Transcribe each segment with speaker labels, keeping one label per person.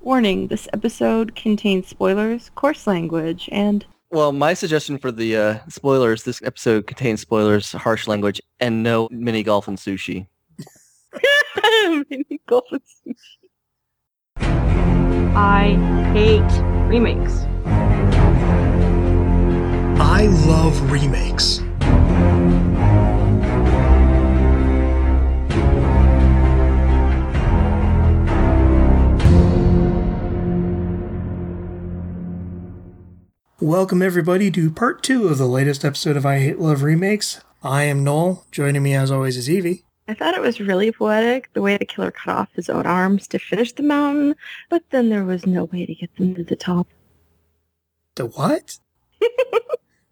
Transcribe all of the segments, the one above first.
Speaker 1: Warning, this episode contains spoilers, coarse language, and
Speaker 2: Well, my suggestion for the uh, spoilers, this episode contains spoilers, harsh language, and no mini golf and sushi.
Speaker 1: mini golf and sushi.
Speaker 3: I hate remakes.
Speaker 4: I love remakes. Welcome, everybody, to part two of the latest episode of I Hate Love Remakes. I am Noel. Joining me, as always, is Evie.
Speaker 1: I thought it was really poetic the way the killer cut off his own arms to finish the mountain, but then there was no way to get them to the top.
Speaker 4: The what?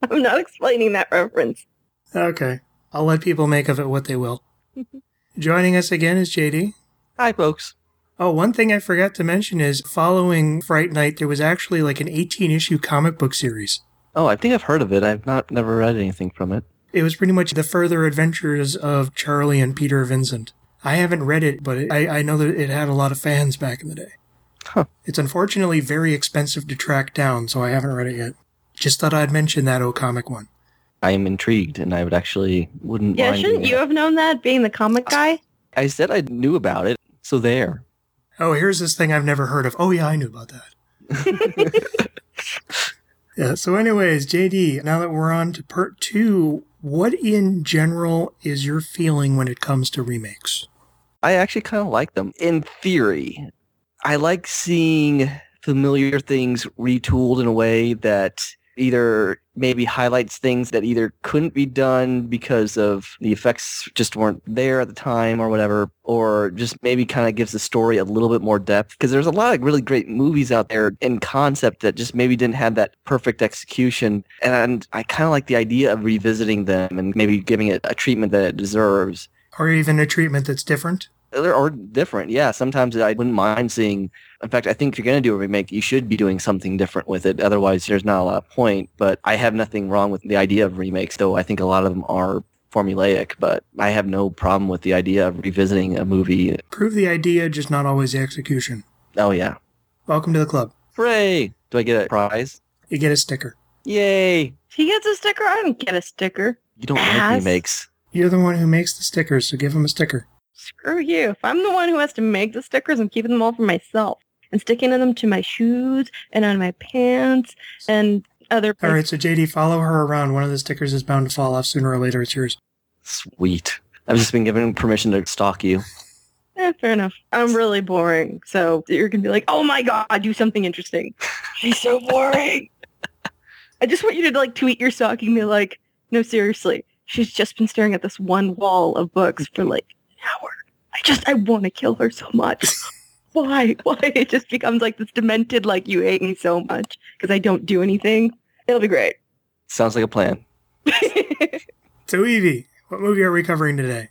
Speaker 1: I'm not explaining that reference.
Speaker 4: Okay. I'll let people make of it what they will. Joining us again is JD.
Speaker 2: Hi, folks.
Speaker 4: Oh, one thing I forgot to mention is following Fright Night, there was actually like an 18 issue comic book series.
Speaker 2: Oh, I think I've heard of it. I've not never read anything from it.
Speaker 4: It was pretty much the further adventures of Charlie and Peter Vincent. I haven't read it, but I, I know that it had a lot of fans back in the day.
Speaker 2: Huh.
Speaker 4: It's unfortunately very expensive to track down, so I haven't read it yet. Just thought I'd mention that old comic one.
Speaker 2: I am intrigued, and I would actually wouldn't.
Speaker 1: Yeah,
Speaker 2: mind
Speaker 1: shouldn't
Speaker 2: reading
Speaker 1: you
Speaker 2: it.
Speaker 1: have known that, being the comic guy?
Speaker 2: I said I knew about it, so there.
Speaker 4: Oh, here's this thing I've never heard of. Oh, yeah, I knew about that. yeah, so, anyways, JD, now that we're on to part two, what in general is your feeling when it comes to remakes?
Speaker 2: I actually kind of like them in theory. I like seeing familiar things retooled in a way that either maybe highlights things that either couldn't be done because of the effects just weren't there at the time or whatever, or just maybe kind of gives the story a little bit more depth. Because there's a lot of really great movies out there in concept that just maybe didn't have that perfect execution. And I kind of like the idea of revisiting them and maybe giving it a treatment that it deserves
Speaker 4: Or even a treatment that's different?
Speaker 2: other or different. Yeah, sometimes I wouldn't mind seeing. In fact, I think if you're going to do a remake, you should be doing something different with it. Otherwise, there's not a lot of point. But I have nothing wrong with the idea of remakes, though I think a lot of them are formulaic. But I have no problem with the idea of revisiting a movie.
Speaker 4: Prove the idea, just not always the execution.
Speaker 2: Oh yeah,
Speaker 4: Welcome to the club.
Speaker 2: hooray! Do I get a prize?
Speaker 4: You get a sticker.
Speaker 2: Yay!
Speaker 1: He gets a sticker? I don't get a sticker.
Speaker 2: You don't
Speaker 1: Ass.
Speaker 2: like remakes.
Speaker 4: You're the one who makes the stickers, so give him a sticker.
Speaker 1: Screw you. If I'm the one who has to make the stickers, I'm keeping them all for myself and sticking them to my shoes and on my pants and other
Speaker 4: All
Speaker 1: places.
Speaker 4: right, so JD, follow her around. One of the stickers is bound to fall off sooner or later. It's yours.
Speaker 2: Sweet. I've just been given permission to stalk you.
Speaker 1: Eh, fair enough. I'm really boring, so you're gonna be like, "Oh my god, do something interesting." She's so boring. I just want you to like tweet your stalking me like, "No, seriously, she's just been staring at this one wall of books for like an hour. I just I want to kill her so much. Why? Why it just becomes like this demented like you hate me so much because I don't do anything. It'll be great."
Speaker 2: Sounds like a plan.
Speaker 1: I
Speaker 4: So, Evie, what movie are we covering today?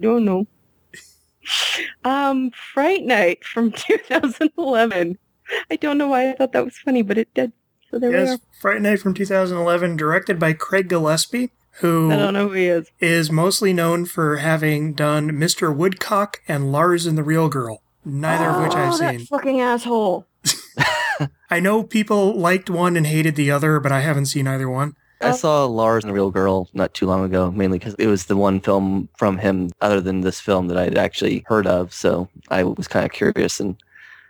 Speaker 1: don't know. Um, Fright Night from 2011. I don't know why I thought that was funny, but it did. So there
Speaker 4: Yes, Fright Night from 2011, directed by Craig Gillespie,
Speaker 1: we are. I don't
Speaker 4: who
Speaker 1: know who he is.
Speaker 4: is mostly known for having done Mr. Woodcock and Lars and the Real Girl, neither of which I've
Speaker 1: Oh,
Speaker 4: seen.
Speaker 1: That fucking asshole.
Speaker 4: I know people liked one and hated the other, but I haven't seen either one.
Speaker 2: I
Speaker 1: Oh.
Speaker 2: saw Lars and the Real Girl not too long ago, mainly because it was the one film from him other than this film that I'd actually heard of. So I was kind of curious, and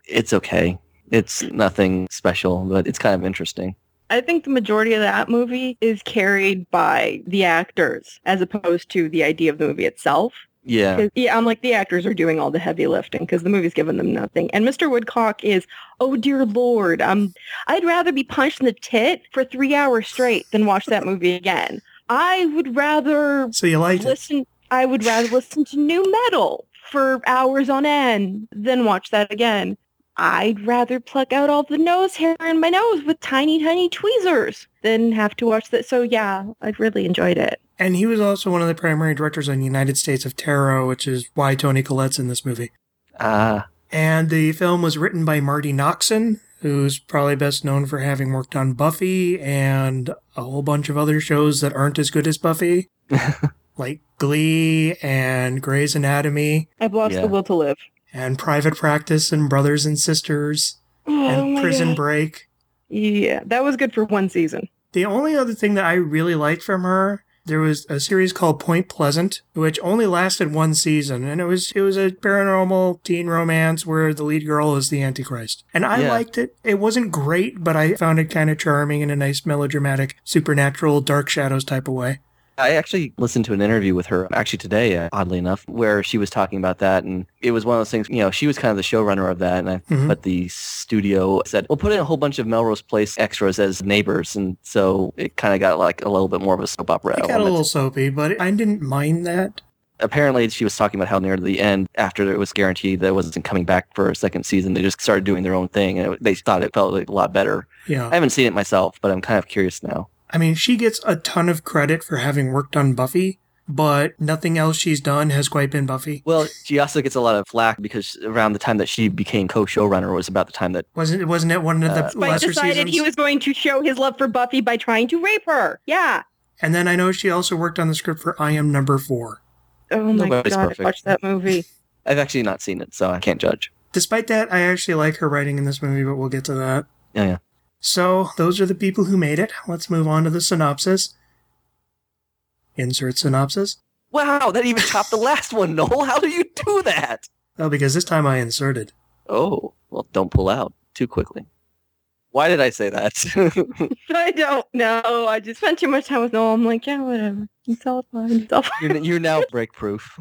Speaker 2: it's okay. It's nothing special, but it's kind of interesting.
Speaker 1: I think the majority of that movie is carried by the actors as opposed to the idea of the movie itself.
Speaker 2: Yeah.
Speaker 1: 'Cause, Yeah, I'm like, the actors are doing all the heavy lifting because the movie's given them nothing. And Mr. Woodcock is, oh dear lord, um, I'd rather be punched in the tit for three hours straight than watch that movie again. I would rather
Speaker 4: So you liked it.
Speaker 1: listen I would rather listen to new metal for hours on end than watch that again. I'd rather pluck out all the nose hair in my nose with tiny, tiny tweezers than have to watch that. So yeah, I really enjoyed it.
Speaker 4: And he was also one of the primary directors on United States of Terror, which is why Tony Collette's in this movie.
Speaker 2: Ah,
Speaker 4: And the film was written by Marty Noxon, who's probably best known for having worked on Buffy and a whole bunch of other shows that aren't as good as Buffy, like Glee and Grey's Anatomy.
Speaker 1: I've lost
Speaker 2: Yeah.
Speaker 1: the will to live.
Speaker 4: and Private Practice and Brothers and Sisters
Speaker 1: Oh,
Speaker 4: and
Speaker 1: my
Speaker 4: Prison
Speaker 1: God.
Speaker 4: Break.
Speaker 1: Yeah, that was good for one season.
Speaker 4: The only other thing that I really liked from her, there was a series called Point Pleasant, which only lasted one season, and it was it was a paranormal teen romance where the lead girl is the Antichrist. And I
Speaker 2: Yeah.
Speaker 4: liked it. It wasn't great, but I found it kind of charming in a nice melodramatic, supernatural, dark shadows type of way.
Speaker 2: I actually listened to an interview with her actually today, uh, oddly enough, where she was talking about that, and it was one of those things. You know, she was kind of the showrunner of that, and I,
Speaker 4: Mhm.
Speaker 2: but the studio said, "We'll put in a whole bunch of Melrose Place extras as neighbors," and so it kind of got like a little bit more of a soap opera.
Speaker 4: It got a
Speaker 2: element.
Speaker 4: little soapy, but I didn't mind that.
Speaker 2: Apparently, she was talking about how near the end, after it was guaranteed that it wasn't coming back for a second season, they just started doing their own thing, and it, they thought it felt like a lot better.
Speaker 4: Yeah.
Speaker 2: I haven't seen it myself, but I'm kind of curious now.
Speaker 4: I mean, she gets a ton of credit for having worked on Buffy, but nothing else she's done has quite been Buffy.
Speaker 2: Well, she also gets a lot of flack because around the time that she became co-showrunner was about the time that
Speaker 4: Wasn't wasn't it one of the
Speaker 2: Uh,
Speaker 1: Spike
Speaker 4: lesser
Speaker 1: decided
Speaker 4: seasons?
Speaker 1: he was going to show his love for Buffy by trying to rape her. Yeah.
Speaker 4: And then I know she also worked on the script for I Am Number Four.
Speaker 1: Oh my
Speaker 2: Nobody's
Speaker 1: god,
Speaker 2: perfect.
Speaker 1: I watched that movie.
Speaker 2: I've actually not seen it, so I can't judge.
Speaker 4: Despite that, I actually like her writing in this movie, but we'll get to that.
Speaker 2: Yeah, yeah.
Speaker 4: So, those are the people who made it. Let's move on to the synopsis. Insert synopsis.
Speaker 2: Wow, that even topped the last one, Noel. How do you do that?
Speaker 4: Oh, because this time I inserted.
Speaker 2: Oh, well, don't pull out too quickly. Why did I say that?
Speaker 1: I don't know. I just spent too much time with Noel. I'm like, yeah, whatever. He's all fine. He's all fine.
Speaker 2: you're, you're now break proof.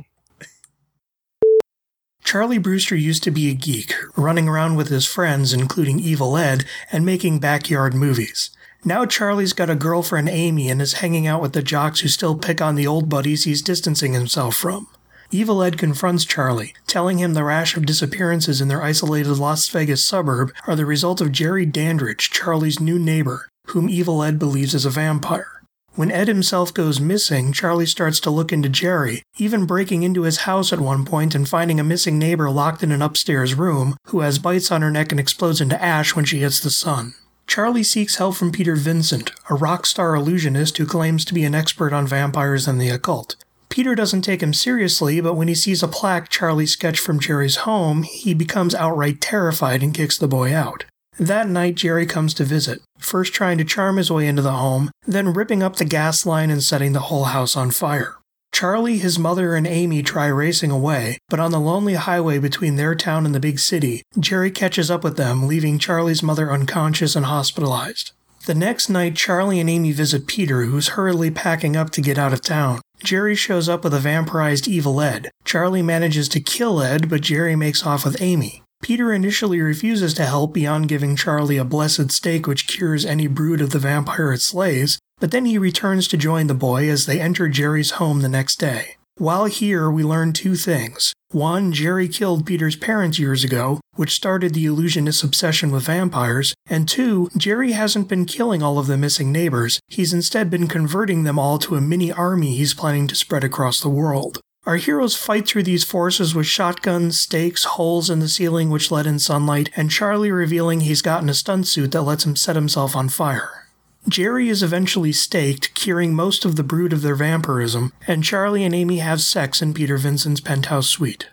Speaker 4: Charlie Brewster used to be a geek, running around with his friends, including Evil Ed, and making backyard movies. Now Charlie's got a girlfriend, Amy, and is hanging out with the jocks who still pick on the old buddies he's distancing himself from. Evil Ed confronts Charlie, telling him the rash of disappearances in their isolated Las Vegas suburb are the result of Jerry Dandridge, Charlie's new neighbor, whom Evil Ed believes is a vampire. When Ed himself goes missing, Charlie starts to look into Jerry, even breaking into his house at one point and finding a missing neighbor locked in an upstairs room who has bites on her neck and explodes into ash when she hits the sun. Charlie seeks help from Peter Vincent, a rock star illusionist who claims to be an expert on vampires and the occult. Peter doesn't take him seriously, but when he sees a plaque Charlie sketched from Jerry's home, he becomes outright terrified and kicks the boy out. That night, Jerry comes to visit, first trying to charm his way into the home, then ripping up the gas line and setting the whole house on fire. Charlie, his mother, and Amy try racing away, but on the lonely highway between their town and the big city, Jerry catches up with them, leaving Charlie's mother unconscious and hospitalized. The next night, Charlie and Amy visit Peter, who's hurriedly packing up to get out of town. Jerry shows up with a vampirized evil Ed. Charlie manages to kill Ed, but Jerry makes off with Amy. Peter initially refuses to help beyond giving Charlie a blessed steak which cures any brood of the vampire it slays, but then he returns to join the boy as they enter Jerry's home the next day. While here, we learn two things. One, Jerry killed Peter's parents years ago, which started the illusionist's obsession with vampires. And two, Jerry hasn't been killing all of the missing neighbors. He's instead been converting them all to a mini army he's planning to spread across the world. Our heroes fight through these forces with shotguns, stakes, holes in the ceiling which let in sunlight, and Charlie revealing he's gotten a stunt suit that lets him set himself on fire. Jerry is eventually staked, curing most of the brood of their vampirism, and Charlie and Amy have sex in Peter Vincent's penthouse suite.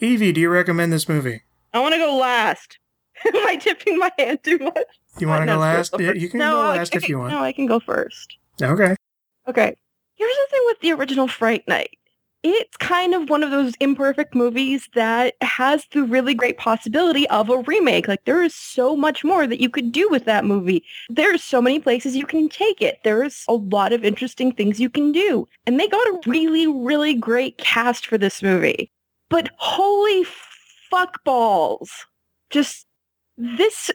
Speaker 4: Evie, do you recommend this movie?
Speaker 1: I want to go last. Am I tipping my hand too much?
Speaker 4: You want to
Speaker 1: No,
Speaker 4: go last?
Speaker 1: no,
Speaker 4: Yeah, you can
Speaker 1: no,
Speaker 4: go
Speaker 1: I
Speaker 4: last if
Speaker 1: can't-
Speaker 4: you want.
Speaker 1: No, I can go first.
Speaker 4: Okay.
Speaker 1: Okay. Here's the thing with the original Fright Night. It's kind of one of those imperfect movies that has the really great possibility of a remake. Like there is so much more that you could do with that movie. There's so many places you can take it. There's a lot of interesting things you can do. And they got a really, really great cast for this movie. But holy fuck balls. Just this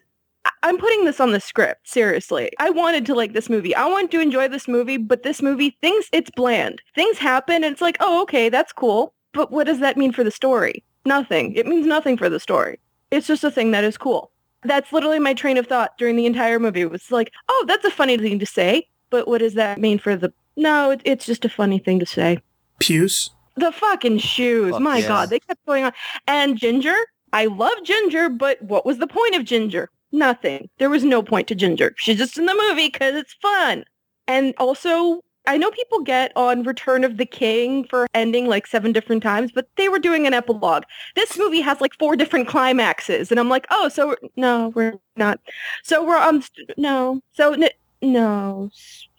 Speaker 1: I- I'm putting this on the script, seriously. I wanted to like this movie. I wanted to enjoy this movie, but this movie thinks it's bland. Things happen and it's like, oh, okay, that's cool. But what does that mean for the story? Nothing. It means nothing for the story. It's just a thing that is cool. That's literally my train of thought during the entire movie. It was like, oh, that's a funny thing to say, but what does that mean for the... No, it- it's just a funny thing to say.
Speaker 4: Puce.
Speaker 1: The fucking shoes.
Speaker 2: Fuck
Speaker 1: My
Speaker 2: yes.
Speaker 1: God, they kept going on. And Ginger, I love Ginger, but what was the point of Ginger? Nothing. There was no point to Ginger. She's just in the movie because it's fun. And also, I know people get on Return of the King for ending like seven different times, but they were doing an epilogue. This movie has like four different climaxes, and I'm like, oh, so no, we're not. So we're um, st- no, so n- no.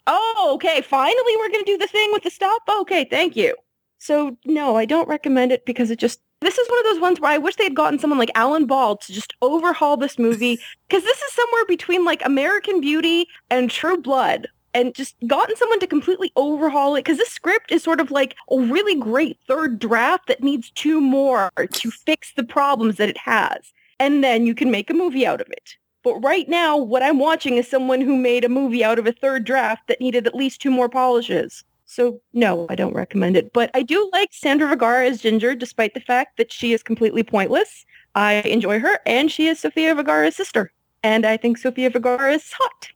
Speaker 1: Oh, okay. Finally, we're gonna do the thing with the stop. Okay, thank you. So no, I don't recommend it because it just this is one of those ones where I wish they had gotten someone like Alan Ball to just overhaul this movie because this is somewhere between like American Beauty and True Blood and just gotten someone to completely overhaul it because this script is sort of like a really great third draft that needs two more to fix the problems that it has. And then you can make a movie out of it. But right now, what I'm watching is someone who made a movie out of a third draft that needed at least two more polishes. So no, I don't recommend it. But I do like Sandra Vergara as Ginger, despite the fact that she is completely pointless. I enjoy her, and she is Sofia Vergara's sister. And I think Sofia Vergara is hot.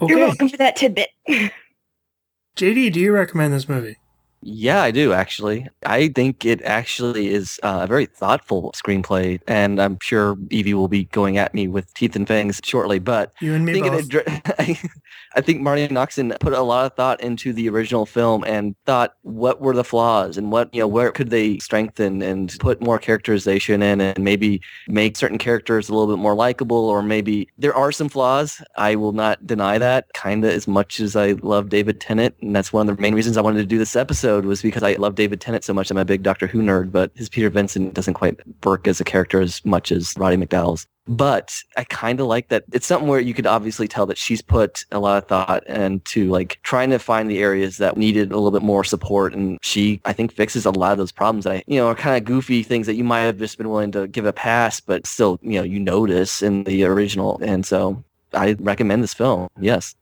Speaker 4: Okay.
Speaker 1: You're welcome for that tidbit.
Speaker 4: JD, do you recommend this movie?
Speaker 2: Yeah, I do actually. I think it actually is uh, a very thoughtful screenplay, and I'm sure Evie will be going at me with teeth and fangs shortly. But
Speaker 4: You and
Speaker 2: I
Speaker 4: me
Speaker 2: think, it
Speaker 4: both.
Speaker 2: addre- I- I think Marty Noxon put a lot of thought into the original film and thought what were the flaws and what you know where could they strengthen and put more characterization in and maybe make certain characters a little bit more likable or maybe there are some flaws. I will not deny that. Kinda as much as I love David Tennant, and that's one of the main reasons I wanted to do this episode was because I love David Tennant so much. I'm a big Doctor Who nerd, but his Peter Vincent doesn't quite work as a character as much as Roddy McDowell's. But I kind of like that. It's something where you could obviously tell that she's put a lot of thought into like trying to find the areas that needed a little bit more support. And she, I think, fixes a lot of those problems that I, you know, are kind of goofy things that you might have just been willing to give a pass, but still, you know, you notice in the original. And so I recommend this film. Yes.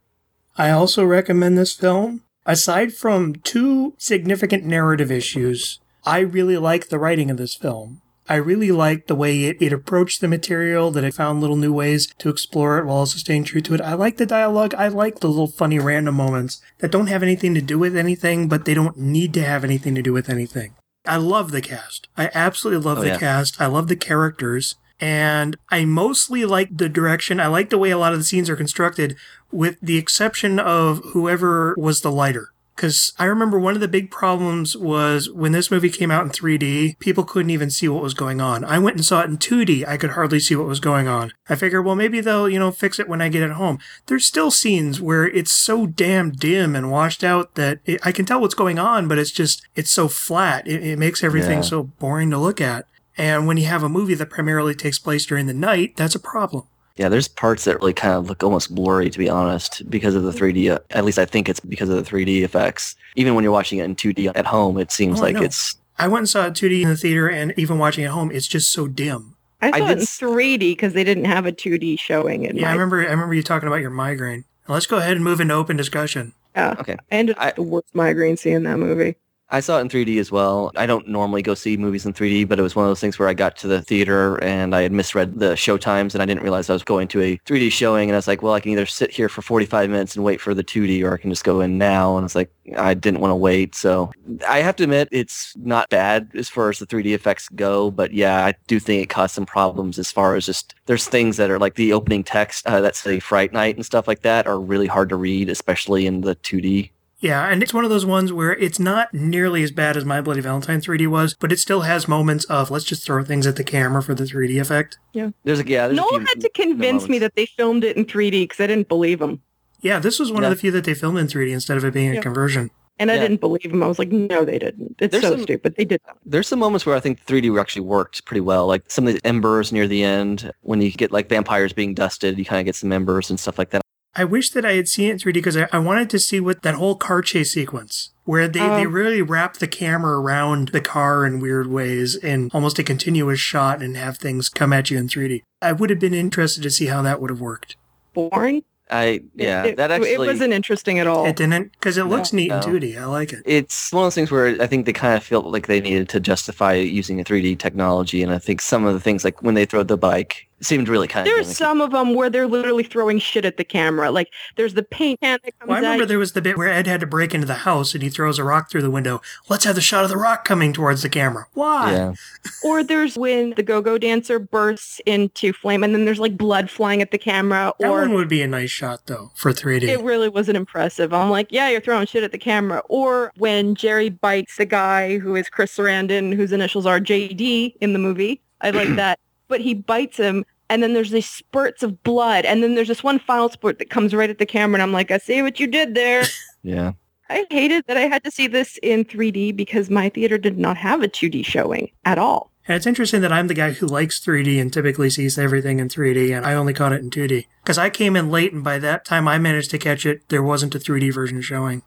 Speaker 4: I also recommend this film. Aside from two significant narrative issues, I really like the writing of this film. I really liked the way it, it approached the material, that it found little new ways to explore it while also staying true to it. I like the dialogue. I like the little funny random moments that don't have anything to do with anything, but they don't need to have anything to do with anything. I love the cast. I absolutely love
Speaker 2: Oh,
Speaker 4: the
Speaker 2: yeah.
Speaker 4: cast. I love the characters. And I mostly like the direction. I like the way a lot of the scenes are constructed, with the exception of whoever was the lighter. Because I remember one of the big problems was when this movie came out in 3D, people couldn't even see what was going on. I went and saw it in 2D. I could hardly see what was going on. I figured, well, maybe they'll, you know, fix it when I get it home. There's still scenes where it's so damn dim and washed out that it, I can tell what's going on, but it's just, it's so flat. It, it makes everything
Speaker 2: Yeah.
Speaker 4: so boring to look at. And when you have a movie that primarily takes place during the night, that's a problem.
Speaker 2: Yeah, there's parts that really kind of look almost blurry, to be honest, because of the 3D. At least I think it's because of the 3D effects. Even when you're watching it in 2D at home, it seems
Speaker 4: Oh, I
Speaker 2: like
Speaker 4: know.
Speaker 2: it's
Speaker 4: I went and saw it 2D in the theater, and even watching at home, it's just so dim.
Speaker 1: I
Speaker 2: I
Speaker 1: saw
Speaker 2: did
Speaker 1: it in
Speaker 2: s-
Speaker 1: 3D because they didn't have a 2D showing in
Speaker 4: Yeah, I
Speaker 1: my.
Speaker 4: remember. I remember you talking about your migraine. Let's go ahead and move into open discussion.
Speaker 1: Yeah.
Speaker 2: okay.
Speaker 1: I ended up
Speaker 2: I-
Speaker 1: with the worst migraine seeing that movie.
Speaker 2: I saw it in 3D as well. I don't normally go see movies in 3D, but it was one of those things where I got to the theater and I had misread the show times and I didn't realize I was going to a 3D showing. And I was like, well, I can either sit here for 45 minutes and wait for the 2D or I can just go in now. And it's like, I didn't want to wait. So I have to admit, it's not bad as far as the 3D effects go. But yeah, I do think it caused some problems as far as just there's things that are like the opening text uh, that say Fright Night and stuff like that are really hard to read, especially in the 2D.
Speaker 4: Yeah, and it's one of those ones where it's not nearly as bad as My Bloody Valentine 3D was, but it still has moments of let's just throw things at the camera for the 3D effect.
Speaker 2: There's a, yeah, there's a
Speaker 1: Noel
Speaker 2: few-
Speaker 1: had to convince me
Speaker 2: moments.
Speaker 1: that they filmed it in 3D because I didn't believe him.
Speaker 4: Yeah, this was one of
Speaker 2: Yeah.
Speaker 4: the few that they filmed in 3D instead of it being
Speaker 1: Yeah.
Speaker 4: a conversion.
Speaker 1: And I
Speaker 2: Yeah.
Speaker 1: didn't believe him. I was like, no, they didn't. It's
Speaker 2: There's
Speaker 1: so
Speaker 2: some-
Speaker 1: stupid. They did.
Speaker 2: there's some moments where I think 3D actually worked pretty well. Like some of the embers near the end, when you get like vampires being dusted, you kind of get some embers and stuff like that.
Speaker 4: I wish that I had seen it in 3D because I, I wanted to see what that whole car chase sequence where they,
Speaker 1: Oh.
Speaker 4: they really wrap the camera around the car in weird ways in almost a continuous shot and have things come at you in 3D. I would have been interested to see how that would have worked.
Speaker 1: Boring.
Speaker 2: I yeah,
Speaker 1: It-
Speaker 2: that actually
Speaker 1: It wasn't interesting at all.
Speaker 4: It didn't because it
Speaker 1: No.
Speaker 4: looks neat
Speaker 2: No.
Speaker 4: in 2D. I like it.
Speaker 2: it's one of those things where I think they kind of felt like they needed to justify using a 3D technology, and I think some of the things like when they throw the bike seemed really kind of.
Speaker 1: There's some of them where they're literally throwing shit at the camera. Like there's the paint can that comes
Speaker 4: Well, I remember
Speaker 1: out.
Speaker 4: there was the bit where Ed had to break into the house and he throws a rock through the window. Let's have the shot of the rock coming towards the camera. Why?
Speaker 2: Yeah.
Speaker 1: or there's when the go-go dancer bursts into flame and then there's like blood flying at the camera
Speaker 4: That
Speaker 1: or
Speaker 4: one would be a nice shot though for 3D.
Speaker 1: It really wasn't impressive. I'm like, yeah, you're throwing shit at the camera. Or when Jerry bites the guy who is Chris Sarandon, whose initials are JD in the movie. I like that. But he bites him, and then there's these spurts of blood, and then there's this one final spurt that comes right at the camera, and I'm like, I see what you did there.
Speaker 2: Yeah.
Speaker 1: I hated that I had to see this in 3D because my theater did not have a 2D showing at all.
Speaker 4: And it's interesting that I'm the guy who likes 3D and typically sees everything in 3D, and I only caught it in 2D. Because I came in late, and by that time I managed to catch it, there wasn't a 3D version showing.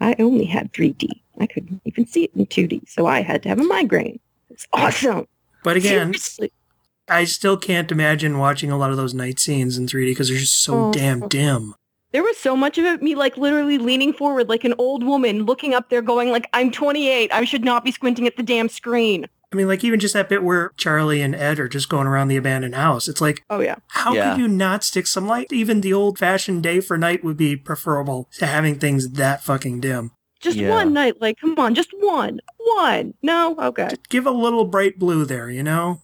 Speaker 1: I only had 3D. I couldn't even see it in 2D, so I had to have a migraine. It's awesome.
Speaker 4: But again,
Speaker 1: Seriously.
Speaker 4: I still can't imagine watching a lot of those night scenes in 3D because they're just so
Speaker 1: Oh.
Speaker 4: damn dim.
Speaker 1: There was so much of it, me like literally leaning forward like an old woman, looking up there going like, I'm 28. I should not be squinting at the damn screen.
Speaker 4: I mean, like even just that bit where Charlie and Ed are just going around the abandoned house. It's like,
Speaker 1: Oh, yeah.
Speaker 4: how
Speaker 2: Yeah.
Speaker 4: could you not stick some light? Even the old fashioned day for night would be preferable to having things that fucking dim.
Speaker 1: Just
Speaker 2: Yeah.
Speaker 1: one night. Like, come on, just one. One. No? Okay.
Speaker 4: Just give a little bright blue there, you know?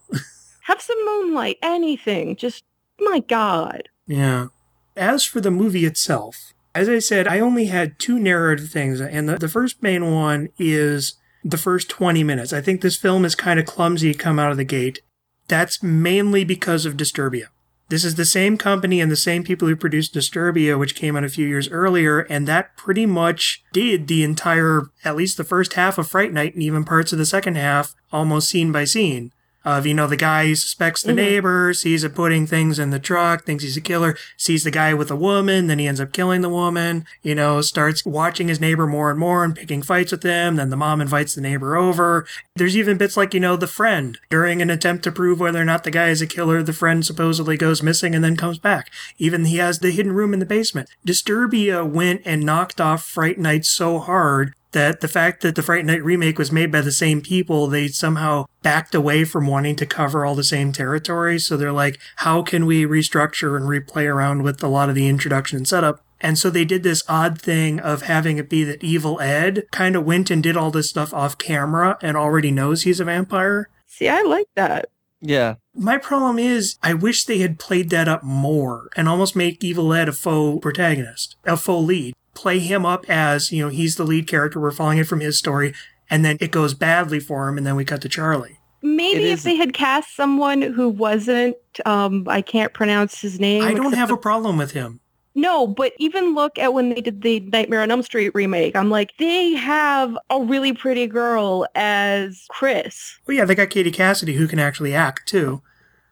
Speaker 1: Have some moonlight. Anything. Just, my God.
Speaker 4: Yeah. As for the movie itself, as I said, I only had two narrative things, and the, the first main one is the first 20 minutes. I think this film is kind of clumsy come out of the gate. That's mainly because of Disturbia. This is the same company and the same people who produced Disturbia, which came out a few years earlier, and that pretty much did the entire, at least the first half of Fright Night and even parts of the second half, almost scene by scene. Of, you know, the guy suspects the
Speaker 1: Mhm.
Speaker 4: neighbor, sees it putting things in the truck, thinks he's a killer, sees the guy with a woman, then he ends up killing the woman, you know, starts watching his neighbor more and more and picking fights with him. Then the mom invites the neighbor over, there's even bits like, you know, the friend. During an attempt to prove whether or not the guy is a killer, the friend supposedly goes missing and then comes back. Even he has the hidden room in the basement. Disturbia went and knocked off Fright Night so hard that the fact that the Fright Night remake was made by the same people, they somehow backed away from wanting to cover all the same territory. So they're like, how can we restructure and replay around with a lot of the introduction and setup? And so they did this odd thing of having it be that Evil Ed kind of went and did all this stuff off camera and already knows he's a vampire.
Speaker 1: See, I like that.
Speaker 2: Yeah.
Speaker 4: My problem is, I wish they had played that up more and almost make Evil Ed a faux protagonist, a faux lead. Play him up as, you know, he's the lead character, we're following it from his story, and then it goes badly for him, and then we cut to Charlie.
Speaker 1: Maybe
Speaker 2: It
Speaker 1: if
Speaker 2: is-
Speaker 1: they had cast someone who wasn't, um, I can't pronounce his name.
Speaker 4: I don't
Speaker 1: except
Speaker 4: have
Speaker 1: the-
Speaker 4: a problem with him.
Speaker 1: No, but even look at when they did the Nightmare on Elm Street remake. I'm like, they have a really pretty girl as Chris
Speaker 4: Well, Oh, yeah, they got Katie Cassidy, who can actually act too.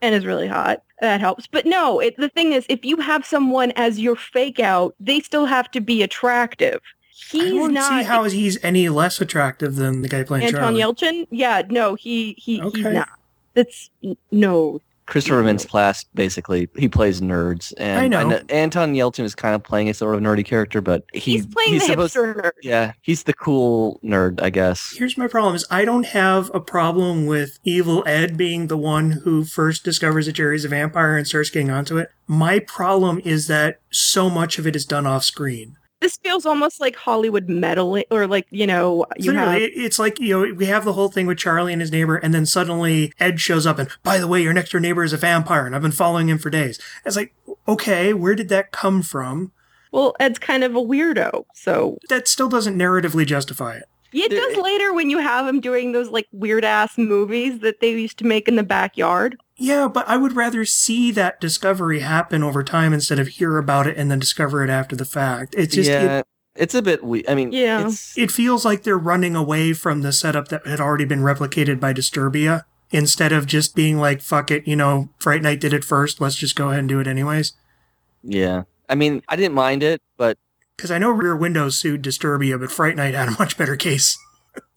Speaker 1: and is really hot. That helps. But no, it, the thing is, if you have someone as your fake out, they still have to be attractive.
Speaker 4: I
Speaker 1: He's
Speaker 4: don't
Speaker 1: not
Speaker 4: see how he's any less attractive than the guy playing
Speaker 1: Anton
Speaker 4: Charlie.
Speaker 1: Yelchin. Yeah, no, he, he he's
Speaker 4: Okay.
Speaker 1: not. That's no.
Speaker 2: Christopher Mintz Plasse basically he plays nerds and
Speaker 4: I know.
Speaker 2: and Anton Yelchin is kind of playing a sort of nerdy character, but he,
Speaker 1: he's playing the
Speaker 2: supposed
Speaker 1: hipster nerd.
Speaker 2: yeah he's the cool nerd I guess
Speaker 4: Here's my problem is I don't have a problem with Evil Ed being the one who first discovers that Jerry's a vampire and starts getting onto it. My problem is that so much of it is done off screen.
Speaker 1: This feels almost like Hollywood meddling, or like you know, you
Speaker 4: Literally,
Speaker 1: have
Speaker 4: it- it's like, you know, we have the whole thing with Charlie and his neighbor, and then suddenly Ed shows up and, by the way, your next door neighbor is a vampire, and I've been following him for days. It's like, okay, where did that come from?
Speaker 1: well, Ed's kind of a weirdo, so
Speaker 4: That still doesn't narratively justify it.
Speaker 1: It
Speaker 2: There-
Speaker 1: does later when you have him doing those like weird ass movies that they used to make in the backyard.
Speaker 4: Yeah, but I would rather see that discovery happen over time instead of hear about it and then discover it after the fact. It's just it,
Speaker 2: yeah it's a bit we I mean
Speaker 1: Yeah.
Speaker 2: it's,
Speaker 4: it feels like they're running away from the setup that had already been replicated by Disturbia instead of just being like, fuck it, you know, Fright Night did it first, let's just go ahead and do it anyways.
Speaker 2: yeah I mean I didn't mind it but
Speaker 4: Because I know Rear Window sued Disturbia, but Fright Night had a much better case.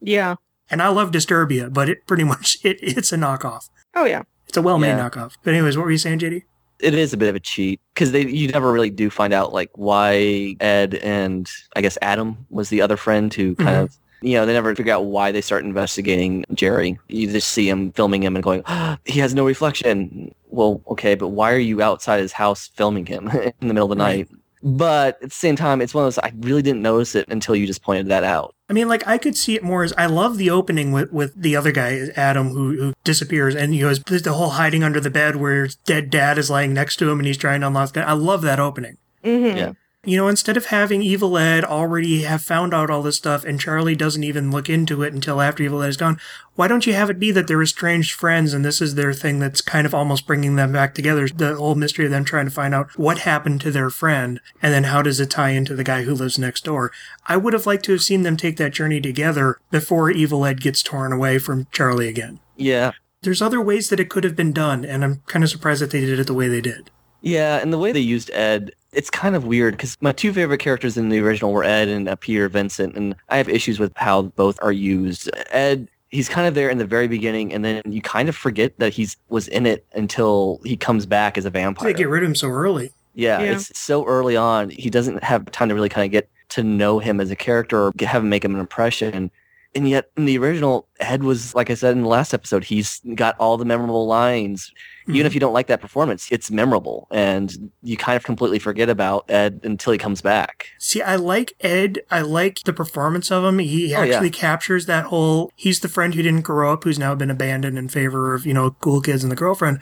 Speaker 1: Yeah.
Speaker 4: And I love Disturbia, but it pretty much it, it's a knockoff.
Speaker 1: Oh yeah.
Speaker 4: It's a well-made
Speaker 2: Yeah.
Speaker 4: knockoff. But anyways, what were you saying, JD?
Speaker 2: it is a bit of a cheat because they you never really do find out like why Ed and I guess Adam was the other friend who kind
Speaker 4: Mhm.
Speaker 2: of You know, they never figure out why they start investigating Jerry. You just see him filming him and going, "Ah, he has no reflection. Well, okay, but why are you outside his house filming him in the middle of the
Speaker 4: Right.
Speaker 2: night? But at the same time, it's one of those, I really didn't notice it until you just pointed that out.
Speaker 4: I mean, like I could see it more as I love the opening with, with the other guy, Adam, who, who disappears, and you know, there's the whole hiding under the bed where his dead dad is lying next to him, and he's trying to unlock. I love that opening.
Speaker 1: Mm-hmm.
Speaker 2: Yeah.
Speaker 4: You know, instead of having Evil Ed already have found out all this stuff, and Charlie doesn't even look into it until after Evil Ed is gone, why don't you have it be that they're estranged friends, and this is their thing that's kind of almost bringing them back together? The whole mystery of them trying to find out what happened to their friend, and then how does it tie into the guy who lives next door? I would have liked to have seen them take that journey together before Evil Ed gets torn away from Charlie again.
Speaker 2: Yeah.
Speaker 4: There's other ways that it could have been done, and I'm kind of surprised that they did it the way they did.
Speaker 2: Yeah, and the way they used Ed, it's kind of weird because my two favorite characters in the original were Ed and uh, Peter Vincent, and I have issues with how both are used. Ed, he's kind of there in the very beginning, and then you kind of forget that he's was in it until he comes back as a vampire.
Speaker 4: They get rid of him so early.
Speaker 2: yeah,
Speaker 1: Yeah.
Speaker 2: it's so early on. He doesn't have time to really kind of get to know him as a character or get- have him make him an impression. And yet, in the original, Ed was like I said in the last episode, he's got all the memorable lines even
Speaker 1: Mm-hmm.
Speaker 2: if you don't like that performance, it's memorable and you kind of completely forget about Ed until he comes back.
Speaker 4: See, I like Ed. I like the performance of him. He
Speaker 2: Oh, yeah.
Speaker 4: actually captures that whole he's the friend who didn't grow up, who's now been abandoned in favor of, you know, cool kids and the girlfriend.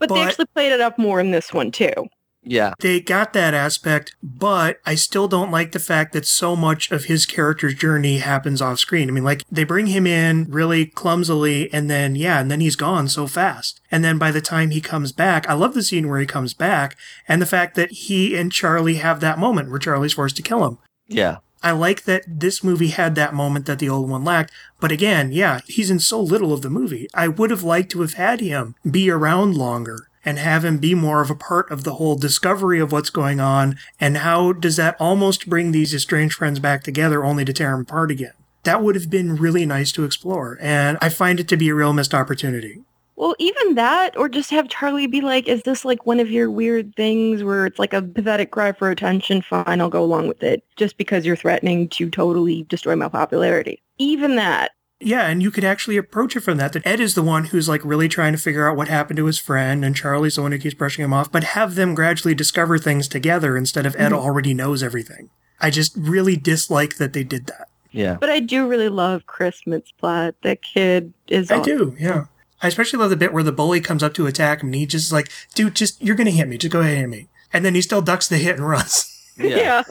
Speaker 1: But, they
Speaker 4: But-
Speaker 1: actually played it up more in this one too.
Speaker 2: Yeah.
Speaker 4: They got that aspect, but I still don't like the fact that so much of his character's journey happens off screen. I mean, like, they bring him in really clumsily, and then, yeah, and then he's gone so fast. And then by the time he comes back, I love the scene where he comes back and the fact that he and Charlie have that moment where Charlie's forced to kill him.
Speaker 2: Yeah.
Speaker 4: I like that this movie had that moment that the old one lacked. But again, yeah, he's in so little of the movie. I would have liked to have had him be around longer and have him be more of a part of the whole discovery of what's going on and how does that almost bring these estranged friends back together only to tear them apart again. That would have been really nice to explore. And I find it to be a real missed opportunity.
Speaker 1: Well, even that, or just have Charlie be like, is this like one of your weird things where it's like a pathetic cry for attention? Fine, I'll go along with it. Just because you're threatening to totally destroy my popularity. Even that.
Speaker 4: Yeah, and you could actually approach it from that. That Ed is the one who's like really trying to figure out what happened to his friend, and Charlie's the one who keeps brushing him off, but have them gradually discover things together instead of Ed
Speaker 1: Mhm.
Speaker 4: already knows everything. I just really dislike that they did that.
Speaker 2: Yeah.
Speaker 1: But I do really love Chris Mitsplatt. That kid is
Speaker 4: I do, yeah. I especially love the bit where the bully comes up to attack him and he just is like, dude, just, you're going to hit me. Just go ahead and hit me. And then he still ducks the hit and runs.
Speaker 1: Yeah.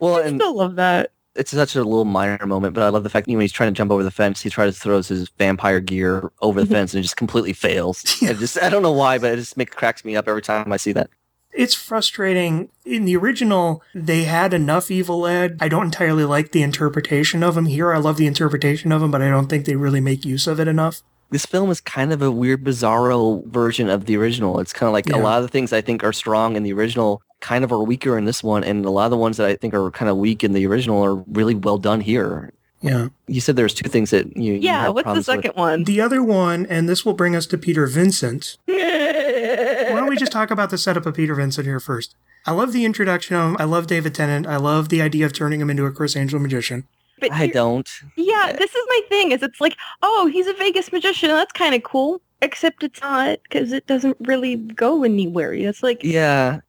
Speaker 2: Well,
Speaker 1: I
Speaker 2: and
Speaker 1: still love that.
Speaker 2: it's such a little minor moment, but I love the fact that when he's trying to jump over the fence, he tries to throw his vampire gear over
Speaker 1: Mm-hmm.
Speaker 2: the fence and it just completely fails. I just I don't know why, but it just makes cracks me up every time I see that.
Speaker 4: It's frustrating. In the original, they had enough evil Ed. I don't entirely like the interpretation of him. Here, I love the interpretation of him, but I don't think they really make use of it enough.
Speaker 2: This film is kind of a weird, bizarro version of the original. It's kind of like
Speaker 4: Yeah.
Speaker 2: a lot of the things I think are strong in the original kind of are weaker in this one, and a lot of the ones that I think are kind of weak in the original are really well done here.
Speaker 4: Yeah.
Speaker 2: you said there was two things that you you
Speaker 1: Yeah,
Speaker 2: had
Speaker 1: what's the
Speaker 2: problems with.
Speaker 1: second one?
Speaker 4: The other one, and this will bring us to Peter Vincent. Why
Speaker 1: Why
Speaker 4: don't we just talk about the setup of Peter Vincent here first? I love the introduction of him. I love David Tennant. I love the idea of turning him into a Chris Angel magician.
Speaker 1: But
Speaker 2: I
Speaker 1: here-
Speaker 2: don't.
Speaker 1: Yeah, this is my thing. Is it's like, oh, he's a Vegas magician. That's kind of cool. Except it's not because it doesn't really go anywhere. It's like,
Speaker 2: Yeah,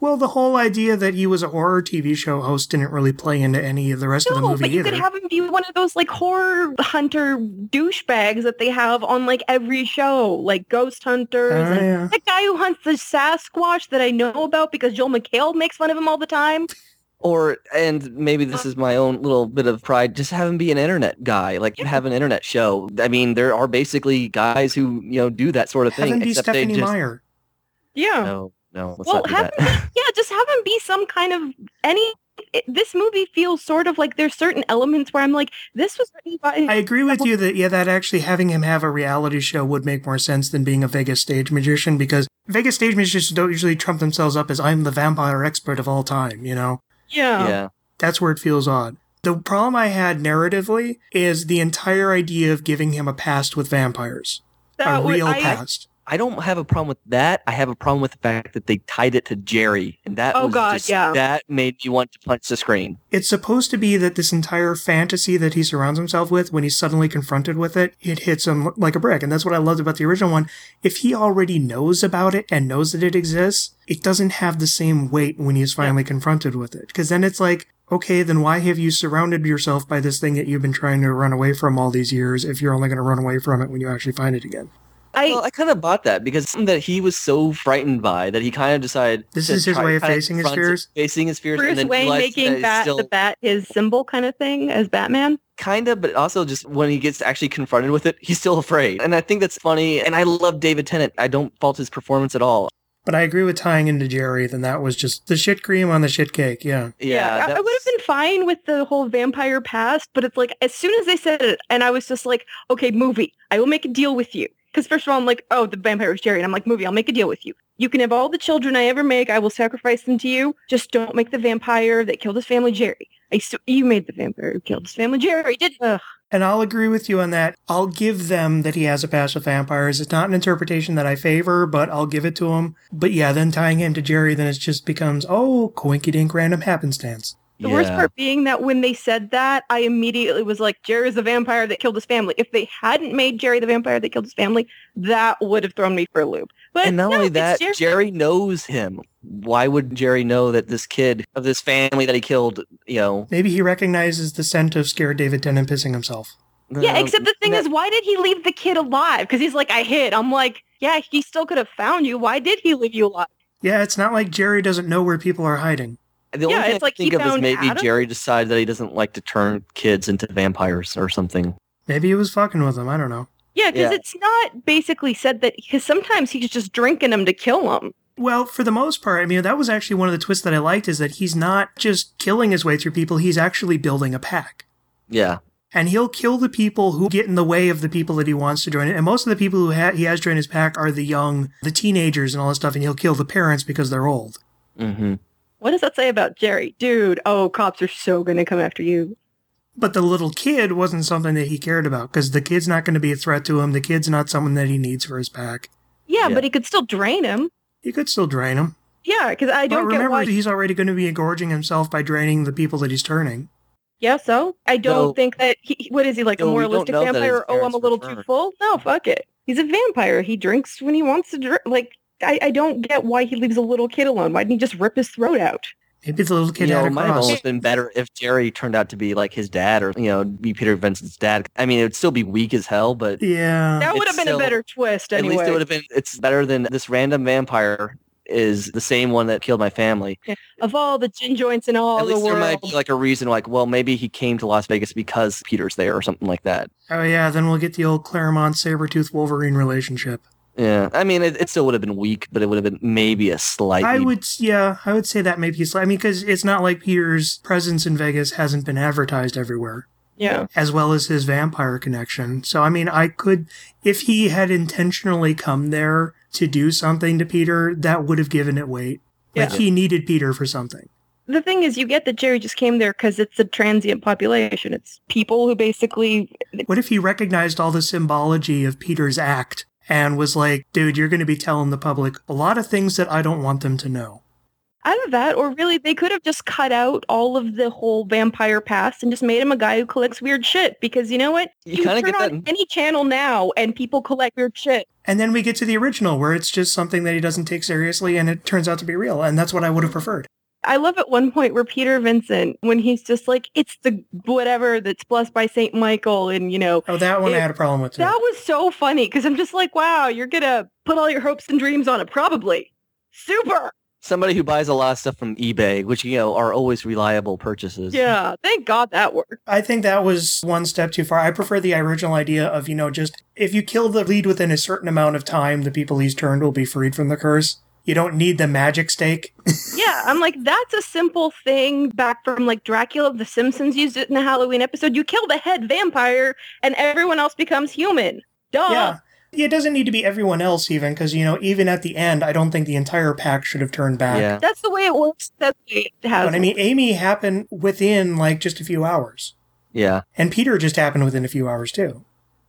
Speaker 4: Well, the whole idea that he was a horror TV show host didn't really play into any of the rest of the
Speaker 1: no,
Speaker 4: movie
Speaker 1: but you
Speaker 4: either.
Speaker 1: could have him be one of those like horror hunter douchebags that they have on like every show, like ghost hunters.
Speaker 4: Oh,
Speaker 1: and
Speaker 4: yeah.
Speaker 1: That guy who hunts the Sasquatch that I know about because Joel McHale makes fun of him all the time.
Speaker 2: or and maybe this is my own little bit of pride. Just have him be an internet guy, like
Speaker 1: Yeah.
Speaker 2: have an internet show. I mean, there are basically guys who you know do that sort of
Speaker 4: Have
Speaker 2: thing.
Speaker 4: him be
Speaker 2: except
Speaker 4: Stephanie
Speaker 2: they just
Speaker 4: Meyer.
Speaker 1: Yeah.
Speaker 2: no, no. Let's
Speaker 1: Well,
Speaker 2: not do
Speaker 1: have
Speaker 2: that.
Speaker 1: Yeah, just have him be some kind of any. It, this movie feels sort of like there's certain elements where I'm like, this was written
Speaker 4: I
Speaker 1: by.
Speaker 4: agree with you that yeah, that actually having him have a reality show would make more sense than being a Vegas stage magician because Vegas stage magicians don't usually trump themselves up as I'm the vampire expert of all time, you know?
Speaker 2: yeah,
Speaker 4: That's where it feels odd. The problem I had narratively is the entire idea of giving him a past with vampires.
Speaker 1: that
Speaker 4: a
Speaker 1: would-
Speaker 4: real
Speaker 1: I,
Speaker 4: past.
Speaker 2: I don't have a problem with that. I have a problem with the fact that they tied it to Jerry, and that
Speaker 1: Oh,
Speaker 2: was
Speaker 1: God,
Speaker 2: just-
Speaker 1: yeah.
Speaker 2: that made me want to punch the screen.
Speaker 4: It's supposed to be that this entire fantasy that he surrounds himself with, when he's suddenly confronted with it, it hits him like a brick. And that's what I loved about the original one. If he already knows about it and knows that it exists, it doesn't have the same weight when he is finally confronted with it. Because then it's like, okay, then why have you surrounded yourself by this thing that you've been trying to run away from all these years if you're only going to run away from it when you actually find it again?
Speaker 1: I
Speaker 2: well, I kind of bought that because it's something that he was so frightened by that he kind of decided
Speaker 4: This
Speaker 2: to
Speaker 4: is his way of
Speaker 2: kinda
Speaker 4: facing his
Speaker 2: confront it,
Speaker 4: fears?
Speaker 2: facing his fears, and
Speaker 1: Bruce
Speaker 2: then
Speaker 1: Wayne
Speaker 2: realized that
Speaker 1: making
Speaker 2: it's
Speaker 1: bat
Speaker 2: still
Speaker 1: the bat his symbol kind of thing as Batman.
Speaker 2: kind of, but also just when he gets actually confronted with it, he's still afraid, and I think that's funny. And I love David Tennant. I don't fault his performance at all.
Speaker 4: But I agree with tying into Jerry, then that was just the shit cream on the shit cake. Yeah.
Speaker 2: Yeah,
Speaker 1: I- I,
Speaker 2: that
Speaker 1: would
Speaker 2: was-
Speaker 1: have been fine with the whole vampire past, but it's like as soon as they said it, and I was just like, okay, movie, I will make a deal with you. Because first of all, I'm like, oh, the vampire is Jerry, and I'm like, movie, I'll make a deal with you. You can have all the children I ever make. I will sacrifice them to you. Just don't make the vampire that killed his family Jerry. I s- you made the vampire who killed his family Jerry, did Ugh.
Speaker 4: And I'll agree with you on that. I'll give them that he has a past with vampires. It's not an interpretation that I favor, but I'll give it to him. But yeah, then tying him to Jerry, then it just becomes, oh, coinky dink random happenstance.
Speaker 1: The worst
Speaker 2: Yeah.
Speaker 1: part being that when they said that, I immediately was like, Jerry's the vampire that killed his family. If they hadn't made Jerry the vampire that killed his family, that would have thrown me for a loop. But
Speaker 2: and not
Speaker 1: no,
Speaker 2: only
Speaker 1: it's
Speaker 2: that,
Speaker 1: Jerry.
Speaker 2: Jerry. knows him. Why would Jerry know that this kid of this family that he killed, you know?
Speaker 4: Maybe he recognizes the scent of scared David Tennant pissing himself.
Speaker 1: Yeah,
Speaker 2: um,
Speaker 1: except the thing
Speaker 2: that-
Speaker 1: is, why did he leave the kid alive? Because he's like, I hid. I'm like, yeah, he still could have found you. Why did he leave you alive?
Speaker 4: Yeah, it's not like Jerry doesn't know where people are hiding.
Speaker 2: the only
Speaker 1: yeah,
Speaker 2: thing
Speaker 1: it's
Speaker 2: I
Speaker 1: like
Speaker 2: can
Speaker 1: he
Speaker 2: think of is
Speaker 1: found
Speaker 2: maybe
Speaker 1: Adam.
Speaker 2: Jerry decided that he doesn't like to turn kids into vampires or something.
Speaker 4: Maybe he was fucking with him. I don't know.
Speaker 1: Yeah, because
Speaker 2: Yeah.
Speaker 1: it's not basically said that, because sometimes he's just drinking them to kill them.
Speaker 4: Well, for the most part, I mean, that was actually one of the twists that I liked is that he's not just killing his way through people, he's actually building a pack.
Speaker 2: Yeah,
Speaker 4: and he'll kill the people who get in the way of the people that he wants to join. And most of the people who ha- he has joined his pack are the young, the teenagers, and all this stuff. And he'll kill the parents because they're old.
Speaker 2: hmm
Speaker 1: What does that say about Jerry? Dude, oh, cops are so going to come after you.
Speaker 4: But the little kid wasn't something that he cared about because the kid's not going to be a threat to him. The kid's not someone that he needs for his pack.
Speaker 1: Yeah,
Speaker 2: Yeah.
Speaker 1: but he could still drain him.
Speaker 4: He could still drain him.
Speaker 1: Yeah, because I
Speaker 4: But
Speaker 1: don't get
Speaker 4: remember,
Speaker 1: why.
Speaker 4: he's already going to be engorging himself by draining the people that he's turning.
Speaker 1: Yeah, so I don't
Speaker 2: No.
Speaker 1: think that he. What is he like
Speaker 2: No,
Speaker 1: a
Speaker 2: we don't
Speaker 1: moralistic
Speaker 2: know that his
Speaker 1: vampire? Oh, I'm
Speaker 2: parents
Speaker 1: a
Speaker 2: were
Speaker 1: little too
Speaker 2: drunk.
Speaker 1: full. No, fuck it. He's a vampire. He drinks when he wants to drink. Like I, I don't get why he leaves a little kid alone. Why didn't he just rip his throat out?
Speaker 4: Maybe the little
Speaker 2: you
Speaker 4: kid
Speaker 2: know,
Speaker 4: had
Speaker 2: it
Speaker 4: a
Speaker 2: might have
Speaker 4: cross.
Speaker 2: almost been better if Jerry turned out to be like his dad, or you know, be Peter Vincent's dad. I mean, it would still be weak as hell, but
Speaker 4: Yeah.
Speaker 1: That would have
Speaker 2: it's
Speaker 1: been a
Speaker 2: still-
Speaker 1: better twist. Anyway,
Speaker 2: at least it would have been. It's better than this random vampire is the same one that killed my family.
Speaker 1: of all the gin joints in all
Speaker 2: At
Speaker 1: the
Speaker 2: least there
Speaker 1: world.
Speaker 2: might be like a reason, like, well, maybe he came to Las Vegas because Peter's there or something like that.
Speaker 4: Oh, yeah. Then we'll get the old Claremont Sabretooth Wolverine relationship.
Speaker 2: Yeah, I mean, it, it still would have been weak, but it would have been maybe a slight.
Speaker 4: I would, yeah, I would say that maybe slight. I mean, because it's not like Peter's presence in Vegas hasn't been advertised everywhere,
Speaker 1: yeah.
Speaker 4: as well as his vampire connection. So, I mean, I could, if he had intentionally come there to do something to Peter, that would have given it weight. Like
Speaker 2: Yeah.
Speaker 4: he needed Peter for something.
Speaker 1: The thing is, you get that Jerry just came there because it's a transient population. It's people who basically
Speaker 4: What if he recognized all the symbology of Peter's act and was like, dude, you're going to be telling the public a lot of things that I don't want them to know?
Speaker 1: out of that, or really, they could have just cut out all of the whole vampire past and just made him a guy who collects weird shit. Because you know what?
Speaker 2: You kinda
Speaker 1: turn
Speaker 2: get that
Speaker 1: on
Speaker 2: in-
Speaker 1: any channel now, and people collect weird shit.
Speaker 4: And then we get to the original where it's just something that he doesn't take seriously and it turns out to be real. And that's what I would have preferred.
Speaker 1: I love at one point where Peter Vincent, when he's just like, "It's the whatever that's blessed by Saint Michael," and you know.
Speaker 4: Oh, that one I
Speaker 1: It-
Speaker 4: had a problem with too.
Speaker 1: That was so funny because I'm just like, wow, you're gonna put all your hopes and dreams on it, probably. Super.
Speaker 2: somebody who buys a lot of stuff from eBay, which you know are always reliable purchases.
Speaker 1: Yeah. Thank God that worked.
Speaker 4: I think that was one step too far. I prefer the original idea of, you know, just if you kill the lead within a certain amount of time, the people he's turned will be freed from the curse. You don't need the magic stake.
Speaker 1: Yeah. I'm like, that's a simple thing back from like Dracula. The Simpsons used it in the Halloween episode. You kill the head vampire and everyone else becomes human. Duh.
Speaker 4: Yeah. It doesn't need to be everyone else, even, because, you know, even at the end, I don't think the entire pack should have turned back.
Speaker 2: yeah.
Speaker 1: That's the way it works. That's the way it has.
Speaker 4: But I mean, Amy happened within like just a few hours,
Speaker 2: yeah.
Speaker 4: and Peter just happened within a few hours too.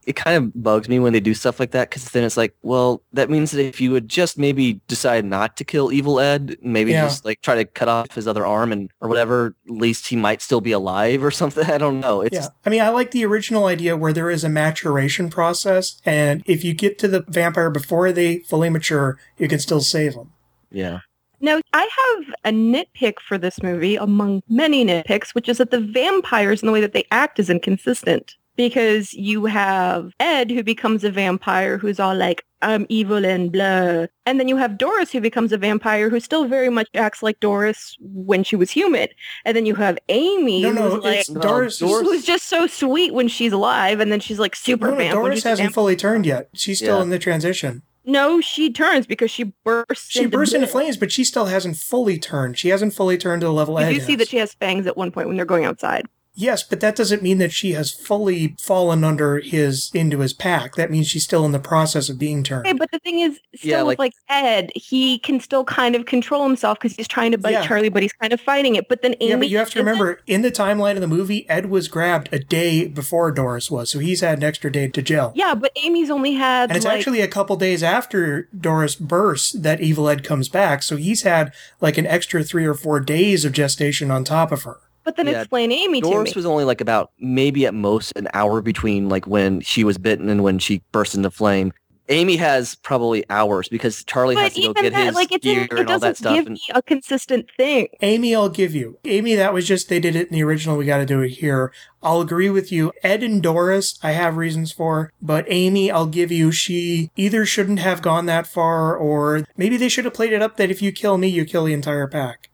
Speaker 2: it kind of bugs me when they do stuff like that because then it's like, well, that means that if you would just maybe decide not to kill Evil Ed, maybe
Speaker 4: Yeah.
Speaker 2: just like try to cut off his other arm and or whatever, at least he might still be alive or something. I don't know. It's
Speaker 4: yeah. I mean, I like the original idea where there is a maturation process, and if you get to the vampire before they fully mature, you can still save them.
Speaker 2: yeah.
Speaker 1: Now, I have a nitpick for this movie among many nitpicks, which is that the vampires and the way that they act is inconsistent. Because you have Ed, who becomes a vampire, who's all like, I'm evil and blah. And then you have Doris, who becomes a vampire, who still very much acts like Doris when she was human. And then you have Amy,
Speaker 4: No, no,
Speaker 1: who's, like,
Speaker 4: it's Doris.
Speaker 2: No, Doris-
Speaker 1: who's just so sweet when she's alive. And then she's like super
Speaker 4: No, no,
Speaker 1: vamp. when
Speaker 4: Doris
Speaker 1: she's a
Speaker 4: hasn't
Speaker 1: vamp-
Speaker 4: fully turned yet. She's still
Speaker 2: Yeah.
Speaker 4: in the transition.
Speaker 1: no, she turns because she bursts
Speaker 4: She
Speaker 1: into
Speaker 4: bursts into
Speaker 1: bits.
Speaker 4: flames, but she still hasn't fully turned. She hasn't fully turned to the level. Ed
Speaker 1: You do see
Speaker 4: has.
Speaker 1: that she has fangs at one point when they're going outside.
Speaker 4: Yes, but that doesn't mean that she has fully fallen under his into his pack. That means she's still in the process of being turned.
Speaker 1: Okay, but the thing is, still
Speaker 2: Yeah,
Speaker 1: with like Ed, he can still kind of control himself because he's trying to bite
Speaker 4: Yeah.
Speaker 1: Charlie, but he's kind of fighting it. But then Amy,
Speaker 4: yeah, but you have to
Speaker 1: isn't.
Speaker 4: remember in the timeline of the movie, Ed was grabbed a day before Doris was, so he's had an extra day to jail.
Speaker 1: Yeah, but Amy's only had
Speaker 4: And it's
Speaker 1: like,
Speaker 4: actually a couple days after Doris bursts that Evil Ed comes back, so he's had like an extra three or four days of gestation on top of her.
Speaker 1: but then
Speaker 2: Yeah,
Speaker 1: explain Amy to me.
Speaker 2: Doris was only like about maybe at most an hour between like when she was bitten and when she burst into flame. Amy has probably hours because Charlie
Speaker 1: but
Speaker 2: has to go
Speaker 1: even
Speaker 2: get
Speaker 1: that,
Speaker 2: his
Speaker 1: like, it,
Speaker 2: gear
Speaker 1: didn't, it
Speaker 2: and all that
Speaker 1: doesn't
Speaker 2: stuff.
Speaker 1: give
Speaker 2: and-
Speaker 1: me a consistent thing.
Speaker 4: Amy, I'll give you. Amy, that was just, they did it in the original. We got to do it here. I'll agree with you. Ed and Doris, I have reasons for, but Amy, I'll give you. She either shouldn't have gone that far, or maybe they should have played it up that if you kill me, you kill the entire pack.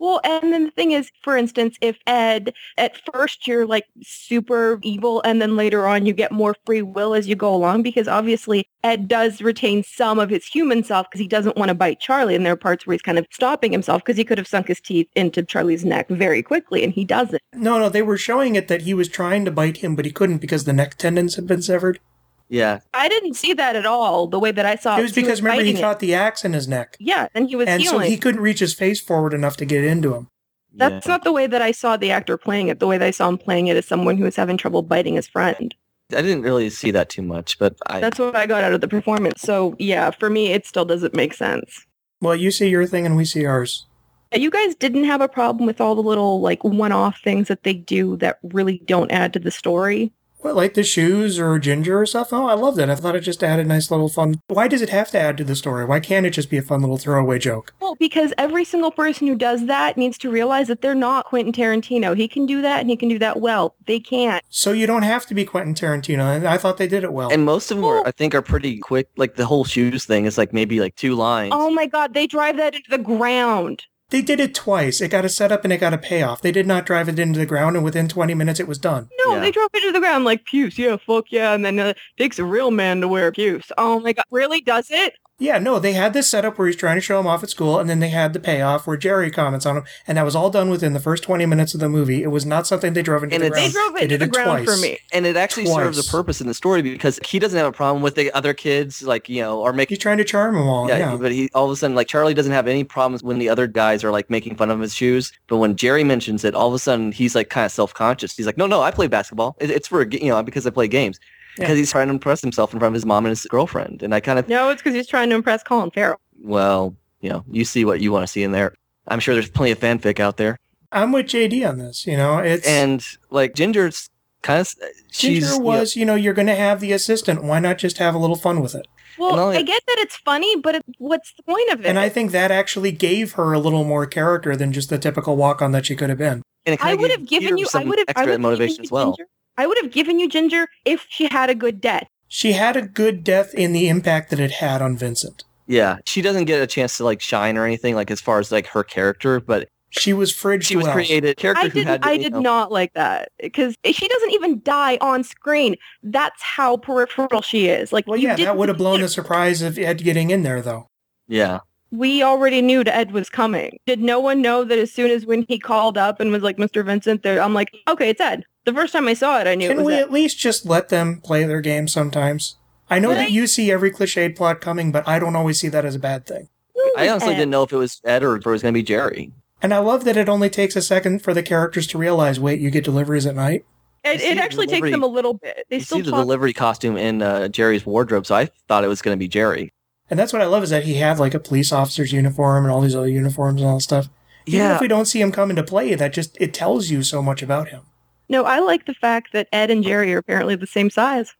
Speaker 1: Well, and then the thing is, for instance, if Ed, at first you're like super evil, and then later on you get more free will as you go along, because obviously Ed does retain some of his human self because he doesn't want to bite Charlie, and there are parts where he's kind of stopping himself because he could have sunk his teeth into Charlie's neck very quickly, and he doesn't.
Speaker 4: No, no, they were showing it that he was trying to bite him, but he couldn't because the neck tendons had been severed.
Speaker 2: yeah,
Speaker 1: I didn't see that at all the way that I saw
Speaker 4: it was because, remember, he
Speaker 1: fighting it.
Speaker 4: caught the axe in his neck.
Speaker 1: Yeah, and he was
Speaker 4: And so
Speaker 1: healing.
Speaker 4: he couldn't reach his face forward enough to get into him.
Speaker 1: That's
Speaker 2: yeah.
Speaker 1: not the way that I saw the actor playing it. The way that I saw him playing it is someone who was having trouble biting his friend.
Speaker 2: I didn't really see that too much, but I
Speaker 1: That's what I got out of the performance. So yeah, for me, it still doesn't make sense.
Speaker 4: Well, you see your thing and we see ours.
Speaker 1: You guys didn't have a problem with all the little like one-off things that they do that really don't add to the story.
Speaker 4: What, like the shoes or ginger or stuff? Oh, I love that. I thought it just added nice little fun. Why does it have to add to the story? Why can't it just be a fun little throwaway joke?
Speaker 1: Well, because every single person who does that needs to realize that they're not Quentin Tarantino. He can do that and he can do that well. They can't.
Speaker 4: So you don't have to be Quentin Tarantino. And I thought they did it well.
Speaker 2: and most of them are,
Speaker 1: Well-
Speaker 2: I think, are pretty quick. Like the whole shoes thing is like maybe like two lines.
Speaker 1: Oh my god, they drive that into the ground.
Speaker 4: they did it twice. It got a setup and it got a payoff. They did not drive it into the ground, and within 20 minutes, it was done.
Speaker 1: No,
Speaker 2: Yeah.
Speaker 1: they drove it into the ground like puce. Yeah, fuck yeah. And then uh, takes a real man to wear puce. Oh my god, really does it?
Speaker 4: Yeah, no, they had this setup where he's trying to show him off at school, and then they had the payoff where Jerry comments on him, and that was all done within the first 20 minutes of the movie. It was not something they drove into
Speaker 2: And
Speaker 4: the
Speaker 1: They
Speaker 2: it's-
Speaker 4: ground.
Speaker 1: drove it
Speaker 4: They
Speaker 1: into
Speaker 4: did
Speaker 1: the
Speaker 4: it
Speaker 1: ground for
Speaker 4: twice.
Speaker 1: me.
Speaker 2: and it actually serves
Speaker 4: Twice.
Speaker 2: a purpose in the story because he doesn't have a problem with the other kids, like you know, are making.
Speaker 4: He's trying to charm them all.
Speaker 2: yeah,
Speaker 4: yeah.
Speaker 2: but he all of a sudden like Charlie doesn't have any problems when the other guys are like making fun of his shoes, but when Jerry mentions it, all of a sudden he's like kind of self conscious. He's like, no, no, I play basketball. It, it's for a g- you know because I play games
Speaker 4: Yeah.
Speaker 2: because he's trying to impress himself in front of his mom and his girlfriend. And I kind of
Speaker 1: No, it's because he's trying to impress Colin Farrell.
Speaker 2: well, you know, you see what you want to see in there. I'm sure there's plenty of fanfic out there,
Speaker 4: I'm with JD on this. You know, it's.
Speaker 2: and like Ginger's kind of she's
Speaker 4: Ginger
Speaker 2: you know,
Speaker 4: was, you know, you're going to have the assistant. Why not just have a little fun with it?
Speaker 2: And
Speaker 1: Well,
Speaker 2: all
Speaker 1: I
Speaker 2: it-
Speaker 1: get that it's funny, but it, what's the point of it?
Speaker 4: And I think that actually gave her a little more character than just the typical walk on that she could have been.
Speaker 2: and it
Speaker 1: I
Speaker 2: kinda
Speaker 1: would
Speaker 2: gave
Speaker 1: have given
Speaker 2: Peter
Speaker 1: you. I
Speaker 2: some
Speaker 1: would have I
Speaker 2: extra
Speaker 1: would have
Speaker 2: motivation
Speaker 1: given
Speaker 2: as
Speaker 1: you
Speaker 2: well.
Speaker 1: Ginger. I would have given you Ginger if she had a good death.
Speaker 4: She had a good death in the impact that it had on Vincent.
Speaker 2: Yeah, she doesn't get a chance to like shine or anything like as far as like her character, but
Speaker 4: She was fridged
Speaker 2: she was
Speaker 4: well.
Speaker 2: created character
Speaker 1: I
Speaker 2: who
Speaker 1: didn't.
Speaker 2: had to,
Speaker 1: I
Speaker 2: you
Speaker 1: did
Speaker 2: know-
Speaker 1: not like that because she doesn't even die on screen. That's how peripheral she is. Like
Speaker 4: Well,
Speaker 1: you
Speaker 4: yeah, that
Speaker 1: didn't-
Speaker 4: would have blown the surprise of Ed getting in there, though.
Speaker 2: Yeah.
Speaker 1: we already knew that Ed was coming. Did no one know that as soon as when he called up and was like, Mr. Vincent, there, I'm like, okay, it's Ed. The first time I saw it, I knew it
Speaker 4: Can
Speaker 1: was
Speaker 4: we
Speaker 1: Ed.
Speaker 4: at least just let them play their game sometimes? I know
Speaker 1: Yeah.
Speaker 4: that you see every cliched plot coming, but I don't always see that as a bad thing.
Speaker 1: Who
Speaker 2: I
Speaker 1: was
Speaker 2: honestly
Speaker 1: Ed?
Speaker 2: didn't know if it was Ed or if it was going to be Jerry.
Speaker 4: And I love that it only takes a second for the characters to realize wait, you get deliveries at night?
Speaker 1: It,
Speaker 2: see
Speaker 1: it
Speaker 2: the
Speaker 1: actually takes
Speaker 2: delivery-
Speaker 1: them a little bit. They
Speaker 2: You
Speaker 1: still
Speaker 2: see the
Speaker 1: talk.
Speaker 2: delivery costume in uh, Jerry's wardrobe, so I thought it was going to be Jerry.
Speaker 4: And that's what I love is that he had like a police officer's uniform and all these other uniforms and all that stuff. Even
Speaker 2: Yeah,
Speaker 4: if we don't see him come into play, that just it tells you so much about him.
Speaker 1: no, I like the fact that Ed and Jerry are apparently the same size.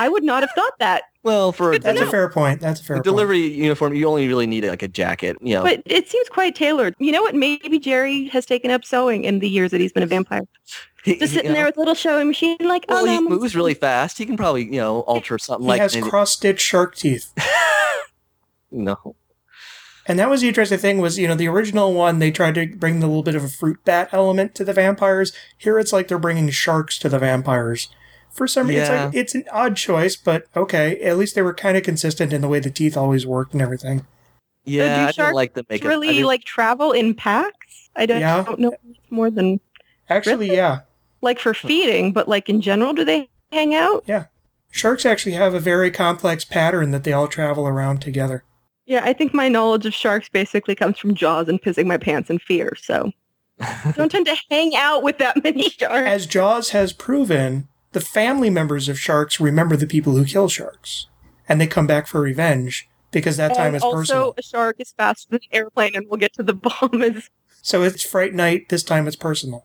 Speaker 1: I would not have thought that,
Speaker 2: well, for a
Speaker 1: Good to
Speaker 4: That's
Speaker 1: know.
Speaker 4: a fair point. That's a fair
Speaker 2: the
Speaker 4: point.
Speaker 2: delivery uniform, you only really need like a jacket. You know,
Speaker 1: but it seems quite tailored. You know what? Maybe Jerry has taken up sewing in the years that he's been a vampire.
Speaker 2: He-
Speaker 1: Just
Speaker 2: he- you
Speaker 1: sitting there
Speaker 2: know,
Speaker 1: with a little sewing machine, like, oh,
Speaker 2: Well,
Speaker 1: no,
Speaker 2: he
Speaker 1: I'm gonna
Speaker 2: moves
Speaker 1: sew."
Speaker 2: really fast. He can probably you know alter something
Speaker 4: He
Speaker 2: like
Speaker 4: has
Speaker 2: and-
Speaker 4: cross stitch shark teeth.
Speaker 2: no.
Speaker 4: And that was the interesting thing was, you know, the original one they tried to bring the little bit of a fruit bat element to the vampires. Here it's like they're bringing sharks to the vampires. For some reason,
Speaker 2: Yeah.
Speaker 4: it's, like, it's an odd choice, but okay. At least they were kind of consistent in the way the teeth always worked and everything.
Speaker 1: do
Speaker 2: Yeah, I
Speaker 1: sharks
Speaker 2: didn't like the makeup. I
Speaker 1: really
Speaker 2: didn't-
Speaker 1: like travel in packs. I don't,
Speaker 4: Yeah.
Speaker 1: don't know more than
Speaker 4: Actually,
Speaker 1: Really?
Speaker 4: yeah,
Speaker 1: like for feeding, but like in general, do they hang out?
Speaker 4: sharks actually have a very complex pattern that they all travel around together.
Speaker 1: Yeah, I think my knowledge of sharks basically comes from Jaws and pissing my pants in fear. So don't tend to hang out with that many sharks.
Speaker 4: As Jaws has proven, the family members of sharks remember the people who kill sharks, and they come back for revenge because that time
Speaker 1: And
Speaker 4: is
Speaker 1: also,
Speaker 4: personal.
Speaker 1: a shark is faster than an airplane, and we'll get to the bomb. Is
Speaker 4: So it's Fright Night. This time it's personal.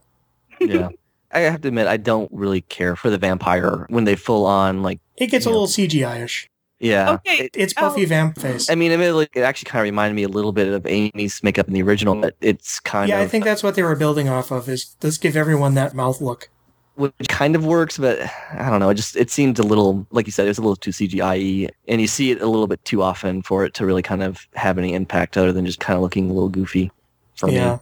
Speaker 2: yeah. I have to admit, I don't really care for the vampire when they full on like,
Speaker 4: It gets a
Speaker 2: Yeah.
Speaker 4: little CGI-ish.
Speaker 2: yeah.
Speaker 1: okay.
Speaker 2: It-
Speaker 4: It's Buffy
Speaker 1: Oh.
Speaker 4: Vamp Face.
Speaker 2: I mean, admittedly, it actually kind of reminded me a little bit of Amy's makeup in the original, but it's kind
Speaker 4: Yeah,
Speaker 2: of
Speaker 4: I think that's what they were building off of. Is let's give everyone that mouth look.
Speaker 2: which kind of works, but I don't know. It just it seemed a little, like you said, it was a little too CGI, and you see it a little bit too often for it to really kind of have any impact other than just kind of looking a little goofy. For
Speaker 4: yeah,
Speaker 2: me,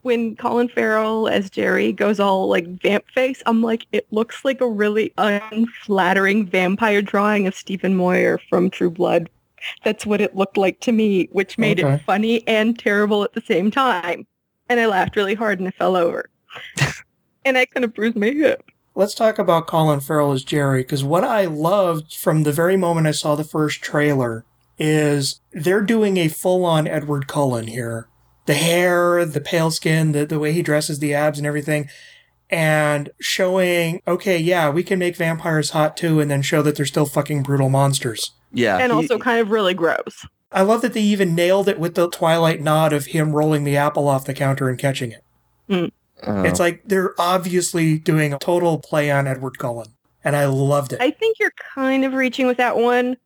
Speaker 1: when Colin Farrell as Jerry goes all like vamp face, I'm like, it looks like a really unflattering vampire drawing of Stephen Moyer from True Blood. That's what it looked like to me, which made it
Speaker 4: Okay.
Speaker 1: funny and terrible at the same time. And I laughed really hard and I fell over. and I kind of bruised my hip.
Speaker 4: let's talk about Colin Farrell as Jerry because what I loved from the very moment I saw the first trailer is they're doing a full-on Edward Cullen here. The hair, the pale skin, the, the way he dresses, the abs and everything, and showing, okay, yeah, we can make vampires hot too, and then show that they're still fucking brutal monsters.
Speaker 2: yeah,
Speaker 1: and
Speaker 2: he-
Speaker 1: also kind of really gross.
Speaker 4: I love that they even nailed it with the Twilight nod of him rolling the apple off the counter and catching it.
Speaker 2: oh.
Speaker 4: It's like they're obviously doing a total play on Edward Cullen, and I loved it.
Speaker 1: I think you're kind of reaching with that one,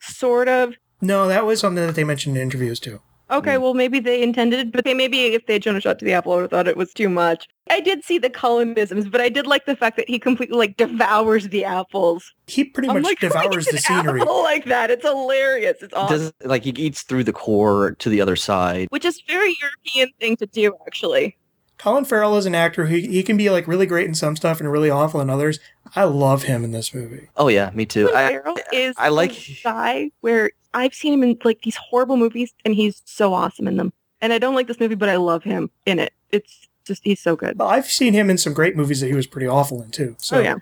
Speaker 1: sort of.
Speaker 4: no, that was something that they mentioned in interviews too. Mm.
Speaker 1: Okay, well, maybe they intended, but they maybe if they had shown a shot to the apple, I would have thought it was too much. I did see the colonisms, but I did like the fact that he completely like devours the apples.
Speaker 4: He pretty
Speaker 1: I'm
Speaker 4: much
Speaker 1: like, "How do I
Speaker 4: devours
Speaker 1: get
Speaker 4: the
Speaker 1: an
Speaker 4: scenery.
Speaker 1: apple like that. It's hilarious. It's awesome.
Speaker 2: does like he eats through the core to the other side.
Speaker 1: Which is a very European thing to do, actually.
Speaker 4: Colin Farrell is an actor who he can be like really great in some stuff and really awful in others. I love him in this movie.
Speaker 2: Oh yeah, me too.
Speaker 1: Colin
Speaker 2: I,
Speaker 1: Farrell is
Speaker 2: I like-
Speaker 1: the guy where I've seen him in like these horrible movies, and he's so awesome in them. And I don't like this movie, but I love him in it. It's just he's so good.
Speaker 4: But I've seen him in some great movies that he was pretty awful in too. So
Speaker 1: oh yeah,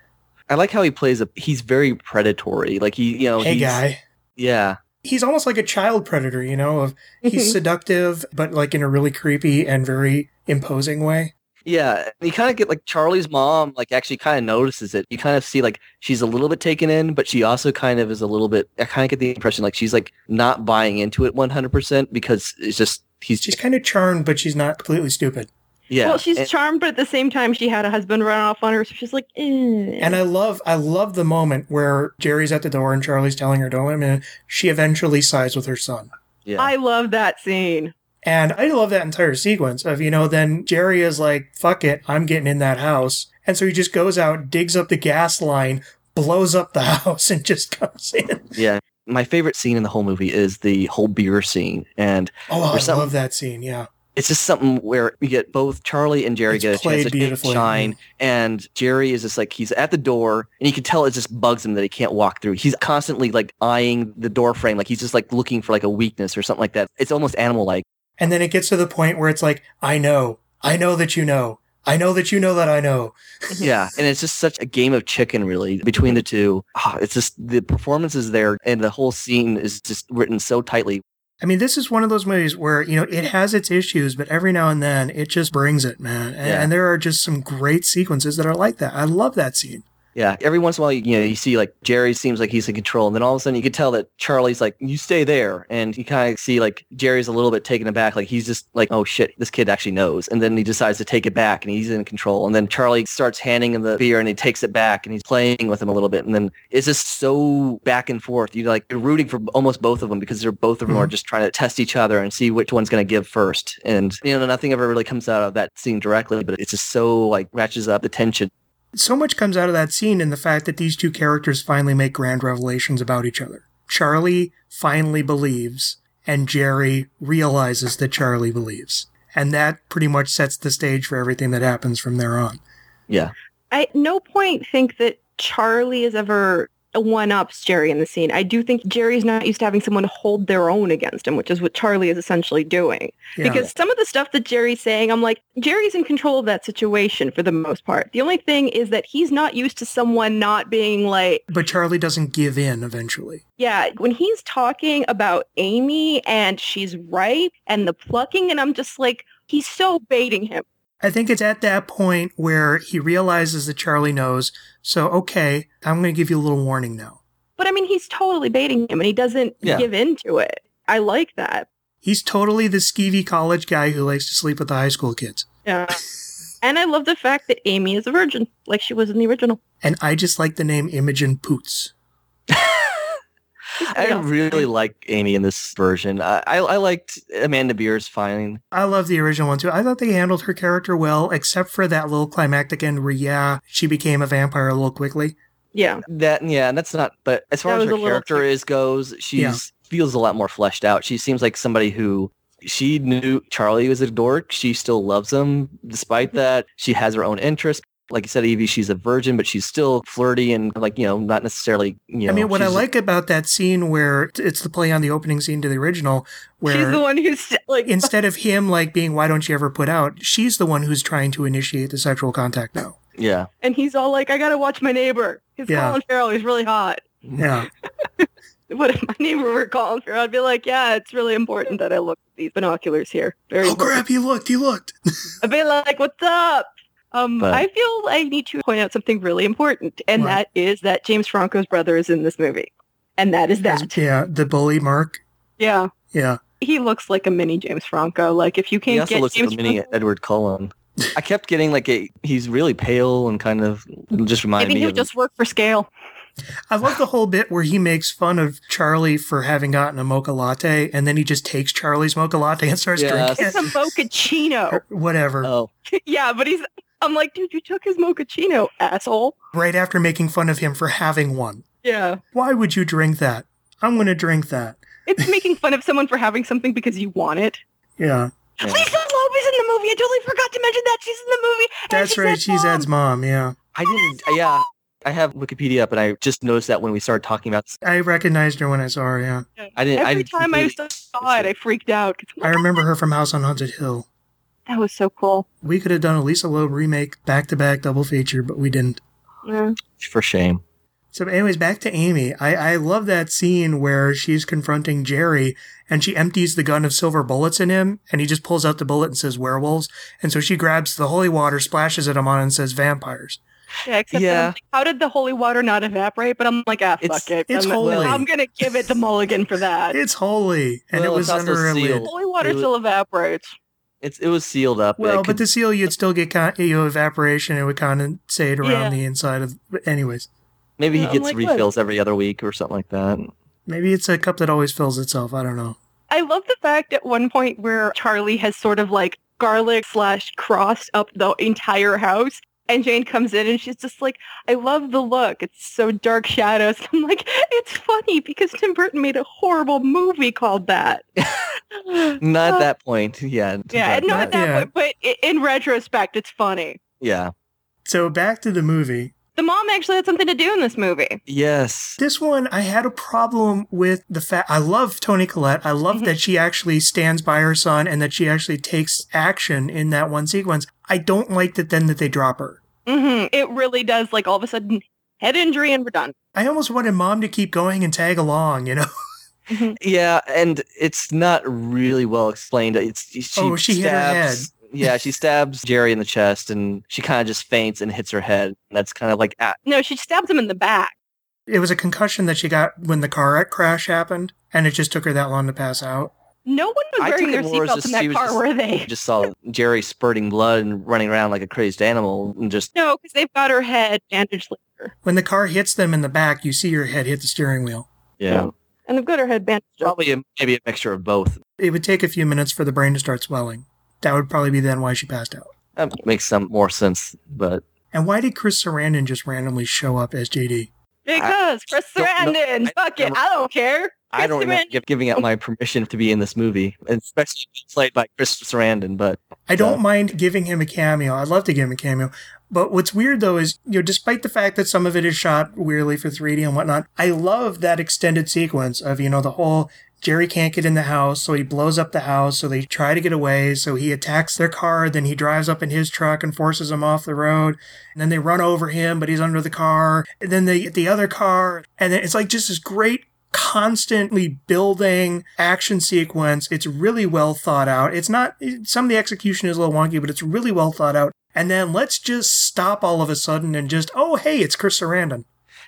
Speaker 2: I like how he plays a. He's very predatory. Like he, you know,
Speaker 4: hey
Speaker 2: Oh, he's,
Speaker 4: guy.
Speaker 2: Yeah,
Speaker 4: He's almost like a child predator, you know, of
Speaker 1: Mm-hmm.
Speaker 4: he's seductive, but like in a really creepy and very imposing way.
Speaker 2: yeah. You kind of get like Charlie's mom. Like actually, kind of notices it. You kind of see like she's a little bit taken in, but she also kind of is a little bit. I kind of get the impression like she's like not buying into it one hundred percent because it's just he's
Speaker 4: She's
Speaker 2: just
Speaker 4: kind of charmed, but she's not completely stupid.
Speaker 2: yeah.
Speaker 1: Well, she's
Speaker 2: and-
Speaker 1: charmed, but at the same time, she had a husband run off on her, so she's like, eh.
Speaker 4: And
Speaker 1: and
Speaker 4: I love, I love the moment where Jerry's at the door and Charlie's telling her, "Don't let him in." She eventually sides with her son,
Speaker 2: yeah.
Speaker 1: I love that scene.
Speaker 4: and I love that entire sequence of you know. Then Jerry is like, "Fuck it, I'm getting in that house," and so he just goes out, digs up the gas line, blows up the house, and just comes in.
Speaker 2: yeah. My favorite scene in the whole movie is the whole beer scene, and
Speaker 4: Oh, I
Speaker 2: Or some-
Speaker 4: love that scene. Yeah,
Speaker 2: it's just something where you get both Charlie and Jerry
Speaker 4: It's
Speaker 2: get a
Speaker 4: played
Speaker 2: chance to
Speaker 4: beautifully.
Speaker 2: shine, and Jerry is just like he's at the door, and you can tell it just bugs him that he can't walk through. He's constantly like eyeing the door frame, like he's just like looking for like a weakness or something like that. It's almost animal like.
Speaker 4: and then it gets to the point where it's like, "I know, I know that you know, I know that you know that I know."
Speaker 2: yeah, and it's just such a game of chicken really between the two. Ah, it's just the performance is there, and the whole scene is just written so tightly.
Speaker 4: I mean, this is one of those movies where, you know, it has its issues, but every now and then it just brings it, man. And,
Speaker 2: Yeah.
Speaker 4: and there are just some great sequences that are like that. I love that scene.
Speaker 2: Yeah, every once in a while, you know, you see like Jerry seems like he's in control, and then all of a sudden you could tell that Charlie's like, "You stay there," and you kind of see like Jerry's a little bit taken aback, like he's just like, "Oh shit, this kid actually knows," and then he decides to take it back, and he's in control, and then Charlie starts handing him the beer, and he takes it back, and he's playing with him a little bit, and then it's just so back and forth. You like you're rooting for almost both of them because they're both of them are just trying to test each other and see which one's going to give first, and you know, nothing ever really comes out of that scene directly, but it's just so like ratchets up the tension.
Speaker 4: So much comes out of that scene in the fact that these two characters finally make grand revelations about each other. Charlie finally believes, and Jerry realizes that Charlie believes. And that pretty much sets the stage for everything that happens from there on.
Speaker 2: Yeah.
Speaker 1: I at no point think that Charlie is ever one ups Jerry in the scene. I do think Jerry's not used to having someone hold their own against him, which is what Charlie is essentially doing.
Speaker 4: Yeah.
Speaker 1: Because some of the stuff that Jerry's saying, I'm like, Jerry's in control of that situation for the most part. The only thing is that he's not used to someone not being like,
Speaker 4: but Charlie doesn't give in eventually.
Speaker 1: yeah, when he's talking about Amy and she's right and the plucking, and I'm just like, he's so baiting him.
Speaker 4: I think it's at that point where he realizes that Charlie knows. So, okay, I'm going to give you a little warning now.
Speaker 1: But I mean, he's totally baiting him and he doesn't
Speaker 2: Yeah.
Speaker 1: give in to it. I like that.
Speaker 4: He's totally the skeevy college guy who likes to sleep with the high school kids.
Speaker 1: Yeah. and I love the fact that Amy is a virgin, like she was in the original.
Speaker 4: And I just like the name Imogen Poots.
Speaker 2: I
Speaker 1: Yeah.
Speaker 2: really like Amy in this version. I, I, I liked Amanda Beer's fine.
Speaker 4: I love the original one too. I thought they handled her character well, except for that little climactic end where, yeah, she became a vampire a little quickly.
Speaker 1: Yeah.
Speaker 2: That yeah, that's not. But as far
Speaker 1: That
Speaker 2: as
Speaker 1: was a
Speaker 2: her
Speaker 1: little
Speaker 2: character
Speaker 1: too-
Speaker 2: is goes, she's feels a lot more fleshed out. She seems like somebody who she knew Charlie was a dork. She still loves him despite
Speaker 1: Mm-hmm.
Speaker 2: that. She has her own interests. Like you said, Evie, she's a virgin, but she's still flirty and like you know, not necessarily you know.
Speaker 4: I mean, what I
Speaker 2: she's-
Speaker 4: like about that scene where it's the play on the opening scene to the original, where
Speaker 1: She's the one who's like,
Speaker 4: instead of him like being, why don't you ever put out, she's the one who's trying to initiate the sexual contact now.
Speaker 2: Yeah,
Speaker 1: and he's all like, I got to watch my neighbor. He's
Speaker 4: Yeah.
Speaker 1: Colin Farrell. He's really hot.
Speaker 4: Yeah.
Speaker 1: What if my neighbor were Colin Farrell? I'd be like, yeah, it's really important that I look at these binoculars here. Very
Speaker 4: Oh
Speaker 1: important.
Speaker 4: crap! He looked. He looked.
Speaker 1: I'd be like, what's up? Um,
Speaker 2: But-
Speaker 1: I feel I need to point out something really important, and
Speaker 4: What?
Speaker 1: that is that James Franco's brother is in this movie. And that is that.
Speaker 4: Yeah, the bully Mark.
Speaker 1: Yeah.
Speaker 4: Yeah.
Speaker 1: He looks like a mini James Franco. Like, if you
Speaker 2: he
Speaker 1: can't
Speaker 2: also
Speaker 1: get
Speaker 2: looks like
Speaker 1: James
Speaker 2: a mini
Speaker 1: Franco,
Speaker 2: Edward Cullen. I kept getting like a he's really pale and kind of just reminded
Speaker 1: maybe
Speaker 2: me
Speaker 1: he'll
Speaker 2: of
Speaker 1: just work for scale.
Speaker 4: I love the whole bit where he makes fun of Charlie for having gotten a mocha latte, and then he just takes Charlie's mocha latte and starts
Speaker 2: Yes.
Speaker 1: It's a
Speaker 4: drinking it.
Speaker 1: mochaccino.
Speaker 4: Or Whatever.
Speaker 2: oh
Speaker 1: yeah, but he's, I'm like, dude, you took his mochaccino, asshole.
Speaker 4: Right after making fun of him for having one.
Speaker 1: Yeah.
Speaker 4: Why would you drink that? I'm going to drink that.
Speaker 1: It's making fun of someone for having something because you want it.
Speaker 4: Yeah.
Speaker 2: Yeah.
Speaker 1: Lisa Loeb is in the movie. I totally forgot to mention that. She's in the movie. and
Speaker 4: That's
Speaker 1: she's
Speaker 4: right.
Speaker 1: Ed's
Speaker 4: She's
Speaker 1: mom.
Speaker 4: Ed's mom. Yeah.
Speaker 2: I didn't. uh, Yeah, I have Wikipedia up, and I just noticed that when we started talking about this,
Speaker 4: I recognized her when I saw her. Yeah.
Speaker 2: I didn't.
Speaker 1: Every
Speaker 2: I
Speaker 1: time I
Speaker 2: completely-
Speaker 1: saw it, I freaked out. 'cause I'm
Speaker 4: I
Speaker 1: like,
Speaker 4: remember her from House on Haunted Hill.
Speaker 1: that was so cool.
Speaker 4: We could have done a Lisa Loeb remake back to back double feature, but we didn't.
Speaker 1: Yeah.
Speaker 2: for shame.
Speaker 4: So, anyways, back to Amy. I, I love that scene where she's confronting Jerry and she empties the gun of silver bullets in him and he just pulls out the bullet and says werewolves. And so she grabs the holy water, splashes it him on, and says vampires.
Speaker 1: Yeah, except that I'm
Speaker 2: Yeah.
Speaker 1: like, how did the holy water not evaporate? But I'm like, ah,
Speaker 2: It's-
Speaker 1: fuck it.
Speaker 4: it's
Speaker 1: I'm, gonna-
Speaker 4: holy.
Speaker 1: I'm gonna give it the mulligan for that.
Speaker 4: It's holy. And
Speaker 2: Well,
Speaker 4: it
Speaker 2: it's
Speaker 4: was
Speaker 2: also
Speaker 4: under a lid.
Speaker 2: sealed.
Speaker 1: holy water
Speaker 2: It was-
Speaker 1: still evaporates.
Speaker 2: It's it was sealed up.
Speaker 4: Well,
Speaker 2: it
Speaker 4: but the seal, you'd still get con- you know, evaporation. It would condensate around
Speaker 1: Yeah.
Speaker 4: the inside of. But anyways,
Speaker 2: maybe he
Speaker 1: I'm
Speaker 2: gets
Speaker 1: like, what?
Speaker 2: refills every other week or something like that.
Speaker 4: maybe it's a cup that always fills itself. I don't know.
Speaker 1: I love the fact at one point where Charlie has sort of like garlic slash crossed up the entire house. And Jane comes in and she's just like, I love the look. It's so dark shadows. I'm like, it's funny because Tim Burton made a horrible movie called that.
Speaker 2: Not
Speaker 1: Oh.
Speaker 2: at that point. Yeah.
Speaker 1: Yeah,
Speaker 2: Not
Speaker 1: no,
Speaker 2: that-
Speaker 1: at that
Speaker 4: yeah.
Speaker 1: point, but i- in retrospect, it's funny.
Speaker 2: Yeah.
Speaker 4: So back to the movie.
Speaker 1: The mom actually had something to do in this movie.
Speaker 2: Yes.
Speaker 4: This one, I had a problem with the fact. I love Tony Collette. I love that she actually stands by her son and that she actually takes action in that one sequence. I don't like that then that they drop her.
Speaker 1: hmm It really does. Like all of a sudden, head injury and we're done.
Speaker 4: I almost wanted mom to keep going and tag along, you know?
Speaker 1: Mhm.
Speaker 2: Yeah, and it's not really well explained. uh, It's she
Speaker 4: Oh, she hit her head.
Speaker 2: stabs, Yeah, she stabs Jerry in the chest, and she kind of just faints and hits her head. That's kind of like ah,
Speaker 1: No, she stabbed him in the back.
Speaker 4: It was a concussion that she got when the car wreck crash happened, and it just took her that long to pass out.
Speaker 1: No one was
Speaker 2: I
Speaker 1: wearing
Speaker 2: took
Speaker 1: their
Speaker 2: it more as
Speaker 1: seatbelts
Speaker 2: a
Speaker 1: in that
Speaker 2: serious-
Speaker 1: car, were they?
Speaker 2: you just saw Jerry spurting blood and running around like a crazed animal, and just
Speaker 1: No, because they've got her head bandaged, like-
Speaker 4: When the car hits them in the back, you see her head hit the steering wheel.
Speaker 2: yeah,
Speaker 1: and they've got her head bandaged. up.
Speaker 2: probably a, maybe a mixture of both.
Speaker 4: It would take a few minutes for the brain to start swelling. That would probably be then why she passed out.
Speaker 2: That makes some more sense, but
Speaker 4: And why did Chris Sarandon just randomly show up as JD?
Speaker 1: Because Chris
Speaker 2: don't know-
Speaker 1: Sarandon,
Speaker 2: I
Speaker 1: fuck it,
Speaker 2: don't-
Speaker 1: I don't care.
Speaker 2: I don't
Speaker 1: Chris
Speaker 2: remember
Speaker 1: Sarandon-
Speaker 2: give, giving out my permission to be in this movie, and especially played by Chris Sarandon. But
Speaker 4: I don't
Speaker 2: Yeah.
Speaker 4: mind giving him a cameo. I'd love to give him a cameo. But what's weird though is, you know, despite the fact that some of it is shot weirdly for 3D and whatnot, I love that extended sequence of, you know, the whole Jerry can't get in the house, so he blows up the house, so they try to get away, so he attacks their car, then he drives up in his truck and forces them off the road, and then they run over him, but he's under the car, and then they get the other car, and then it's like just this great constantly building action sequence. It's really well thought out. It's not, it- some of the execution is a little wonky, but it's really well thought out. And then let's just stop all of a sudden and just, oh, hey, it's Chris Sarandon.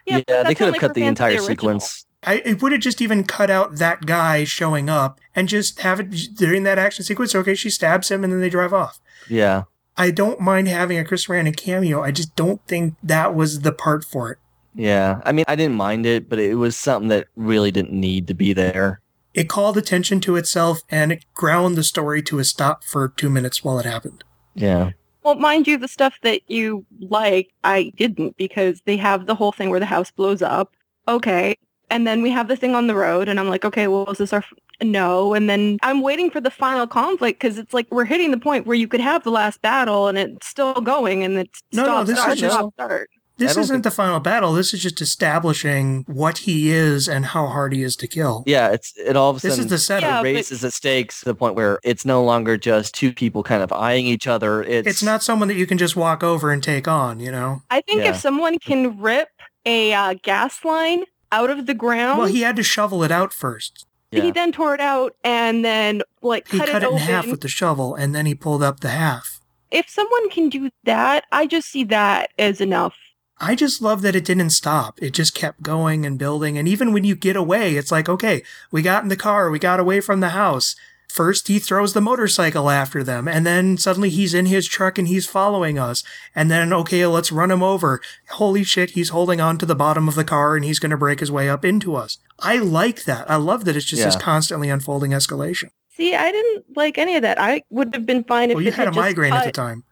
Speaker 2: yeah,
Speaker 1: but that's
Speaker 2: they could have
Speaker 1: only for
Speaker 2: cut the
Speaker 1: fans of
Speaker 2: entire
Speaker 1: original.
Speaker 2: sequence.
Speaker 4: I, it would have just even cut out that guy showing up and just have it during that action sequence. Okay, she stabs him and then they drive off.
Speaker 2: Yeah.
Speaker 4: I don't mind having a Chris Sarandon cameo. I just don't think that was the part for it.
Speaker 2: Yeah, I mean, I didn't mind it, but it was something that really didn't need to be there.
Speaker 4: It called attention to itself and it ground the story to a stop for two minutes while it happened.
Speaker 2: Yeah,
Speaker 1: Well, mind you, the stuff that you like, I didn't because they have the whole thing where the house blows up. Okay. And then we have the thing on the road, and I'm like, okay, well, is this our... F-? No. And then I'm waiting for the final conflict because it's like we're hitting the point where you could have the last battle and it's still going and it's
Speaker 4: No, no,
Speaker 1: stop,
Speaker 4: this
Speaker 1: start,
Speaker 2: is just-
Speaker 1: stop, start.
Speaker 2: I
Speaker 4: This
Speaker 2: don't
Speaker 4: isn't
Speaker 2: think-
Speaker 4: the final battle. This is just establishing what he is and how hard he is to kill.
Speaker 2: yeah. It's it all of a
Speaker 4: This
Speaker 2: sudden
Speaker 4: is the setup.
Speaker 1: Yeah, but-
Speaker 2: raises the stakes to the point where it's no longer just two people kind of eyeing each other. It's,
Speaker 4: it's, not someone that you can just walk over and take on, you know?
Speaker 1: I think
Speaker 2: Yeah.
Speaker 1: if someone can rip a uh, gas line out of the ground,
Speaker 4: well, he had to shovel it out first.
Speaker 1: he
Speaker 2: Yeah.
Speaker 1: then tore it out and then like
Speaker 4: He
Speaker 1: cut,
Speaker 4: cut it in
Speaker 1: open.
Speaker 4: half with the shovel and then he pulled up the half.
Speaker 1: if someone can do that, I just see that as enough.
Speaker 4: I just love that it didn't stop. It just kept going and building. And even when you get away, it's like, okay, we got in the car, we got away from the house. First, he throws the motorcycle after them, and then suddenly he's in his truck and he's following us. And then, okay, let's run him over. Holy shit, he's holding on to the bottom of the car and he's going to break his way up into us. I like that. I love that it's just this
Speaker 2: Yeah.
Speaker 4: constantly unfolding escalation.
Speaker 1: See, I didn't like any of that. I would have been fine if
Speaker 4: Well, you
Speaker 1: it
Speaker 4: had a
Speaker 1: just
Speaker 4: migraine at the
Speaker 1: cut-
Speaker 4: time.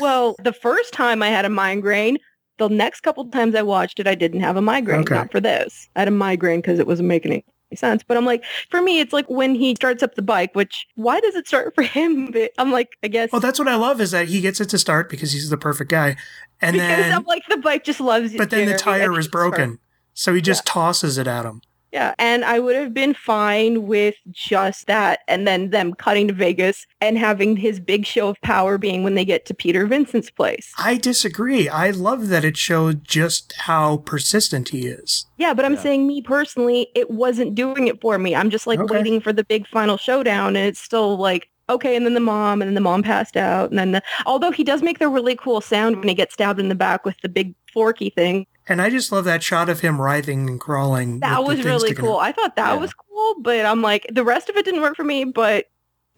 Speaker 1: Well, the first time I had a migraine. The next couple times I watched it, I didn't have a migraine.
Speaker 4: Okay.
Speaker 1: Not for this. I had a migraine because it wasn't making any sense. But I'm like, for me, it's like when he starts up the bike. Which why does it start for him? But I'm like, I guess
Speaker 4: Well, that's what I love is that he gets it to start because he's the perfect guy. And
Speaker 1: because
Speaker 4: then,
Speaker 1: I'm like the bike just loves you.
Speaker 4: but then the
Speaker 1: Jerry, and
Speaker 4: tire
Speaker 1: it
Speaker 4: is
Speaker 1: just starts.
Speaker 4: broken. So he just tosses it at him.
Speaker 1: Yeah, and I would have been fine with just that, and then them cutting to Vegas and having his big show of power being when they get to Peter Vincent's place.
Speaker 4: I disagree. I love that it showed just how persistent he is.
Speaker 1: Yeah, but I'm
Speaker 2: Yeah.
Speaker 1: saying me personally, it wasn't doing it for me. I'm just like
Speaker 4: Okay.
Speaker 1: waiting for the big final showdown, and it's still like okay. And then the mom, and then the mom passed out, and then the, although he does make the really cool sound when he gets stabbed in the back with the big forky thing,
Speaker 4: And I just love that shot of him writhing and crawling.
Speaker 1: that
Speaker 4: with the
Speaker 1: was
Speaker 4: thing
Speaker 1: really
Speaker 4: sticking out.
Speaker 1: cool. I thought that
Speaker 2: Yeah.
Speaker 1: was cool, but I'm like the rest of it didn't work for me. But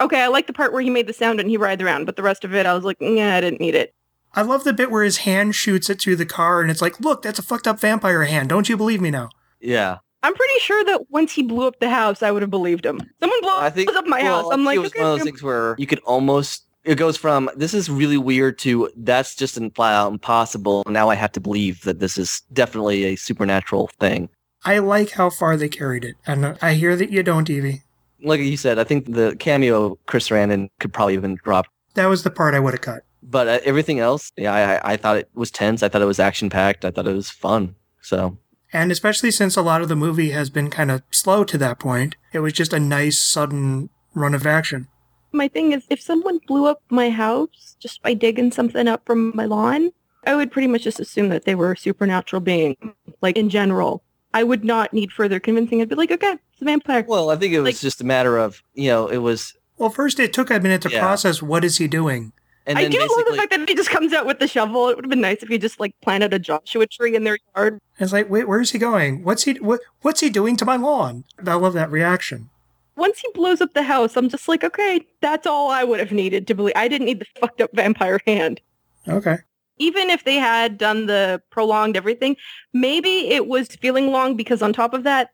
Speaker 1: okay, I like the part where he made the sound and he writhed around, but the rest of it, I was like, yeah, I didn't need it.
Speaker 4: I love the bit where his hand shoots it through the car and it's like, look, that's a fucked up vampire hand. Don't you believe me now?
Speaker 2: yeah.
Speaker 1: I'm pretty sure that once he blew up the house, I would have believed him. Someone blew
Speaker 2: I
Speaker 1: up,
Speaker 2: think
Speaker 1: blows up my
Speaker 2: well,
Speaker 1: house. I'm like,
Speaker 2: it was
Speaker 1: okay,
Speaker 2: one of those
Speaker 1: I'm-
Speaker 2: things where you could almost it goes from this is really weird to that's just an flat out impossible. Now I have to believe that this is definitely a supernatural thing.
Speaker 4: I like how far they carried it. And I hear that you don't, Evie.
Speaker 2: Like you said, I think the cameo of Chris Sarandon could probably even drop
Speaker 4: That was the part I would have cut.
Speaker 2: but uh, everything else, yeah, I, I- I thought it was tense. I thought it was action packed. I thought it was fun. So
Speaker 4: And especially since a lot of the movie has been kind of slow to that point, it was just a nice, sudden run of action.
Speaker 1: my thing is, if someone blew up my house just by digging something up from my lawn, I would pretty much just assume that they were a supernatural being, like in general. I would not need further convincing. I'd be like, okay, it's a vampire.
Speaker 2: Well, I think it was
Speaker 1: Like-
Speaker 2: just a matter of you know it was,
Speaker 4: Well, first it took a minute to
Speaker 2: Yeah.
Speaker 4: process what is he doing.
Speaker 2: and
Speaker 1: I
Speaker 2: then
Speaker 1: do love the
Speaker 2: basically
Speaker 1: fact that he just comes out with the shovel. It would have been nice if he just like planted a Joshua tree in their yard.
Speaker 4: And it's like, wait, where is he going? What's he what what's he doing to my lawn? I love that reaction.
Speaker 1: Once he blows up the house, I'm just like, okay, that's all I would have needed to believe. I didn't need the fucked up vampire hand.
Speaker 4: Okay.
Speaker 1: Even if they had done the prolonged everything, maybe it was feeling long because on top of that,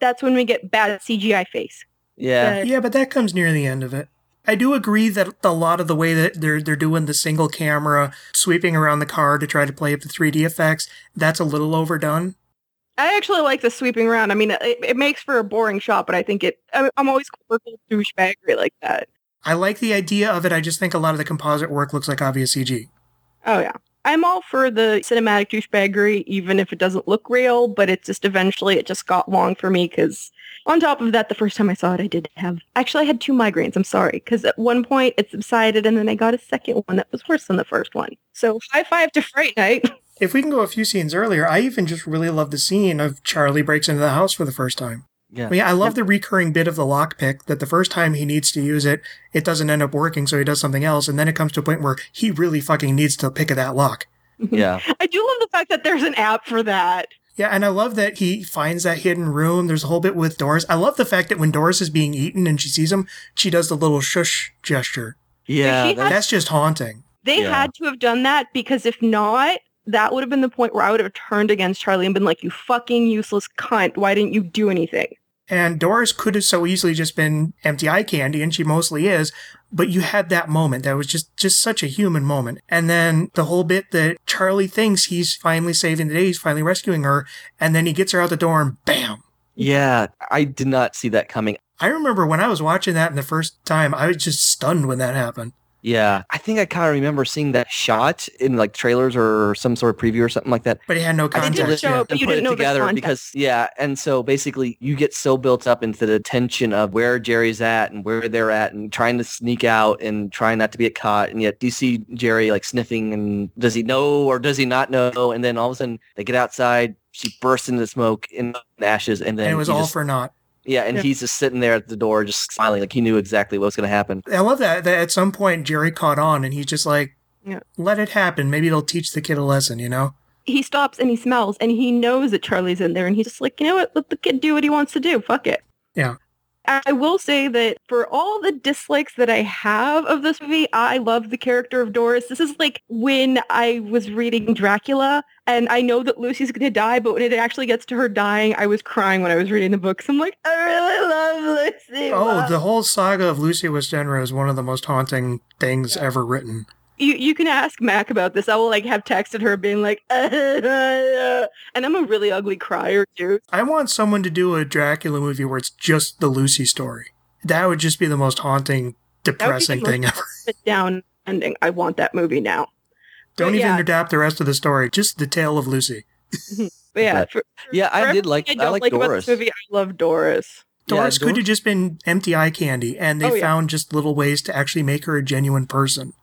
Speaker 1: that's when we get bad CGI face.
Speaker 2: yeah.
Speaker 1: But-
Speaker 4: Yeah, but that comes near the end of it. I do agree that a lot of the way that they're they're doing the single camera sweeping around the car to try to play up the 3D effects, that's a little overdone.
Speaker 1: I actually like the sweeping around. I mean, it, it makes for a boring shot, but I think it. I- I'm always quirky douchebaggery like that.
Speaker 4: I like the idea of it. I just think a lot of the composite work looks like obvious CG.
Speaker 1: Oh yeah, I'm all for the cinematic douchebaggery, even if it doesn't look real. But it's just eventually it just got long for me because on top of that, the first time I saw it, I did have actually I had two migraines. I'm sorry because at one point it subsided and then I got a second one that was worse than the first one. So high five to Fright Night.
Speaker 4: If we can go a few scenes earlier, I even just really love the scene of Charlie breaks into the house for the first time.
Speaker 2: Yeah.
Speaker 4: I mean, I love the recurring bit of the lockpick that the first time he needs to use it, it doesn't end up working, so he does something else, and then it comes to a point where he really fucking needs to pick at that lock.
Speaker 2: Yeah.
Speaker 1: I do love the fact that there's an app for that.
Speaker 4: Yeah, and I love that he finds that hidden room. There's a whole bit with Doris. I love the fact that when Doris is being eaten and she sees him, she does the little shush gesture.
Speaker 2: Yeah.
Speaker 1: she
Speaker 2: that-
Speaker 4: That's just haunting.
Speaker 1: They
Speaker 2: Yeah.
Speaker 1: had to have done that because if not, that would have been the point where I would have turned against Charlie and been like, "You fucking useless cunt! Why didn't you do anything?"
Speaker 4: And Doris could have so easily just been empty eye candy, and she mostly is. But you had that moment that was just just such a human moment. And then the whole bit that Charlie thinks he's finally saving the day, he's finally rescuing her, and then he gets her out the door and bam.
Speaker 2: yeah. I did not see that coming.
Speaker 4: I remember when I was watching that in the first time, I was just stunned when that happened.
Speaker 2: Yeah. I think I kind of remember seeing that shot in like trailers or some sort of preview or something like that.
Speaker 4: But he had no
Speaker 2: I
Speaker 1: did
Speaker 4: context.
Speaker 1: show
Speaker 4: yeah.
Speaker 1: up- but
Speaker 2: and
Speaker 1: you
Speaker 2: put
Speaker 1: didn't
Speaker 2: it
Speaker 1: know the
Speaker 2: together
Speaker 1: context.
Speaker 2: because yeah, and so basically you get so built up into the tension of where Jerry's at and where they're at and trying to sneak out and trying not to get caught, and yet you see Jerry like sniffing and does he know or does he not know? And then all of a sudden they get outside, she bursts into smoke and ashes, and then
Speaker 4: And it was
Speaker 2: he
Speaker 4: all
Speaker 2: just-
Speaker 4: for naught.
Speaker 2: yeah, and
Speaker 1: Yeah.
Speaker 2: he's just sitting there at the door, just smiling like he knew exactly what was going to happen.
Speaker 4: I love that that at some point Jerry caught on and he's just like,
Speaker 1: Yeah.
Speaker 4: let it happen. Maybe it'll teach the kid a lesson, you know?
Speaker 1: he stops and he smells and he knows that Charlie's in there and he's just like, you know what? Let the kid do what he wants to do. Fuck it.
Speaker 4: Yeah.
Speaker 1: I I will say that for all the dislikes that I have of this movie, I love the character of Doris. This is like when I was reading Dracula and I know that Lucy's going to die, but when it actually gets to her dying, I was crying when I was reading the books. I'm like, I really love Lucy.
Speaker 4: Oh,
Speaker 1: Wow.
Speaker 4: the whole saga of Lucy Westenra is one of the most haunting things ever written.
Speaker 1: you, you can ask Mac about this. I will like have texted her being like, and I'm a really ugly crier too.
Speaker 4: I want someone to do a Dracula movie where it's just the Lucy story. That would just be the most haunting, depressing
Speaker 1: most-
Speaker 4: thing ever.
Speaker 1: sit down ending. I want that movie now.
Speaker 4: Don't
Speaker 1: But
Speaker 4: even
Speaker 1: yeah.
Speaker 4: adapt the rest of the story, just the tale of Lucy.
Speaker 1: But yeah,
Speaker 2: But
Speaker 1: for,
Speaker 2: Yeah,
Speaker 1: for
Speaker 2: I did like I,
Speaker 1: everything I don't
Speaker 2: like,
Speaker 1: like, about
Speaker 2: Doris.
Speaker 1: this movie. I love Doris.
Speaker 2: Yeah,
Speaker 4: Doris could
Speaker 2: Dor-
Speaker 4: have just been empty eye candy, and they
Speaker 1: Oh, yeah.
Speaker 4: found just little ways to actually make her a genuine person.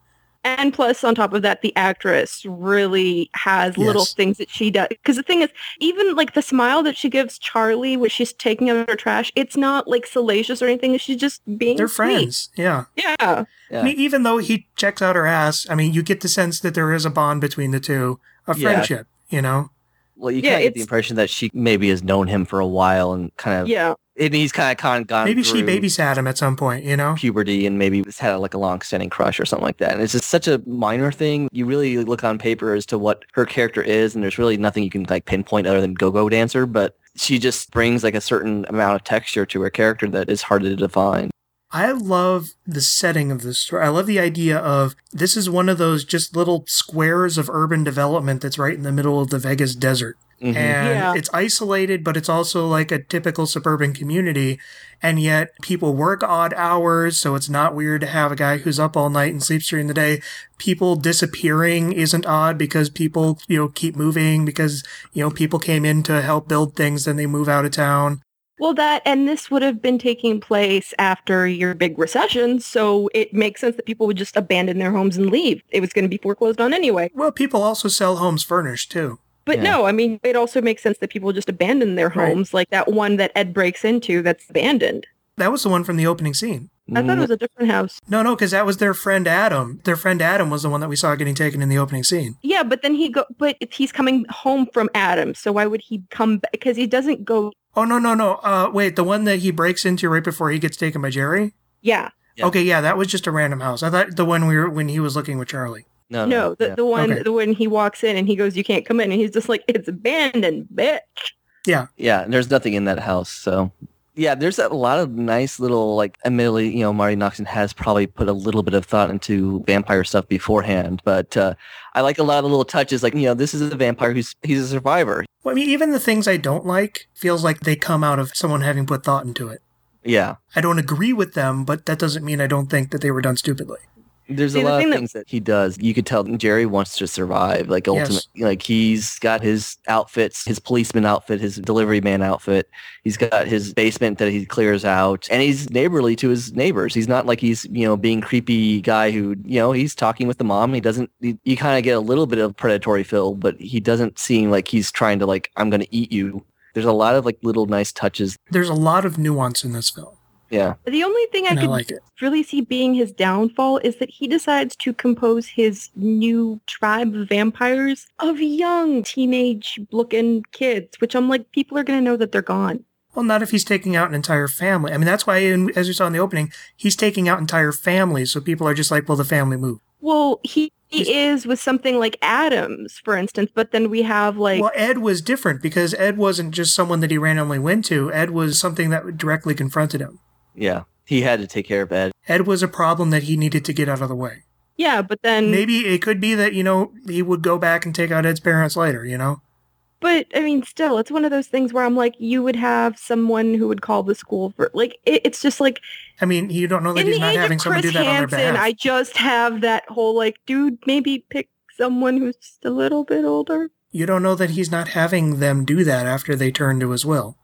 Speaker 1: And plus, on top of that, the actress really has little
Speaker 4: Yes.
Speaker 1: things that she does. Because the thing is, even like the smile that she gives Charlie when she's taking out her trash, it's not like salacious or anything. She's just being
Speaker 4: They're
Speaker 1: sweet.
Speaker 4: friends. Yeah.
Speaker 1: Yeah.
Speaker 2: Yeah.
Speaker 4: I mean, even though he checks out her ass, I mean, you get the sense that there is a bond between the two, a
Speaker 2: Yeah.
Speaker 4: friendship, you know?
Speaker 2: Well, you
Speaker 1: Yeah,
Speaker 2: kind of get the
Speaker 1: it's-
Speaker 2: impression that she maybe has known him for a while and kind of,
Speaker 1: Yeah.
Speaker 2: and he's kind of kind of gone
Speaker 4: Maybe she
Speaker 2: through
Speaker 4: babysat him at some point, you know?
Speaker 2: puberty and maybe has had like a long-standing crush or something like that. And it's just such a minor thing. You really look on paper as to what her character is, and there's really nothing you can like pinpoint other than go-go dancer. But she just brings like a certain amount of texture to her character that is hard to define.
Speaker 4: I love the setting of this story. I love the idea of this is one of those just little squares of urban development that's right in the middle of the Vegas desert.
Speaker 2: Mhm.
Speaker 4: and
Speaker 1: Yeah.
Speaker 4: it's isolated, but it's also like a typical suburban community. And yet people work odd hours, so it's not weird to have a guy who's up all night and sleeps during the day. People disappearing isn't odd because people, you know, keep moving because, you know, people came in to help build things, then they move out of town.
Speaker 1: Well, that and this would have been taking place after your big recession, so it makes sense that people would just abandon their homes and leave. It was going to be foreclosed on anyway.
Speaker 4: Well, people also sell homes furnished too.
Speaker 1: But
Speaker 2: Yeah.
Speaker 1: no, I mean, it also makes sense that people just abandon their
Speaker 4: Right.
Speaker 1: homes, like that one that Ed breaks into that's abandoned.
Speaker 4: That was the one from the opening scene.
Speaker 1: I thought it was a different house.
Speaker 4: No, no, because that was their friend Adam. Their friend Adam was the one that we saw getting taken in the opening scene.
Speaker 1: Yeah, but then he go, but if he's coming home from Adam, so why would he come back? Because he doesn't go.
Speaker 4: Oh no, no, no. Uh, wait, the one that he breaks into right before he gets taken by Jerry.
Speaker 1: Yeah,
Speaker 2: Yeah.
Speaker 4: Okay, yeah, that was just a random house. I thought the one we were when he was looking with Charlie.
Speaker 2: Mm-hmm. no,
Speaker 1: no, the,
Speaker 2: yeah.
Speaker 1: the one
Speaker 4: Uh, Okay.
Speaker 1: the one he walks in and he goes, "You can't come in," and he's just like, "It's abandoned, bitch."
Speaker 2: Yeah, and there's nothing in that house. So, yeah, there's a lot of nice little, like, admittedly, you know, Marty Noxon has probably put a little bit of thought into vampire stuff beforehand, but uh, I like a lot of little touches. Like, you know, this is a vampire who's he's a survivor.
Speaker 4: Well, I mean, even the things I don't like feels like they come out of someone having put thought into it.
Speaker 2: Yeah,
Speaker 4: I don't agree with them, but that doesn't mean I don't think that they were done stupidly.
Speaker 2: there's
Speaker 1: See,
Speaker 2: a
Speaker 1: the
Speaker 2: lot
Speaker 1: thing
Speaker 2: of
Speaker 1: that-
Speaker 2: things that he does. You could tell Jerry wants to survive. Like,
Speaker 4: Yes.
Speaker 2: ultimately, like he's got his outfits, his policeman outfit, his delivery man outfit. He's got his basement that he clears out, and he's neighborly to his neighbors. He's not like he's you know being creepy guy who you know he's talking with the mom. He doesn't. He, you kind of get a little bit of predatory feel, but he doesn't seem like he's trying to like I'm going to eat you. There's a lot of like little nice touches.
Speaker 4: There's a lot of nuance in this film,
Speaker 2: Yeah,
Speaker 1: The only thing I
Speaker 4: and I,
Speaker 1: could
Speaker 4: like it.
Speaker 1: really see being his downfall is that he decides to compose his new tribe of vampires of young teenage looking kids, which I'm like, people are going to know that they're gone.
Speaker 4: Well, not if he's taking out an entire family. I mean, that's why, in, as you saw in the opening, he's taking out entire families, so people are just like, "Well, the family moved."
Speaker 1: Well, he, he is with something like Adams, for instance, but then we have like,
Speaker 4: well, Ed was different because Ed wasn't just someone that he randomly went to. Ed was something that directly confronted him.
Speaker 2: yeah. He had to take care of Ed.
Speaker 4: Ed was a problem that he needed to get out of the way.
Speaker 1: yeah, but then,
Speaker 4: Maybe it could be that, you know, he would go back and take out Ed's parents later, you know?
Speaker 1: but I mean, still, it's one of those things where I'm like, you would have someone who would call the school for, like, it, it's just like,
Speaker 4: I mean, you don't know that
Speaker 1: in
Speaker 4: he's
Speaker 1: the
Speaker 4: not
Speaker 1: age
Speaker 4: having
Speaker 1: of
Speaker 4: someone
Speaker 1: Chris
Speaker 4: do that on their
Speaker 1: Hansen,
Speaker 4: behalf.
Speaker 1: I just have that whole like, dude, maybe pick someone who's just a little bit older.
Speaker 4: You don't know that he's not having them do that after they turn to his will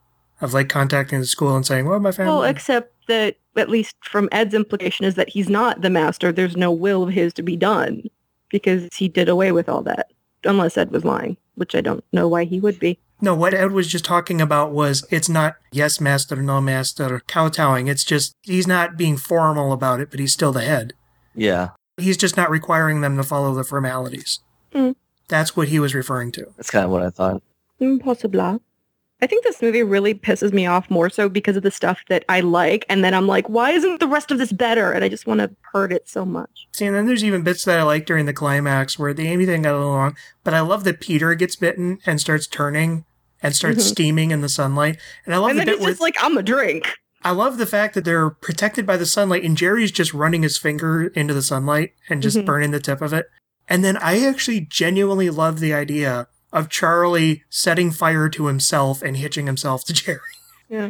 Speaker 4: of like contacting the school and saying, well, my family.
Speaker 1: Well, except that at least from Ed's implication is that he's not the master. There's no will of his to be done because he did away with all that. Unless Ed was lying, which I don't know why he would be.
Speaker 4: no, what Ed was just talking about was it's not yes, master, no, master, kowtowing. It's just he's not being formal about it, but he's still the head.
Speaker 2: Yeah.
Speaker 4: He's just not requiring them to follow the formalities.
Speaker 1: Hmm.
Speaker 4: That's what he was referring to.
Speaker 2: That's kind of what I thought.
Speaker 1: Impossible. I think this movie really pisses me off more so because of the stuff that I like, and then I'm like, why isn't the rest of this better? And I just want to hurt it so much.
Speaker 4: See, and then there's even bits that I like during the climax where the Amy thing got a little long, but I love that Peter gets bitten and starts turning and starts
Speaker 1: Mhm.
Speaker 4: steaming in the sunlight. And I love
Speaker 1: and
Speaker 4: the
Speaker 1: then
Speaker 4: bit
Speaker 1: it's
Speaker 4: where
Speaker 1: just like, I'm a drink.
Speaker 4: I love the fact that they're protected by the sunlight and Jerry's just running his finger into the sunlight and just
Speaker 2: Mm-hmm.
Speaker 1: Mhm.
Speaker 4: burning the tip of it. And then I actually genuinely love the idea of Charlie setting fire to himself and hitching himself to Jerry.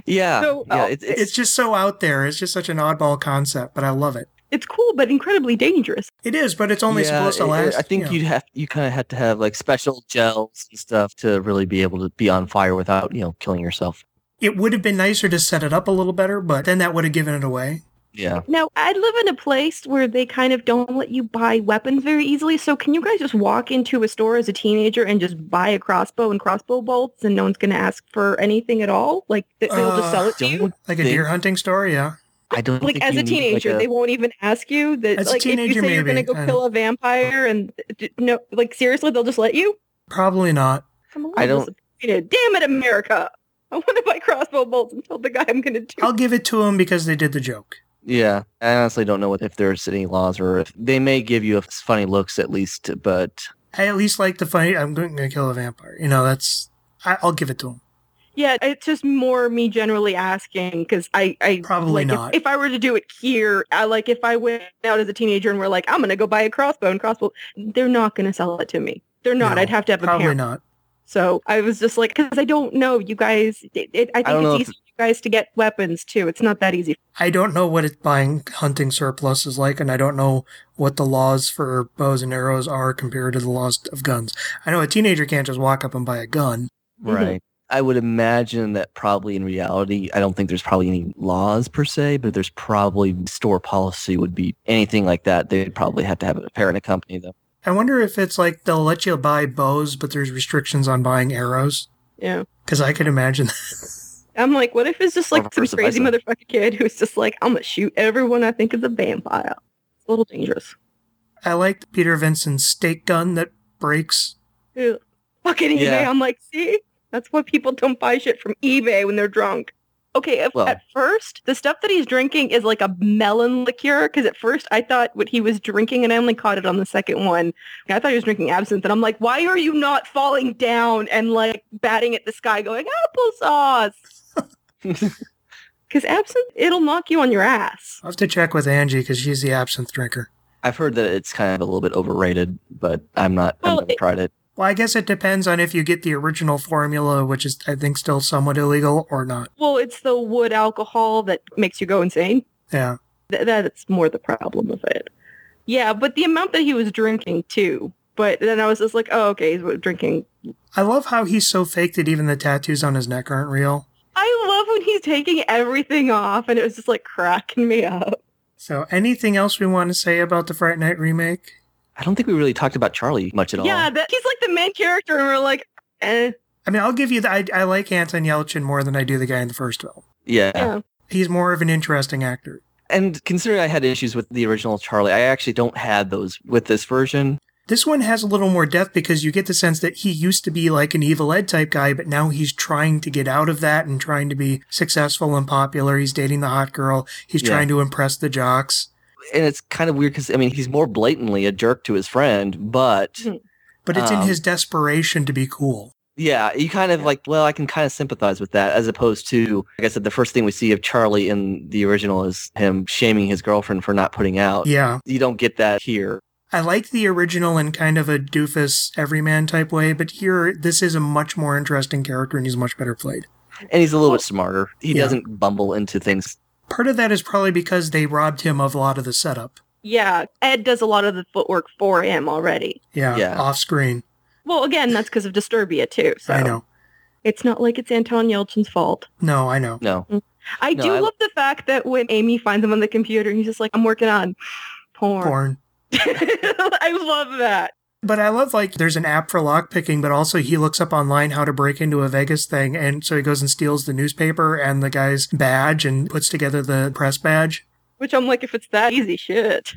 Speaker 2: Yeah.
Speaker 1: So,
Speaker 2: yeah
Speaker 1: oh,
Speaker 2: it's,
Speaker 4: It's
Speaker 2: it's,
Speaker 4: just so out there. It's just such an oddball concept, but I love it.
Speaker 1: It's cool, but incredibly dangerous.
Speaker 4: It is, but it's only
Speaker 2: yeah,
Speaker 4: supposed to
Speaker 2: it- it-
Speaker 4: last.
Speaker 2: I think
Speaker 4: you know.
Speaker 2: you'd have you kind of had to have like special gels and stuff to really be able to be on fire without you know killing yourself.
Speaker 4: It would have been nicer to set it up a little better, but then that would have given it away.
Speaker 2: Yeah.
Speaker 1: Now, I live in a place where they kind of don't let you buy weapons very easily. So can you guys just walk into a store as a teenager and just buy a crossbow and crossbow bolts and no one's going to ask for anything at all? Like th- they'll
Speaker 4: Uh,
Speaker 1: just sell it to you?
Speaker 2: Don't,
Speaker 4: Like a
Speaker 2: They-
Speaker 4: deer hunting story, yeah.
Speaker 2: I don't
Speaker 1: Like
Speaker 2: think
Speaker 1: as
Speaker 2: you
Speaker 1: a
Speaker 2: need, like,
Speaker 1: teenager,
Speaker 2: a-
Speaker 1: they won't even ask you that.
Speaker 4: As a
Speaker 1: like if
Speaker 4: teenager,
Speaker 1: you say you're going to
Speaker 4: maybe,
Speaker 1: go
Speaker 4: I
Speaker 1: kill a vampire and d- no, like seriously, they'll just let you?
Speaker 4: Probably not.
Speaker 1: I'm a little
Speaker 2: I don't-
Speaker 1: disappointed. Damn it, America. I want to buy crossbow bolts and tell the guy I'm going to do.
Speaker 4: I'll give it to him because they did the joke.
Speaker 2: yeah, I honestly don't know what, if there's any laws or if they may give you a f- funny looks at least, but
Speaker 4: I at least like the funny. I'm going to kill a vampire. You know, that's. I, I'll give it to him.
Speaker 1: Yeah, it's just more me generally asking because I, I
Speaker 4: Probably
Speaker 1: like, if-
Speaker 4: not.
Speaker 1: If, I were to do it here, I like if I went out as a teenager and we're like, I'm gonna go buy a crossbow and crossbow, they're not gonna sell it to me. They're not.
Speaker 4: No,
Speaker 1: I'd have to have a
Speaker 4: Probably
Speaker 1: parent.
Speaker 4: not.
Speaker 1: So I was just like, because I don't know, you guys. It, it, I
Speaker 2: don't
Speaker 1: think
Speaker 2: know if-
Speaker 1: it's easy for you guys to get weapons too. It's not that easy.
Speaker 4: I don't know what it, buying hunting surplus is like, and I don't know what the laws for bows and arrows are compared to the laws of guns. I know a teenager can't just walk up and buy a gun.
Speaker 1: Mhm.
Speaker 2: right. Hmm. I would imagine that probably in reality, I don't think there's probably any laws per se, but there's probably store policy would be anything like that. They'd probably have to have a parent accompany them.
Speaker 4: I wonder if it's like they'll let you buy bows, but there's restrictions on buying arrows.
Speaker 1: Yeah.
Speaker 4: Because I could imagine
Speaker 1: I'm like, what if it's just like
Speaker 2: Or
Speaker 1: some
Speaker 2: vice
Speaker 1: crazy
Speaker 2: versa.
Speaker 1: motherfucking kid who's just like, I'm gonna shoot everyone I think is a vampire. It's a little dangerous.
Speaker 4: I liked Peter Vincent's steak gun that breaks.
Speaker 1: Ew. Fucking eBay.
Speaker 2: Yeah.
Speaker 1: I'm like, see, that's why people don't buy shit from eBay when they're drunk. Okay, if,
Speaker 2: Well-
Speaker 1: at first the stuff that he's drinking is like a melon liqueur because at first I thought what he was drinking, and I only caught it on the second one. I thought he was drinking absinthe, and I'm like, why are you not falling down and like batting at the sky, going applesauce? Because absinthe, it'll knock you on your ass.
Speaker 4: I'll have to check with Angie because she's the absinthe drinker.
Speaker 2: I've heard that it's kind of a little bit overrated, but I'm not.
Speaker 1: Well,
Speaker 2: I've never
Speaker 1: it-
Speaker 2: tried it.
Speaker 4: Well, I guess it depends on if you get the original formula, which is, I think, still somewhat illegal or not.
Speaker 1: Well, it's the wood alcohol that makes you go insane.
Speaker 4: Yeah.
Speaker 1: Th- that's more the problem of it. Yeah, but the amount that he was drinking too. But then I was just like, oh, okay, he's drinking.
Speaker 4: I love how he's so fake that even the tattoos on his neck aren't real.
Speaker 1: I love when he's taking everything off, and it was just like cracking me up.
Speaker 4: So, anything else we want to say about the Fright Night remake?
Speaker 2: I don't think we really talked about Charlie much at
Speaker 1: Yeah,
Speaker 2: all.
Speaker 1: that, he's like the main character, and we're like, eh,
Speaker 4: I mean, I'll give you the. I, I like Anton Yelchin more than I do the guy in the first film.
Speaker 2: Yeah.
Speaker 1: yeah.
Speaker 4: He's more of an interesting actor.
Speaker 2: And considering I had issues with the original Charlie, I actually don't have those with this version.
Speaker 4: This one has a little more depth because you get the sense that he used to be like an evil ed type guy, but now he's trying to get out of that and trying to be successful and popular. He's dating the hot girl. He's
Speaker 2: Yeah.
Speaker 4: trying to impress the jocks.
Speaker 2: And it's kind of weird because, I mean, he's more blatantly a jerk to his friend, but
Speaker 1: Mhm.
Speaker 4: But it's in
Speaker 2: Um,
Speaker 4: his desperation to be cool.
Speaker 2: yeah, you kind of like, well, I can kind of sympathize with that as opposed to, like I said, the first thing we see of Charlie in the original is him shaming his girlfriend for not putting out.
Speaker 4: Yeah.
Speaker 2: You don't get that here.
Speaker 4: I like the original in kind of a doofus everyman type way, but here this is a much more interesting character and he's much better played.
Speaker 2: And he's a little bit smarter. He
Speaker 4: Yeah.
Speaker 2: doesn't bumble into things.
Speaker 4: Part of that is probably because they robbed him of a lot of the setup.
Speaker 1: yeah. Ed does a lot of the footwork for him already.
Speaker 4: Yeah.
Speaker 2: Yeah.
Speaker 4: Off screen.
Speaker 1: Well, again, that's because of Disturbia too. So
Speaker 4: I know.
Speaker 1: it's not like it's Anton Yelchin's fault.
Speaker 4: No, I know.
Speaker 2: No.
Speaker 1: I
Speaker 2: No,
Speaker 1: do
Speaker 2: I-
Speaker 1: love the fact that when Amy finds him on the computer, he's just like, "I'm working on porn."
Speaker 4: Porn.
Speaker 1: I love that.
Speaker 4: But I love like there's an app for lockpicking, but also he looks up online how to break into a Vegas thing, and so he goes and steals the newspaper and the guy's badge and puts together the press badge.
Speaker 1: Which I'm like, if it's that easy, shit.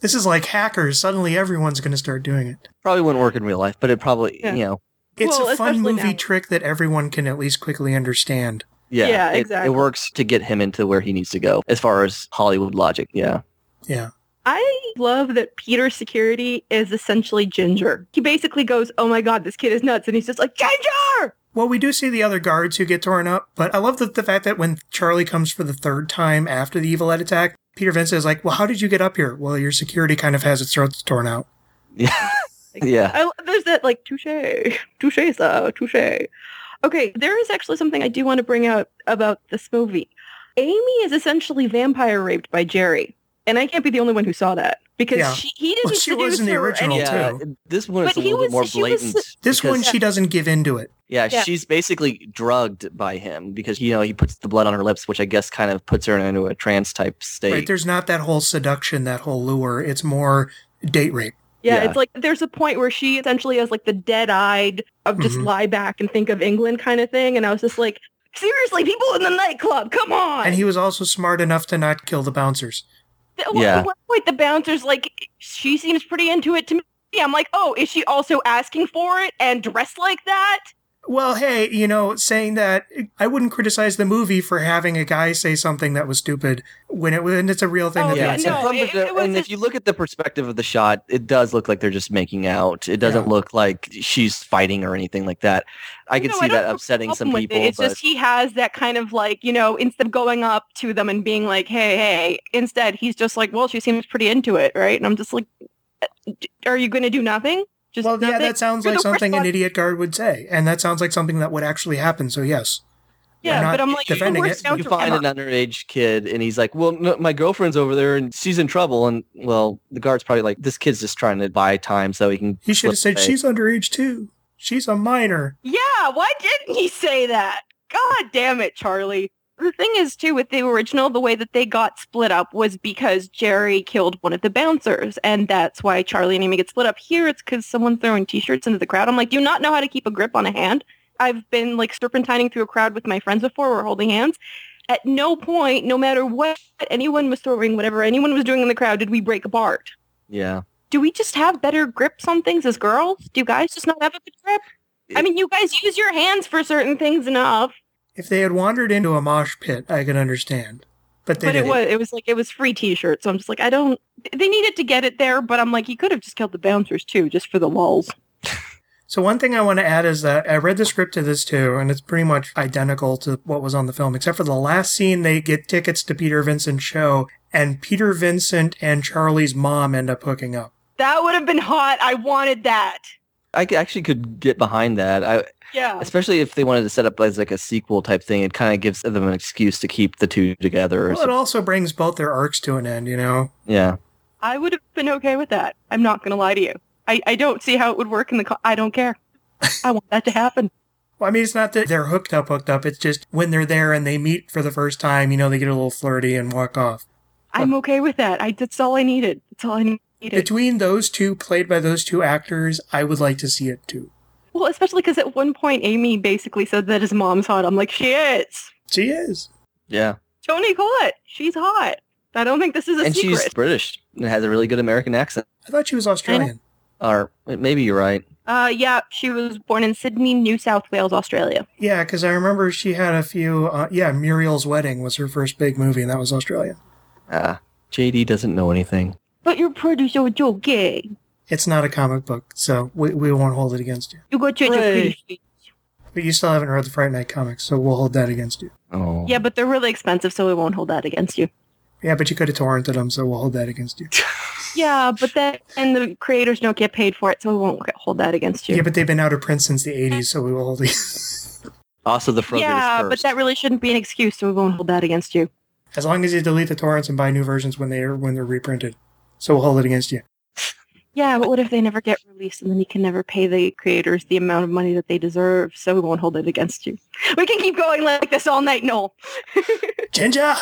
Speaker 4: This is like hackers. Suddenly, everyone's going to start doing it.
Speaker 2: Probably wouldn't work in real life, but it probably,
Speaker 1: Yeah.
Speaker 2: you know,
Speaker 4: It's
Speaker 1: Well,
Speaker 4: a fun
Speaker 1: especially
Speaker 4: movie
Speaker 1: now.
Speaker 4: trick that everyone can at least quickly understand.
Speaker 2: yeah,
Speaker 1: Yeah,
Speaker 2: it-
Speaker 1: exactly.
Speaker 2: It works to get him into where he needs to go as far as Hollywood logic. Yeah.
Speaker 4: Yeah,
Speaker 1: I love that Peter's security is essentially Ginger. He basically goes, "Oh my god, this kid is nuts," and he's just like, "Ginger!"
Speaker 4: Well, we do see the other guards who get torn up, but I love the, the fact that when Charlie comes for the third time after the evil ed attack, Peter Vincent is like, Well, how did you get up here? Well, your security kind of has its throats torn out.
Speaker 2: Yeah.
Speaker 1: I, there's that like touche, touche, sir, touche. Okay, there is actually something I do want to bring out about this movie. Amy is essentially vampire raped by Jerry, and I can't be the only one who saw that because
Speaker 4: Yeah.
Speaker 1: she, he didn't.
Speaker 4: Well, she was
Speaker 1: seduce
Speaker 4: in the
Speaker 1: her
Speaker 4: original,
Speaker 1: any-
Speaker 2: Yeah. This one is
Speaker 1: But
Speaker 2: a
Speaker 1: he
Speaker 2: little bit
Speaker 1: was-
Speaker 2: more
Speaker 1: she was-
Speaker 2: blatant.
Speaker 4: This
Speaker 2: because-
Speaker 4: one, she doesn't give into it.
Speaker 2: Yeah,
Speaker 1: Yeah.
Speaker 2: she's basically drugged by him because you know he puts the blood on her lips, which I guess kind of puts her into a trance type state.
Speaker 4: Right. There's not that whole seduction, that whole lure. It's more date rape.
Speaker 1: Yeah,
Speaker 2: Yeah.
Speaker 1: it's like there's a point where she essentially is like the dead-eyed of just
Speaker 4: Mhm.
Speaker 1: lie back and think of England kind of thing, and I was just like, seriously, people in the nightclub, come on.
Speaker 4: And he was also smart enough to not kill the bouncers.
Speaker 1: Th- well,
Speaker 2: Yeah.
Speaker 1: At one point, the bouncer's like, she seems pretty into it to me. I'm like, oh, is she also asking for it and dressed like that?
Speaker 4: Well, hey, you know, saying that I wouldn't criticize the movie for having a guy say something that was stupid when it when it's a real thing
Speaker 1: Oh,
Speaker 4: that they
Speaker 1: yeah,
Speaker 2: yeah,
Speaker 4: would
Speaker 2: and
Speaker 4: say.
Speaker 1: no,
Speaker 2: from
Speaker 1: it-
Speaker 2: the-
Speaker 1: it was
Speaker 2: and if
Speaker 1: just-
Speaker 2: you look at the perspective of the shot, it does look like they're just making out. It doesn't
Speaker 4: Yeah.
Speaker 2: look like she's fighting or anything like that. I can
Speaker 1: No,
Speaker 2: see
Speaker 1: don't have
Speaker 2: that
Speaker 1: a
Speaker 2: upsetting some
Speaker 1: problem with
Speaker 2: people,
Speaker 1: It. It's
Speaker 2: but
Speaker 1: just he has that kind of like, you know, instead of going up to them and being like, hey, hey, instead he's just like, well, she seems pretty into it, right? And I'm just like, uh, d- are you going to do nothing? Just
Speaker 4: Well, yeah,
Speaker 1: nothing?
Speaker 4: that sounds
Speaker 1: You're
Speaker 4: like
Speaker 1: the worst
Speaker 4: something an
Speaker 1: one.
Speaker 4: idiot guard would say, and that sounds like something that would actually happen. So yes,
Speaker 1: Yeah,
Speaker 4: not
Speaker 1: but I'm like, you're the
Speaker 4: defending
Speaker 1: worst
Speaker 4: it.
Speaker 1: bouncer
Speaker 2: you find
Speaker 1: ever.
Speaker 2: an underage kid and he's like, "Well, no, my girlfriend's over there and she's in trouble." And well, the guard's probably like, "This kid's just trying to buy time so he can."
Speaker 4: he should have
Speaker 2: slip
Speaker 4: said
Speaker 2: away."
Speaker 4: she's underage too. She's a minor.
Speaker 1: Yeah, why didn't he say that? God damn it, Charlie. the thing is too with the original the way that they got split up was because jerry killed one of the bouncers and that's why charlie and amy get split up here it's because someone's throwing t-shirts into the crowd i'm like do you not know how to keep a grip on a hand i've been like serpentining through a crowd with my friends before we're holding hands at no point no matter what anyone was throwing whatever anyone was doing in the crowd did we break apart
Speaker 2: Yeah.
Speaker 1: do we just have better grips on things as girls do you guys just not have a good grip i mean you guys use your hands for certain things enough
Speaker 4: If they had wandered into a mosh pit, I could understand. But they
Speaker 1: but it
Speaker 4: didn't.
Speaker 1: was it was like it was free T-shirts. So I'm just like I don't. They needed to get it there, but I'm like you could have just killed the bouncers too, just for the lulz.
Speaker 4: So one thing I want to add is that I read the script to this too, and it's pretty much identical to what was on the film, except for the last scene they get tickets to Peter Vincent's show, and Peter Vincent and Charlie's mom end up hooking up.
Speaker 1: That would have been hot. I wanted that.
Speaker 2: I c- actually could get behind that. I,
Speaker 1: Yeah.
Speaker 2: especially if they wanted to set up as like a sequel type thing, it kind of gives them an excuse to keep the two together. Or
Speaker 4: Well, it
Speaker 2: something.
Speaker 4: also brings both their arcs to an end, you know?
Speaker 2: Yeah.
Speaker 1: I would have been okay with that. I'm not gonna lie to you. I, I don't see how it would work in the. Co- I don't care. I want that to happen.
Speaker 4: Well, I mean, it's not that they're hooked up, hooked up. It's just when they're there and they meet for the first time, you know, they get a little flirty and walk off.
Speaker 1: I'm okay with that. I that's all I needed. That's all I needed.
Speaker 4: Between those two, played by those two actors, I would like to see it too.
Speaker 1: well, especially because at one point Amy basically said that his mom's hot. I'm like she is.
Speaker 4: She is.
Speaker 2: Yeah.
Speaker 1: Tony Collette, she's hot. I don't think this is a
Speaker 2: and
Speaker 1: secret.
Speaker 2: she's British and has a really good American accent.
Speaker 4: I thought she was Australian.
Speaker 2: Or maybe you're right.
Speaker 1: Uh, yeah, she was born in Sydney, New South Wales, Australia.
Speaker 4: Yeah, because I remember she had a few. Uh, yeah, Muriel's Wedding was her first big movie, and that was Australia.
Speaker 2: Ah, JD doesn't know anything.
Speaker 1: But you're pretty so so gay.
Speaker 4: It's not a comic book, so we, we won't hold it against you.
Speaker 1: You got your
Speaker 2: Hooray.
Speaker 1: pretty face.
Speaker 4: But you still haven't read the Fright Night comics, so we'll hold that against you.
Speaker 2: Oh.
Speaker 1: Yeah, but they're really expensive, so we won't hold that against you.
Speaker 4: Yeah, but you could have torrented them, so we'll hold that against you.
Speaker 1: Yeah, but then and the creators don't get paid for it, so we won't hold that against you.
Speaker 4: Yeah, but they've been out of print since the 80s, so we will hold it.
Speaker 2: Also, the frog
Speaker 1: Yeah,
Speaker 2: is
Speaker 1: but
Speaker 2: cursed.
Speaker 1: that really shouldn't be an excuse, so we won't hold that against you.
Speaker 4: As long as you delete the torrents and buy new versions when they're when they're reprinted. So we'll hold it against you.
Speaker 1: Yeah, but what if they never get released and then you can never pay the creators the amount of money that they deserve, so we won't hold it against you. We can keep going like this all night, Noel.
Speaker 4: Ginger!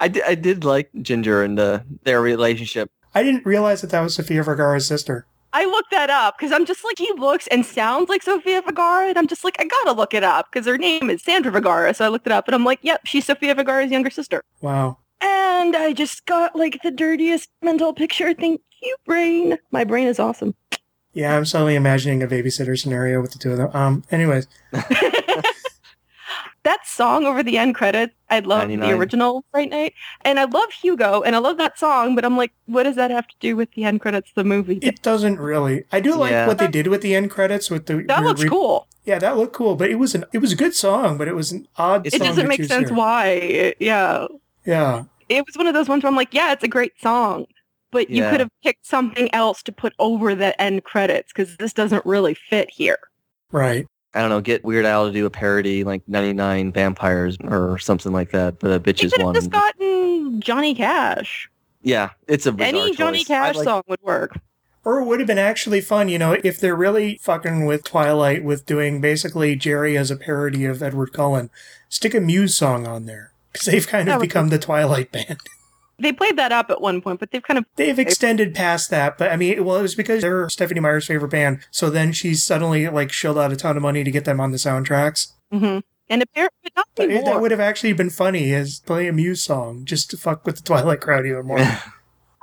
Speaker 2: I, di- I did like Ginger and the, their relationship.
Speaker 4: I didn't realize that that was Sofia Vergara's sister.
Speaker 1: I looked that up because I'm just like he looks and sounds like Sofia Vergara, and I'm just like I gotta look it up because her name is Sandra Vergara. So I looked it up, and I'm like, yep, she's Sofia Vergara's younger sister.
Speaker 4: Wow.
Speaker 1: And I just got like the dirtiest mental picture. Thank you, brain. My brain is awesome.
Speaker 4: Yeah, I'm suddenly imagining a babysitter scenario with the two of them. Um, anyways,
Speaker 1: that song over the end credits, I love
Speaker 2: 99.
Speaker 1: the original Fright Night, and I love Hugo, and I love that song. But I'm like, what does that have to do with the end credits of the movie?
Speaker 4: it doesn't really. I do like
Speaker 2: Yeah.
Speaker 4: what they did with the end credits with the.
Speaker 1: that
Speaker 4: weird
Speaker 1: looks
Speaker 4: re-
Speaker 1: cool.
Speaker 4: Yeah, that looked cool, but it was an it was a good song, but it was an odd.
Speaker 2: It
Speaker 1: It
Speaker 4: song
Speaker 1: doesn't
Speaker 4: to
Speaker 1: make
Speaker 4: choose
Speaker 1: sense
Speaker 4: here.
Speaker 1: why. It- yeah,
Speaker 4: Yeah,
Speaker 1: it was one of those ones where I'm like, yeah, it's a great song, but you
Speaker 2: Yeah.
Speaker 1: could have picked something else to put over the end credits because this doesn't really fit here.
Speaker 4: right.
Speaker 2: I don't know, get Weird Al to do a parody like 99 Vampires or something like that, but a
Speaker 1: You
Speaker 2: bitches
Speaker 1: could have
Speaker 2: one.
Speaker 1: just gotten Johnny Cash.
Speaker 2: yeah, it's a bizarre
Speaker 1: Any Johnny
Speaker 2: choice.
Speaker 1: Cash
Speaker 2: I like-
Speaker 1: song would work.
Speaker 4: Or it would have been actually fun, you know, if they're really fucking with Twilight with doing basically Jerry as a parody of Edward Cullen, stick a Muse song on there because they've kind
Speaker 1: That
Speaker 4: of
Speaker 1: would be-
Speaker 4: become the Twilight band.
Speaker 1: They played that up at one point, but they've kind of
Speaker 4: They've extended past that, but I mean, well, it was because they're Stephanie Meyer's favorite band. So then she suddenly like shelled out a ton of money to get them on the soundtracks.
Speaker 1: mhm. and apparently but not
Speaker 4: But it,
Speaker 1: anymore.
Speaker 4: that would have actually been funny is play a Muse song just to fuck with the Twilight crowd even more.
Speaker 1: Uh,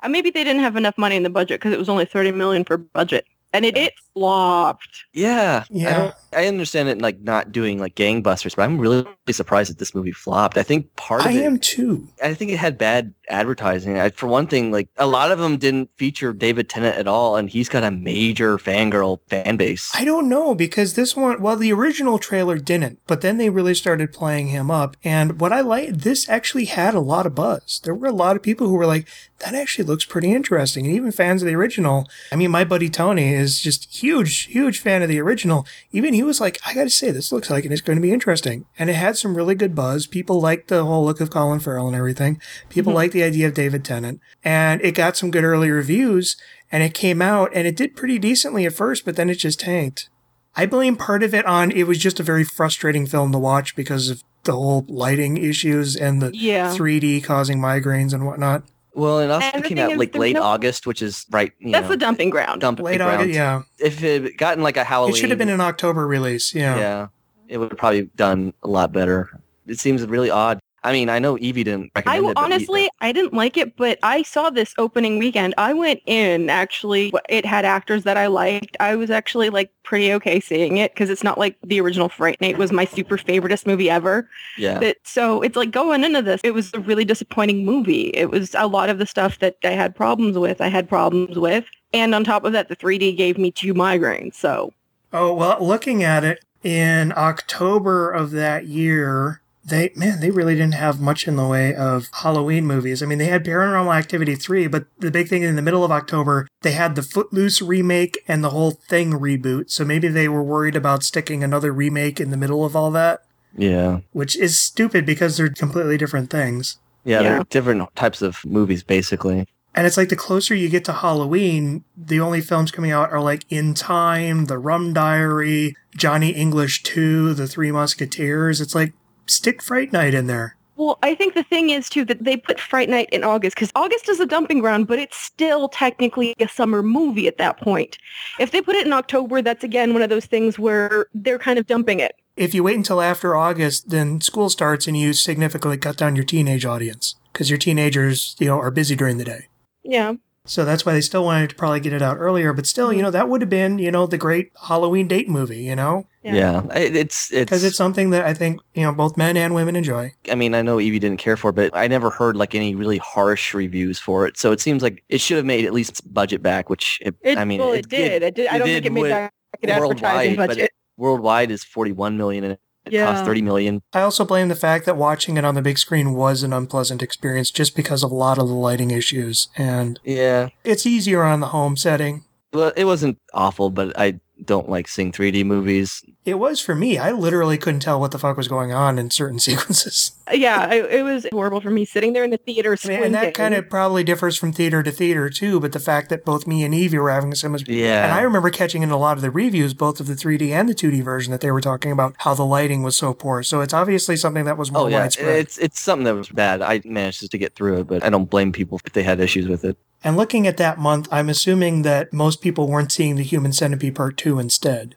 Speaker 1: Maybe they didn't have enough money in the budget because it was only thirty million for budget, and it it flopped.
Speaker 2: yeah. I,
Speaker 4: Yeah.
Speaker 2: don't, I understand it like not doing like gangbusters, but I'm really surprised that this movie flopped. I think part of
Speaker 4: I
Speaker 2: it
Speaker 4: am too.
Speaker 2: I think it had bad advertising. I, for one thing, like a lot of them didn't feature David Tennant at all, and he's got a major fangirl fan base.
Speaker 4: I don't know because this one, well, the original trailer didn't, but then they really started playing him up. And what I like, this actually had a lot of buzz. There were a lot of people who were like, that actually looks pretty interesting. And even fans of the original, I mean, my buddy Tony is just huge, huge fan of the original. Even he was like, I got to say, this looks like it's going to be interesting. And it had some really good buzz. People liked the whole look of Colin Farrell and everything. People
Speaker 1: Mhm.
Speaker 4: liked the idea of David Tennant. And it got some good early reviews and it came out and it did pretty decently at first, but then it just tanked. I blame part of it on it was just a very frustrating film to watch because of the whole lighting issues and the
Speaker 1: Yeah.
Speaker 4: 3D causing migraines and whatnot.
Speaker 2: Well, it also
Speaker 1: And the
Speaker 2: came
Speaker 1: thing
Speaker 2: out
Speaker 1: is,
Speaker 2: like
Speaker 1: there's
Speaker 2: late
Speaker 1: no-
Speaker 2: August, which is right. You
Speaker 1: That's
Speaker 2: know,
Speaker 1: the dumping ground.
Speaker 2: dumping
Speaker 4: Late
Speaker 2: ground.
Speaker 4: August, yeah.
Speaker 2: If it had gotten like a Halloween,
Speaker 4: It should have been an October release. Yeah.
Speaker 2: yeah, it would have probably done a lot better. It seems really odd. I mean, I know Evie uh, didn't recommend
Speaker 1: I
Speaker 2: it. but you-
Speaker 1: honestly, I didn't like it, but I saw this opening weekend. I went in actually. It had actors that I liked. I was actually like pretty okay seeing it because it's not like the original Fright Night was my super favoritist movie ever.
Speaker 2: yeah,
Speaker 1: That so it's like going into this, it was a really disappointing movie. It was a lot of the stuff that I had problems with. I had problems with, and on top of that, the 3D gave me two migraines. So
Speaker 4: Oh, well, looking at it in October of that year, they, man, they really didn't have much in the way of Halloween movies. I mean, they had Paranormal Activity 3, but the big thing in the middle of October, they had the Footloose remake and the whole thing reboot. So maybe they were worried about sticking another remake in the middle of all that,
Speaker 2: yeah,
Speaker 4: which is stupid because they're completely different things.
Speaker 2: yeah. There
Speaker 1: Yeah.
Speaker 2: are different types of movies, basically.
Speaker 4: And it's like the closer you get to Halloween, the only films coming out are like In Time, The Rum Diary, Johnny English 2, The Three Musketeers. It's like stick Fright Night in there.
Speaker 1: Well, I think the thing is too that they put Fright Night in August because August is a dumping ground, but it's still technically a summer movie at that point. If they put it in October, that's again one of those things where they're kind of dumping it.
Speaker 4: If you wait until after August, then school starts and you significantly cut down your teenage audience because your teenagers, you know, are busy during the day.
Speaker 1: Yeah.
Speaker 4: So that's why they still wanted to probably get it out earlier, but still, you know, that would have been, you know, the great Halloween date movie, you know?
Speaker 1: Yeah.
Speaker 2: Yeah, I- it's it's
Speaker 4: Because it's something that I think, you know, both men and women enjoy.
Speaker 2: I mean, I know Evie didn't care for it, but I never heard like any really harsh reviews for it. So it seems like it should have made at least its budget back, which it,
Speaker 1: It,
Speaker 2: I mean,
Speaker 1: well, it, did. It did. I
Speaker 2: it
Speaker 1: don't
Speaker 2: did
Speaker 1: think it made
Speaker 2: with
Speaker 1: that advertising
Speaker 2: worldwide, but
Speaker 1: budget.
Speaker 2: worldwide is 41 million and it cost
Speaker 1: Yeah.
Speaker 2: 30 million.
Speaker 4: I also blame the fact that watching it on the big screen was an unpleasant experience just because of a lot of the lighting issues. And
Speaker 2: Yeah.
Speaker 4: it's easier on the home setting.
Speaker 2: Well, it wasn't awful, but I don't like seeing 3D movies.
Speaker 4: It was for me. I literally couldn't tell what the fuck was going on in certain sequences.
Speaker 1: yeah, it, it was horrible for me sitting there in the theater.
Speaker 4: I mean, and that
Speaker 1: squinting.
Speaker 4: kind of probably differs from theater to theater too, but the fact that both me and Evie were having so much. And I
Speaker 2: Yeah.
Speaker 4: remember catching in a lot of the reviews, both of the 3D and the 2D version, that they were talking about how the lighting was so poor. So it's obviously something that was more
Speaker 2: Oh yeah,
Speaker 4: widespread.
Speaker 2: it's it's something that was bad. I managed to get through it, but I don't blame people if they had issues with it.
Speaker 4: And looking at that month, I'm assuming that most people weren't seeing the Human Centipede Part 2 instead.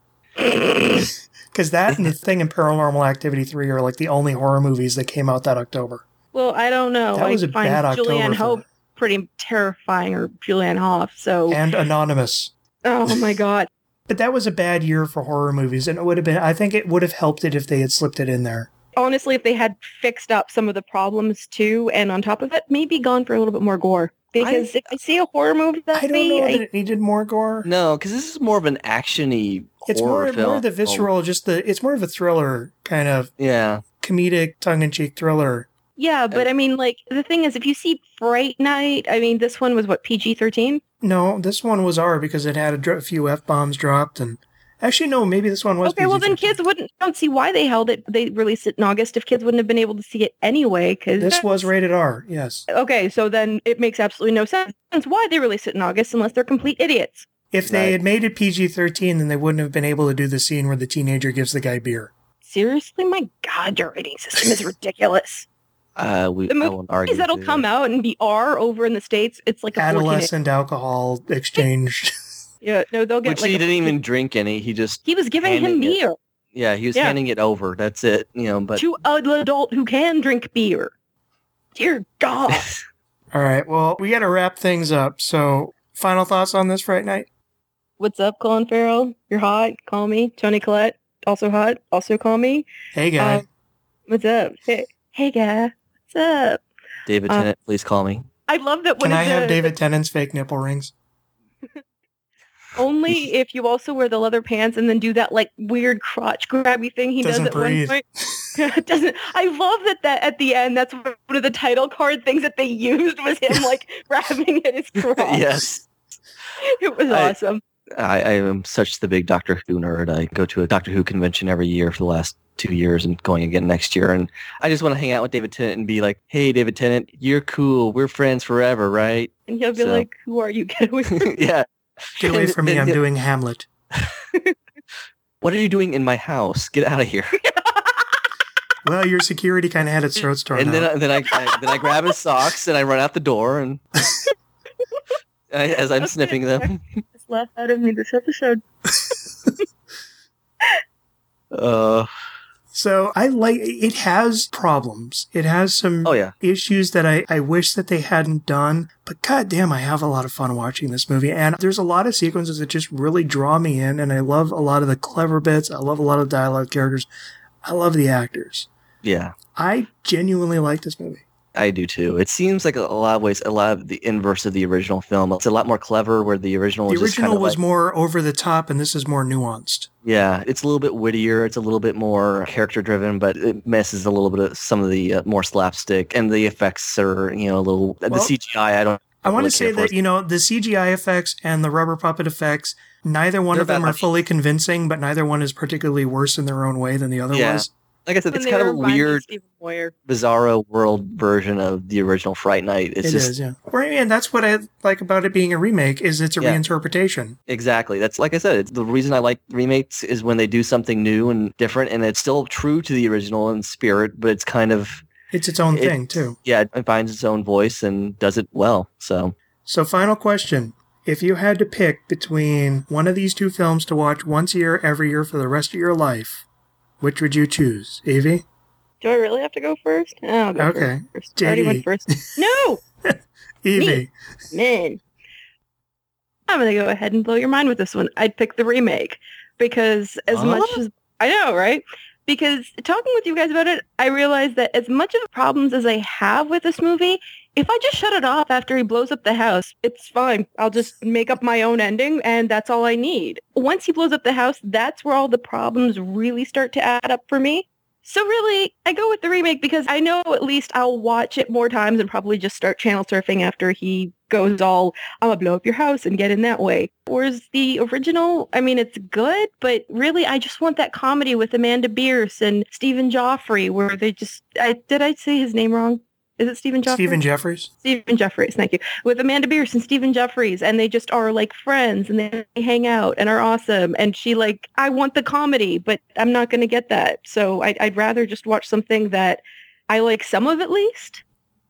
Speaker 4: Because that and the thing in Paranormal Activity 3 are like the only horror movies that came out that October.
Speaker 1: Well, I don't know.
Speaker 4: that
Speaker 1: Oh, I
Speaker 4: was a
Speaker 1: find
Speaker 4: bad October.
Speaker 1: Julianne
Speaker 4: for-
Speaker 1: Hope pretty terrifying, or Julianne Hoff. So,
Speaker 4: And Anonymous.
Speaker 1: oh my god.
Speaker 4: But that was a bad year for horror movies, and it would have been, I think it would have helped it if they had slipped it in there.
Speaker 1: honestly, if they had fixed up some of the problems too, and on top of it, maybe gone for a little bit more gore. Because if I see a horror movie that
Speaker 4: I don't
Speaker 1: way,
Speaker 4: know
Speaker 1: I-
Speaker 4: that it needed more gore.
Speaker 2: No, because this is more of an actiony
Speaker 4: it's
Speaker 2: horror
Speaker 4: more,
Speaker 2: film.
Speaker 4: more the visceral, just the, it's more of a thriller, kind of
Speaker 2: Yeah.
Speaker 4: comedic, tongue in cheek thriller.
Speaker 1: yeah, but I mean, like the thing is, if you see Fright Night, I mean, this one was what PG thirteen.
Speaker 4: No, this one was R because it had a dr- few f bombs dropped, and actually, no, maybe this one was.
Speaker 1: Okay, well then
Speaker 4: PG-13.
Speaker 1: kids wouldn't. I don't see why they held it. They released it in August. If kids wouldn't have been able to see it anyway, because
Speaker 4: This was rated R. Yes.
Speaker 1: Okay, so then it makes absolutely no sense why they released it in August unless they're complete idiots.
Speaker 4: If they
Speaker 2: Right.
Speaker 4: had made it PG thirteen, then they wouldn't have been able to do the scene where the teenager gives the guy beer.
Speaker 1: Seriously, my God, your rating system is ridiculous.
Speaker 2: Uh, we,
Speaker 1: The
Speaker 2: I
Speaker 1: movies
Speaker 2: won't argue.
Speaker 1: movies that'll
Speaker 2: with
Speaker 1: come
Speaker 2: it.
Speaker 1: out and be R over in the states, it's like a 14
Speaker 4: Adolescent alcohol exchange.
Speaker 1: Yeah, no, they'll get
Speaker 2: Which
Speaker 1: like
Speaker 2: he
Speaker 1: a-
Speaker 2: didn't even drink any. He just,
Speaker 1: He was giving him
Speaker 2: handing it.
Speaker 1: beer
Speaker 2: yeah, he was
Speaker 1: Yeah.
Speaker 2: handing it over. That's it, you know. But
Speaker 1: to an adult who can drink beer. Dear God,
Speaker 4: All right. Well, we got to wrap things up. So, final thoughts on this Fright Night?
Speaker 1: what's up, Colin Farrell? You're hot. Call me, Tony Collette. Also hot. Also call me.
Speaker 4: Hey, guy.
Speaker 1: Um, what's up? Hey, hey, guy. What's up?
Speaker 2: David
Speaker 1: uh,
Speaker 2: Tennant, please call me.
Speaker 1: I love that. One
Speaker 4: Can
Speaker 1: of
Speaker 4: I have
Speaker 1: the-
Speaker 4: David Tennant's fake nipple rings?
Speaker 1: Only if you also wear the leather pants and then do that like weird crotch grabby thing he
Speaker 4: Doesn't
Speaker 1: does at
Speaker 4: breathe.
Speaker 1: one point. Doesn't I love that that at the end that's one of the title card things that they used was him like grabbing at his crotch.
Speaker 2: yes,
Speaker 1: It was
Speaker 2: I-
Speaker 1: awesome.
Speaker 2: I, I am such the big Doctor Who nerd. I go to a Doctor Who convention every year for the last two years and going again next year. And I just want to hang out with David Tennant and be like, "Hey, David Tennant, you're cool. We're friends forever, right?"
Speaker 1: And he'll be
Speaker 2: So-
Speaker 1: like, "Who are you? Get away from me!"
Speaker 2: yeah.
Speaker 4: Get away
Speaker 2: And
Speaker 4: from me.
Speaker 2: then
Speaker 4: I'm
Speaker 2: he'll-
Speaker 4: doing Hamlet.
Speaker 2: What are you doing in my house? Get out of here.
Speaker 4: Well, your security kind of had its throat torn
Speaker 2: and then,
Speaker 4: out.
Speaker 2: I, then I, I then I grab his socks and I run out the door and I, as I'm
Speaker 1: That's it.
Speaker 2: sniffing them.
Speaker 1: Just laughed out of me this episode.
Speaker 2: Uh,
Speaker 4: so I like it has problems. It has some
Speaker 2: oh yeah,
Speaker 4: issues that I, I wish that they hadn't done. But goddamn, I have a lot of fun watching this movie. And there's a lot of sequences that just really draw me in. And I love a lot of the clever bits. I love a lot of the dialogue characters. I love the actors.
Speaker 2: yeah.
Speaker 4: I genuinely like this movie.
Speaker 2: I do too. It seems like a lot of ways, a lot of the inverse of the original film. It's a lot more clever, where the original
Speaker 4: The
Speaker 2: was just kind
Speaker 4: original
Speaker 2: of
Speaker 4: was
Speaker 2: like,
Speaker 4: more over the top, and this is more nuanced.
Speaker 2: yeah, it's a little bit wittier, it's a little bit more character driven, but it messes a little bit of some of the uh, more slapstick, and the effects are you know a little the
Speaker 4: Well,
Speaker 2: CGI. I don't.
Speaker 4: I want
Speaker 2: really
Speaker 4: to say
Speaker 2: care for
Speaker 4: that,
Speaker 2: it.
Speaker 4: you know, the CGI effects and the rubber puppet effects, neither one
Speaker 2: They're
Speaker 4: of them
Speaker 2: bad.
Speaker 4: are fully convincing, but neither one is particularly worse in their own way than the other
Speaker 2: Yeah.
Speaker 4: was.
Speaker 2: Like I said,
Speaker 1: When
Speaker 2: it's
Speaker 1: they
Speaker 2: kind of a
Speaker 1: remind me
Speaker 2: weird,
Speaker 1: Stephen Moyer.
Speaker 2: bizarro world version of the original Fright Night. It's
Speaker 4: It
Speaker 2: just
Speaker 4: is, yeah. Well, and that's what I like about it being a remake is it's a
Speaker 2: Yeah.
Speaker 4: reinterpretation.
Speaker 2: Exactly. That's like I said. It's the reason I like remakes is when they do something new and different, and it's still true to the original in spirit, but it's kind of
Speaker 4: It's its own
Speaker 2: It-
Speaker 4: thing too.
Speaker 2: yeah, it finds its own voice and does it well. So
Speaker 4: So final question. If you had to pick between one of these two films to watch once a year every year for the rest of your life, which would you choose? Evie?
Speaker 1: Do I really have to go first? No, I'll go
Speaker 4: Okay.
Speaker 1: first. I already
Speaker 4: JD.
Speaker 1: went first. No,
Speaker 4: Evie.
Speaker 1: man. I'm gonna go ahead and blow your mind with this one. I'd pick the remake because as
Speaker 2: Huh?
Speaker 1: much as I know, right? Because talking with you guys about it, I realized that as much of the problems as I have with this movie, if I just shut it off after he blows up the house, it's fine. I'll just make up my own ending and that's all I need. Once he blows up the house, that's where all the problems really start to add up for me. So really, I go with the remake because I know at least I'll watch it more times and probably just start channel surfing after he goes all, I'm going to blow up your house and get in that way. Whereas the original, I mean, it's good, but really I just want that comedy with Amanda Bierce and Stephen Joffrey where they just, I, did I say his name wrong? Is it Stephen Joffrey?
Speaker 4: Stephen Jeffries?
Speaker 1: Stephen Jeffries, thank you, with Amanda Bierce and Stephen Jeffries, and they just are like friends, and they hang out and are awesome. And she like, I want the comedy, but I'm not going to get that. So I, I'd rather just watch something that I like some of at least,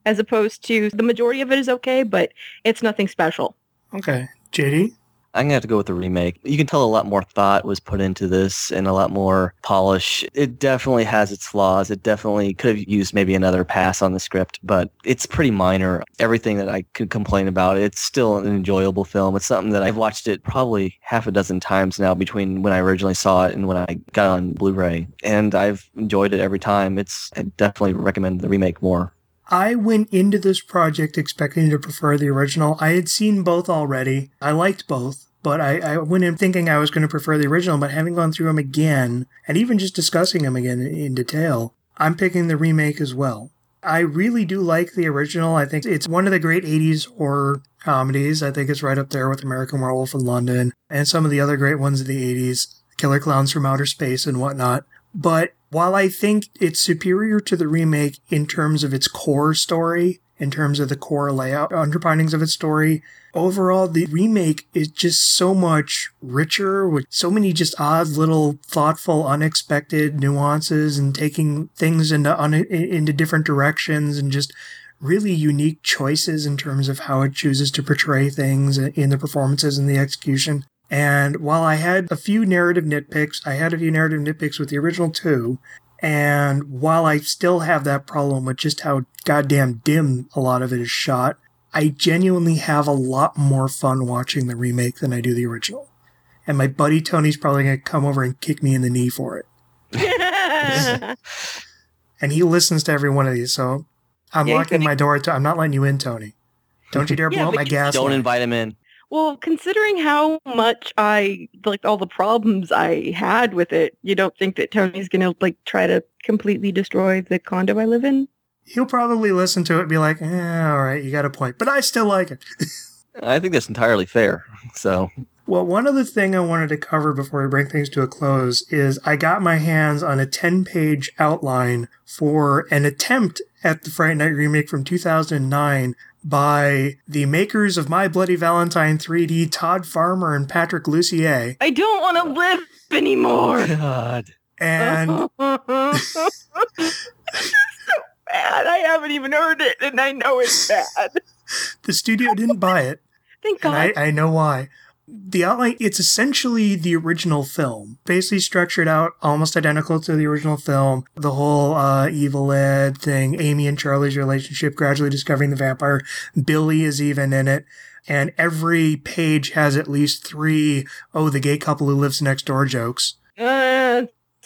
Speaker 1: as opposed to the majority of it is okay, but it's nothing special.
Speaker 4: Okay. JD?
Speaker 2: I'm gonna have to go with the remake. You can tell a lot more thought was put into this and a lot more polish. It definitely has its flaws. It definitely could have used maybe another pass on the script, but it's pretty minor. Everything that I could complain about, it's still an enjoyable film. It's something that I've watched it probably half a dozen times now between when I originally saw it and when I got on Blu-ray, and I've enjoyed it every time. It's I definitely recommend the remake more.
Speaker 4: I went into this project expecting to prefer the original. I had seen both already. I liked both, but I, I went in thinking I was going to prefer the original. But having gone through them again, and even just discussing them again in, in detail, I'm picking the remake as well. I really do like the original. I think it's one of the great 80s horror comedies. I think it's right up there with American Werewolf in London and some of the other great ones of the 80s, Killer Clowns from Outer Space and whatnot. But while I think it's superior to the remake in terms of its core story, in terms of the core layout, underpinnings of its story, overall the remake is just so much richer with so many just odd little thoughtful unexpected nuances and taking things into un- into different directions and just really unique choices in terms of how it chooses to portray things in the performances and the execution. And while I had a few narrative nitpicks, I had a few narrative nitpicks with the original too. And while I still have that problem with just how goddamn dim a lot of it is shot, I genuinely have a lot more fun watching the remake than I do the original. And my buddy Tony's probably going to come over and kick me in the knee for it.
Speaker 1: That's
Speaker 4: And he listens to every one of these, so I'm
Speaker 1: Yeah,
Speaker 4: locking
Speaker 1: Tony.
Speaker 4: my door. To, I'm not letting you in, Tony. Don't you dare
Speaker 1: Yeah,
Speaker 4: blow up
Speaker 1: but
Speaker 4: my
Speaker 1: you
Speaker 4: gas.
Speaker 2: Don't
Speaker 4: lamp.
Speaker 2: invite him in.
Speaker 1: Well, considering how much I like all the problems I had with it, you don't think that Tony's going to like try to completely destroy the condo I live in?
Speaker 4: He'll probably listen to it and be like, eh, all right, you got a point. But I still like it.
Speaker 2: I think that's entirely fair. So
Speaker 4: Well, one other thing I wanted to cover before we bring things to a close is I got my hands on a 10 page outline for an attempt at the Fright Night remake from 2009 by the makers of My Bloody Valentine 3D, Todd Farmer and Patrick Lucier.
Speaker 1: I don't want to live anymore.
Speaker 2: God.
Speaker 1: Oh.
Speaker 4: And
Speaker 1: It's so bad. I haven't even heard it, and I know it's bad.
Speaker 4: the studio didn't buy it.
Speaker 1: Thank God.
Speaker 4: and I, I know why. The outline, it's essentially the original film, basically structured out almost identical to the original film. The whole uh, evil Ed thing, Amy and Charlie's relationship, gradually discovering the vampire. Billy is even in it. And every page has at least three, oh, the gay couple who lives next door jokes
Speaker 1: uh,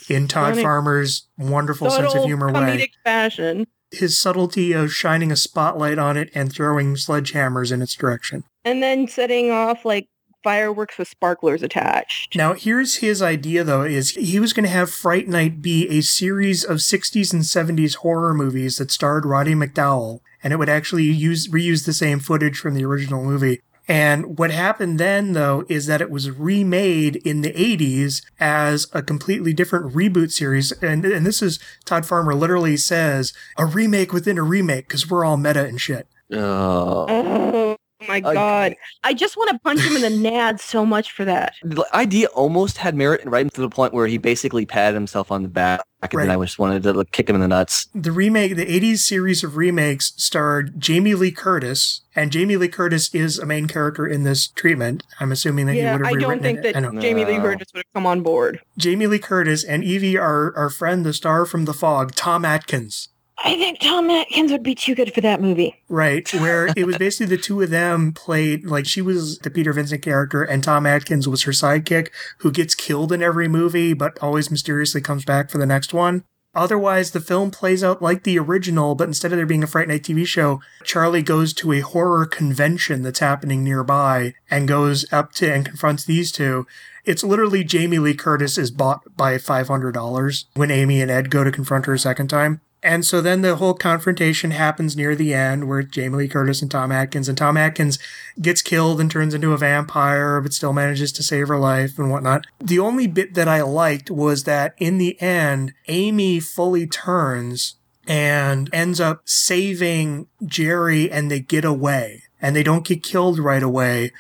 Speaker 4: in Todd
Speaker 1: Funny.
Speaker 4: Farmer's wonderful sense of
Speaker 1: subtle
Speaker 4: humor
Speaker 1: comedic
Speaker 4: way.
Speaker 1: fashion,
Speaker 4: His subtlety of shining a spotlight on it and throwing sledgehammers in its direction.
Speaker 1: and then setting off like fireworks with sparklers attached.
Speaker 4: Now, here's his idea though is he was going to have Fright Night be a series of 60s and 70s horror movies that starred Roddy McDowell and it would actually use reuse the same footage from the original movie. And what happened then though is that it was remade in the 80s as a completely different reboot series and and this is Todd Farmer literally says a remake within a remake cuz we're all meta and shit.
Speaker 2: Oh.
Speaker 1: Oh my God! I just want to punch him in the nads so much for that.
Speaker 2: The idea almost had merit right to the point where he basically patted himself on the back and
Speaker 4: Right.
Speaker 2: then I just wanted to like, kick him in the nuts.
Speaker 4: the remake, the 80s series of remakes starred Jamie Lee Curtis, and Jamie Lee Curtis is a main character in this treatment. I'm assuming that he
Speaker 1: yeah,
Speaker 4: would have
Speaker 1: I
Speaker 4: rewritten
Speaker 1: don't think
Speaker 4: it.
Speaker 1: that
Speaker 4: I know.
Speaker 1: Jamie Lee
Speaker 2: No.
Speaker 1: Curtis would have come on board.
Speaker 4: Jamie Lee Curtis and Evie, our, our friend, the star from The Fog, Tom Atkins.
Speaker 1: I think Tom Atkins would be too good for that movie.
Speaker 4: Right, where it was basically the two of them played like she was the Peter Vincent character and Tom Atkins was her sidekick who gets killed in every movie but always mysteriously comes back for the next one. Otherwise, the film plays out like the original, but instead of there being a Fright Night TV show, Charlie goes to a horror convention that's happening nearby and goes up to and confronts these two. It's literally Jamie Lee Curtis is bought by $500 when Amy and Ed go to confront her a second time. And so then the whole confrontation happens near the end where Jamie Lee Curtis and Tom Atkins and Tom Atkins gets killed and turns into a vampire, but still manages to save her life and whatnot. The only bit that I liked was that in the end, Amy fully turns and ends up saving Jerry and they get away and they don't get killed right away.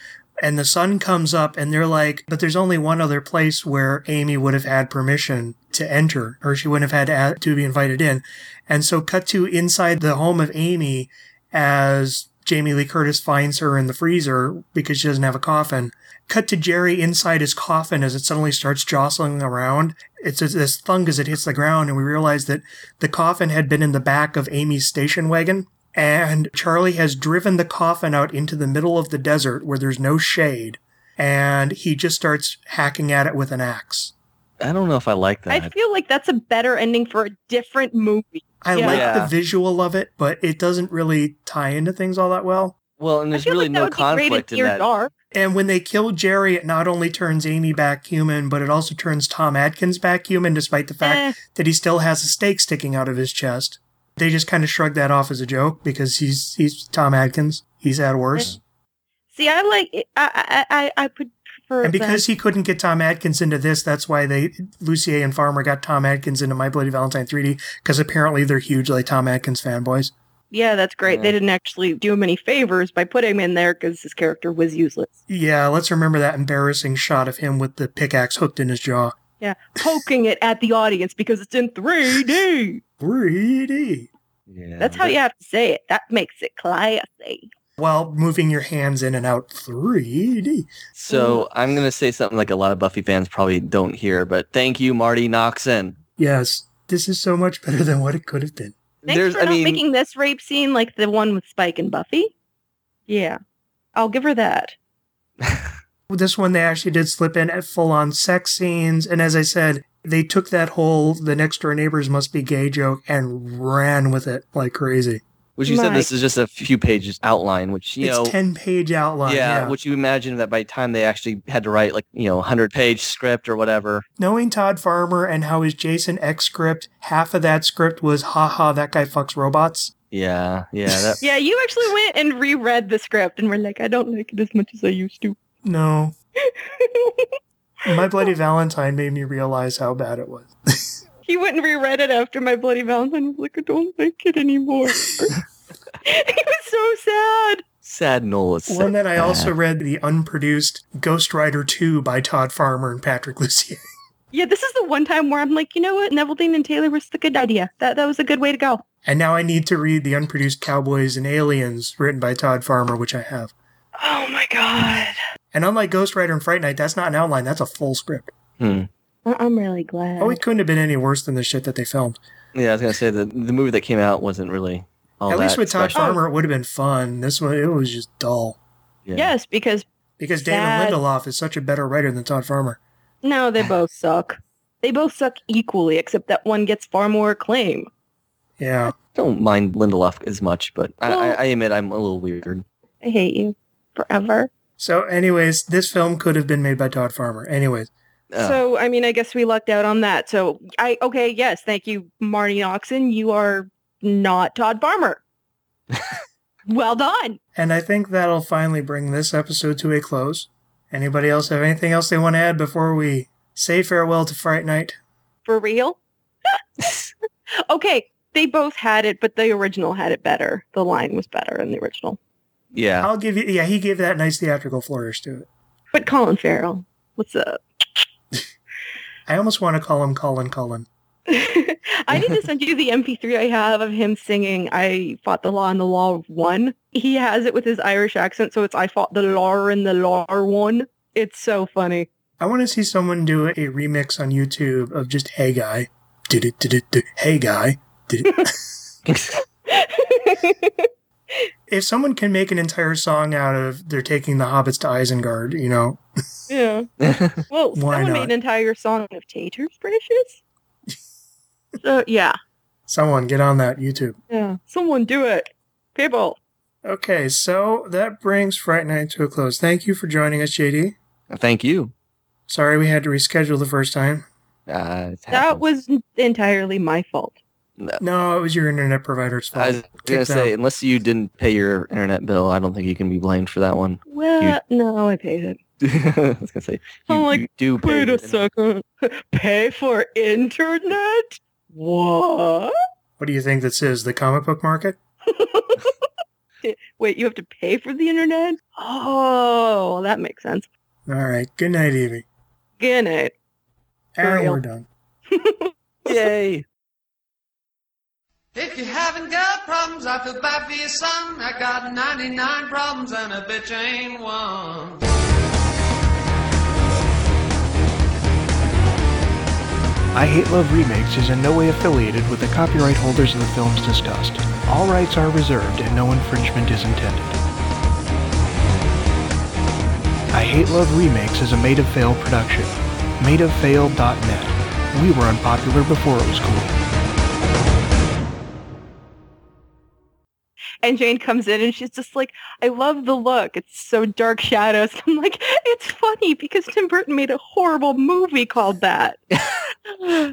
Speaker 4: And the sun comes up and they're like, but there's only one other place where Amy would have had permission to enter or she wouldn't have had to, to be invited in. And so cut to inside the home of Amy as Jamie Lee Curtis finds her in the freezer because she doesn't have a coffin. Cut to Jerry inside his coffin as it suddenly starts jostling around. It's just this thunk as it hits the ground, and we realize that the coffin had been in the back of Amy's station wagon. And Charlie has driven the coffin out into the middle of the desert where there's no shade, and he just starts hacking at it with an axe.
Speaker 2: I don't know if I like that.
Speaker 1: I feel like that's a better ending for a different movie.
Speaker 4: I
Speaker 1: Yeah.
Speaker 4: like the
Speaker 2: Yeah.
Speaker 4: visual of it, but it doesn't really tie into things all that well.
Speaker 2: well, and
Speaker 1: I
Speaker 2: there's
Speaker 1: feel
Speaker 2: really
Speaker 1: like that
Speaker 2: no
Speaker 1: would be rated
Speaker 2: conflict in
Speaker 1: Near
Speaker 2: that.
Speaker 1: Dark.
Speaker 4: And when they kill Jerry, it not only turns Amy back human, but it also turns Tom Atkins back human, despite the fact
Speaker 1: Eh,
Speaker 4: that he still has a stake sticking out of his chest. They just kind of shrug that off as a joke because he's he's Tom Atkins. He's had worse.
Speaker 1: see, I like. It. I I I, I would prefer.
Speaker 4: And
Speaker 1: that.
Speaker 4: because he couldn't get Tom Atkins into this, that's why they Lucier and Farmer got Tom Atkins into My Bloody Valentine 3D because apparently they're huge like Tom Atkins fanboys.
Speaker 1: Yeah, that's great. They
Speaker 2: Yeah.
Speaker 1: didn't actually do him any favors by putting him in there because his character was useless.
Speaker 4: Yeah, let's remember that embarrassing shot of him with the pickaxe hooked in his jaw.
Speaker 1: Yeah, poking it at the audience because it's in 3D.
Speaker 4: 3D.
Speaker 2: Yeah,
Speaker 1: That's how you have to say it. That makes it classy.
Speaker 4: While moving your hands in and out 3D.
Speaker 2: So I'm gonna say something like a lot of Buffy fans probably don't hear, but thank you, Marty Noxon.
Speaker 4: Yes, this is so much better than what it could have been.
Speaker 1: Thanks for not making this rape scene like the one with Spike and Buffy. Yeah, I'll give her that.
Speaker 4: This one, they actually did slip in at full on sex scenes. And as I said, they took that whole the next door neighbors must be gay joke and ran with it like crazy.
Speaker 2: which you said
Speaker 1: Right.
Speaker 2: this is just a few pages outline, which you
Speaker 4: it's
Speaker 2: know,
Speaker 4: 10 page
Speaker 2: yeah,
Speaker 4: outline. Yeah.
Speaker 2: which you imagine that by the time they actually had to write like you know, hundred page script or whatever.
Speaker 4: Knowing Todd Farmer and how his Jason X script, half of that script was, haha, that guy fucks robots.
Speaker 2: Yeah, yeah, that,
Speaker 1: Yeah, you actually went and reread the script and were like, I don't like it as much as I used to.
Speaker 4: No. My Bloody Valentine made me realize how bad it was.
Speaker 1: he went and reread it after my bloody Valentine was like, I don't like it anymore. he was so sad.
Speaker 2: Sad Nola. is
Speaker 4: Well, and then I
Speaker 2: sad.
Speaker 4: also read the unproduced Ghost Rider 2 by Todd Farmer and Patrick Lucier.
Speaker 1: Yeah, this is the one time where I'm like, you know what, Neville Dean and Taylor was the good idea. That that was a good way to go.
Speaker 4: And now I need to read the unproduced Cowboys and Aliens written by Todd Farmer, which I have.
Speaker 1: Oh my god.
Speaker 4: And unlike Ghost Rider and Fright Night, that's not an outline, that's a full script.
Speaker 2: Hmm.
Speaker 1: I- I'm really glad.
Speaker 4: Oh, it couldn't have been any worse than the shit that they filmed.
Speaker 2: Yeah, I was gonna say the the movie that came out wasn't really all
Speaker 4: At least
Speaker 2: that
Speaker 4: with Todd
Speaker 2: special.
Speaker 4: Farmer, it would have been fun. This one, it was just dull.
Speaker 1: Yes, because
Speaker 4: Because Damon
Speaker 1: Sad.
Speaker 4: Lindelof is such a better writer than Todd Farmer.
Speaker 1: no, they both suck. They both suck equally, except that one gets far more acclaim.
Speaker 4: Yeah.
Speaker 2: don't mind Lindelof as much, but I I,
Speaker 1: Well-
Speaker 2: I admit I'm a little weird.
Speaker 1: I hate you forever.
Speaker 4: So, anyways, this film could have been made by Todd Farmer. Anyways,
Speaker 2: Uh,
Speaker 1: So I mean, I guess we lucked out on that. So I okay, yes, thank you, Marty Oxen. You are not Todd Farmer. well done.
Speaker 4: and I think that'll finally bring this episode to a close. Anybody else have anything else they want to add before we say farewell to Fright Night?
Speaker 1: For real? okay, they both had it, but the original had it better. The line was better in the original.
Speaker 2: yeah,
Speaker 4: I'll give you. Yeah, he gave that nice theatrical flourish to it.
Speaker 1: But Colin Farrell, what's up?
Speaker 4: I almost want to call him Colin Cullen.
Speaker 1: I need to send you the MP3 I have of him singing I Fought the Law and the Law Won. He has it with his Irish accent, so it's I Fought the Law and the Law Won. It's so funny.
Speaker 4: I want to see someone do a remix on YouTube of just Hey Guy. Did it, did it, did Hey Guy. Did it.
Speaker 1: um,
Speaker 4: if someone can make an entire song out of they're taking the hobbits to Isengard, you know,
Speaker 1: yeah. Well,
Speaker 4: Why
Speaker 1: someone
Speaker 4: not?
Speaker 1: made an entire song of taters precious. so yeah,
Speaker 4: someone get on that YouTube.
Speaker 1: yeah. Someone do it, people.
Speaker 4: Okay, so that brings Fright Night to a close. Thank you for joining us, JD.
Speaker 2: thank you.
Speaker 4: Sorry we had to reschedule the first time.
Speaker 2: Uh, it
Speaker 1: That
Speaker 2: happens.
Speaker 1: was entirely my fault.
Speaker 4: No, it was your internet provider's
Speaker 2: I
Speaker 4: fault.
Speaker 2: was gonna
Speaker 4: Kicked
Speaker 2: say
Speaker 4: out.
Speaker 2: unless you didn't pay your internet bill, I don't think you can be blamed for that one.
Speaker 1: Well, no, I paid it.
Speaker 2: I was gonna say you,
Speaker 1: I'm like,
Speaker 2: you do. Pay
Speaker 1: Wait
Speaker 2: your
Speaker 1: a
Speaker 2: internet-
Speaker 1: second. Pay for internet? What?
Speaker 4: What do you think this is? The comic book market?
Speaker 1: Wait, you have to pay for the internet? Oh, that makes sense.
Speaker 4: All right. Good night, Evie.
Speaker 1: Good night.
Speaker 4: And
Speaker 1: real.
Speaker 4: we're done.
Speaker 2: Yay.
Speaker 5: If you haven't got problems, I feel bad for your son. I got 99 problems and a bitch ain't one.
Speaker 6: I Hate Love Remakes is in no way affiliated with the copyright holders of the films discussed. All rights are reserved and no infringement is intended. I Hate Love Remakes is a Made of Fail production. Madeoffail.net. We were unpopular before it was cool.
Speaker 1: And Jane comes in and she's just like, I love the look. It's so dark shadows. I'm like, it's funny because Tim Burton made a horrible movie called that. yeah,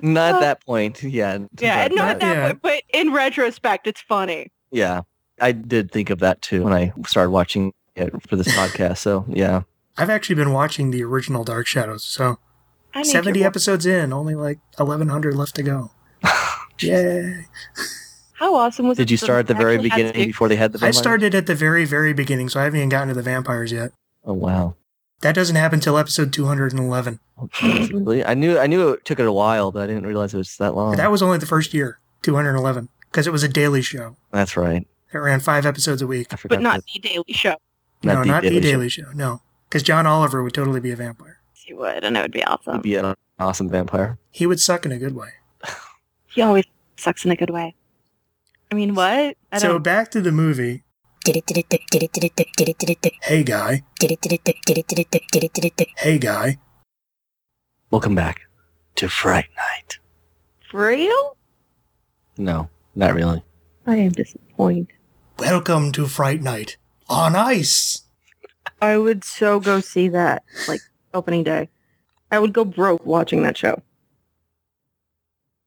Speaker 2: Not
Speaker 1: Uh,
Speaker 2: at that point. Yeah.
Speaker 1: and not at that
Speaker 4: Yeah.
Speaker 1: point, but in retrospect, it's funny.
Speaker 2: Yeah. I did think of that too when I started watching it for this podcast. So yeah.
Speaker 4: I've actually been watching the original Dark Shadows, so
Speaker 1: I need
Speaker 4: 70
Speaker 1: your-
Speaker 4: episodes in, only like 1,100 left to go. Yay.
Speaker 1: How awesome was it?
Speaker 2: Did you
Speaker 1: that
Speaker 2: start at the
Speaker 1: they
Speaker 2: very
Speaker 1: actually had
Speaker 2: beginning
Speaker 1: to-
Speaker 2: before they had the
Speaker 4: I
Speaker 2: vampires?
Speaker 4: started at the very, very beginning, so I haven't even gotten to the vampires yet.
Speaker 2: Oh wow.
Speaker 4: That doesn't happen till episode 211.
Speaker 2: Oh, geez, really? I knew I knew it took it a while, but I didn't realize it was that long.
Speaker 4: That was only the first year, 211, because it was a daily show.
Speaker 2: That's right.
Speaker 4: It ran five episodes a week.
Speaker 2: I forgot.
Speaker 1: But not
Speaker 2: that-
Speaker 1: the Daily Show.
Speaker 4: no, not the
Speaker 2: Show.
Speaker 4: Daily Show. No, because John Oliver would totally be a vampire.
Speaker 1: He would, and it would be
Speaker 2: Would
Speaker 1: awesome.
Speaker 2: be an awesome vampire.
Speaker 4: He would suck in a good way.
Speaker 1: He always sucks in a good way. I mean, what? I
Speaker 4: So
Speaker 1: don't.
Speaker 4: back to the movie. Hey guy. Hey guy.
Speaker 2: Welcome back to Fright Night.
Speaker 1: For real?
Speaker 2: No, not really.
Speaker 1: I am disappointed.
Speaker 4: Welcome to Fright Night on ice.
Speaker 1: I would so go see that, like opening day. I would go broke watching that show.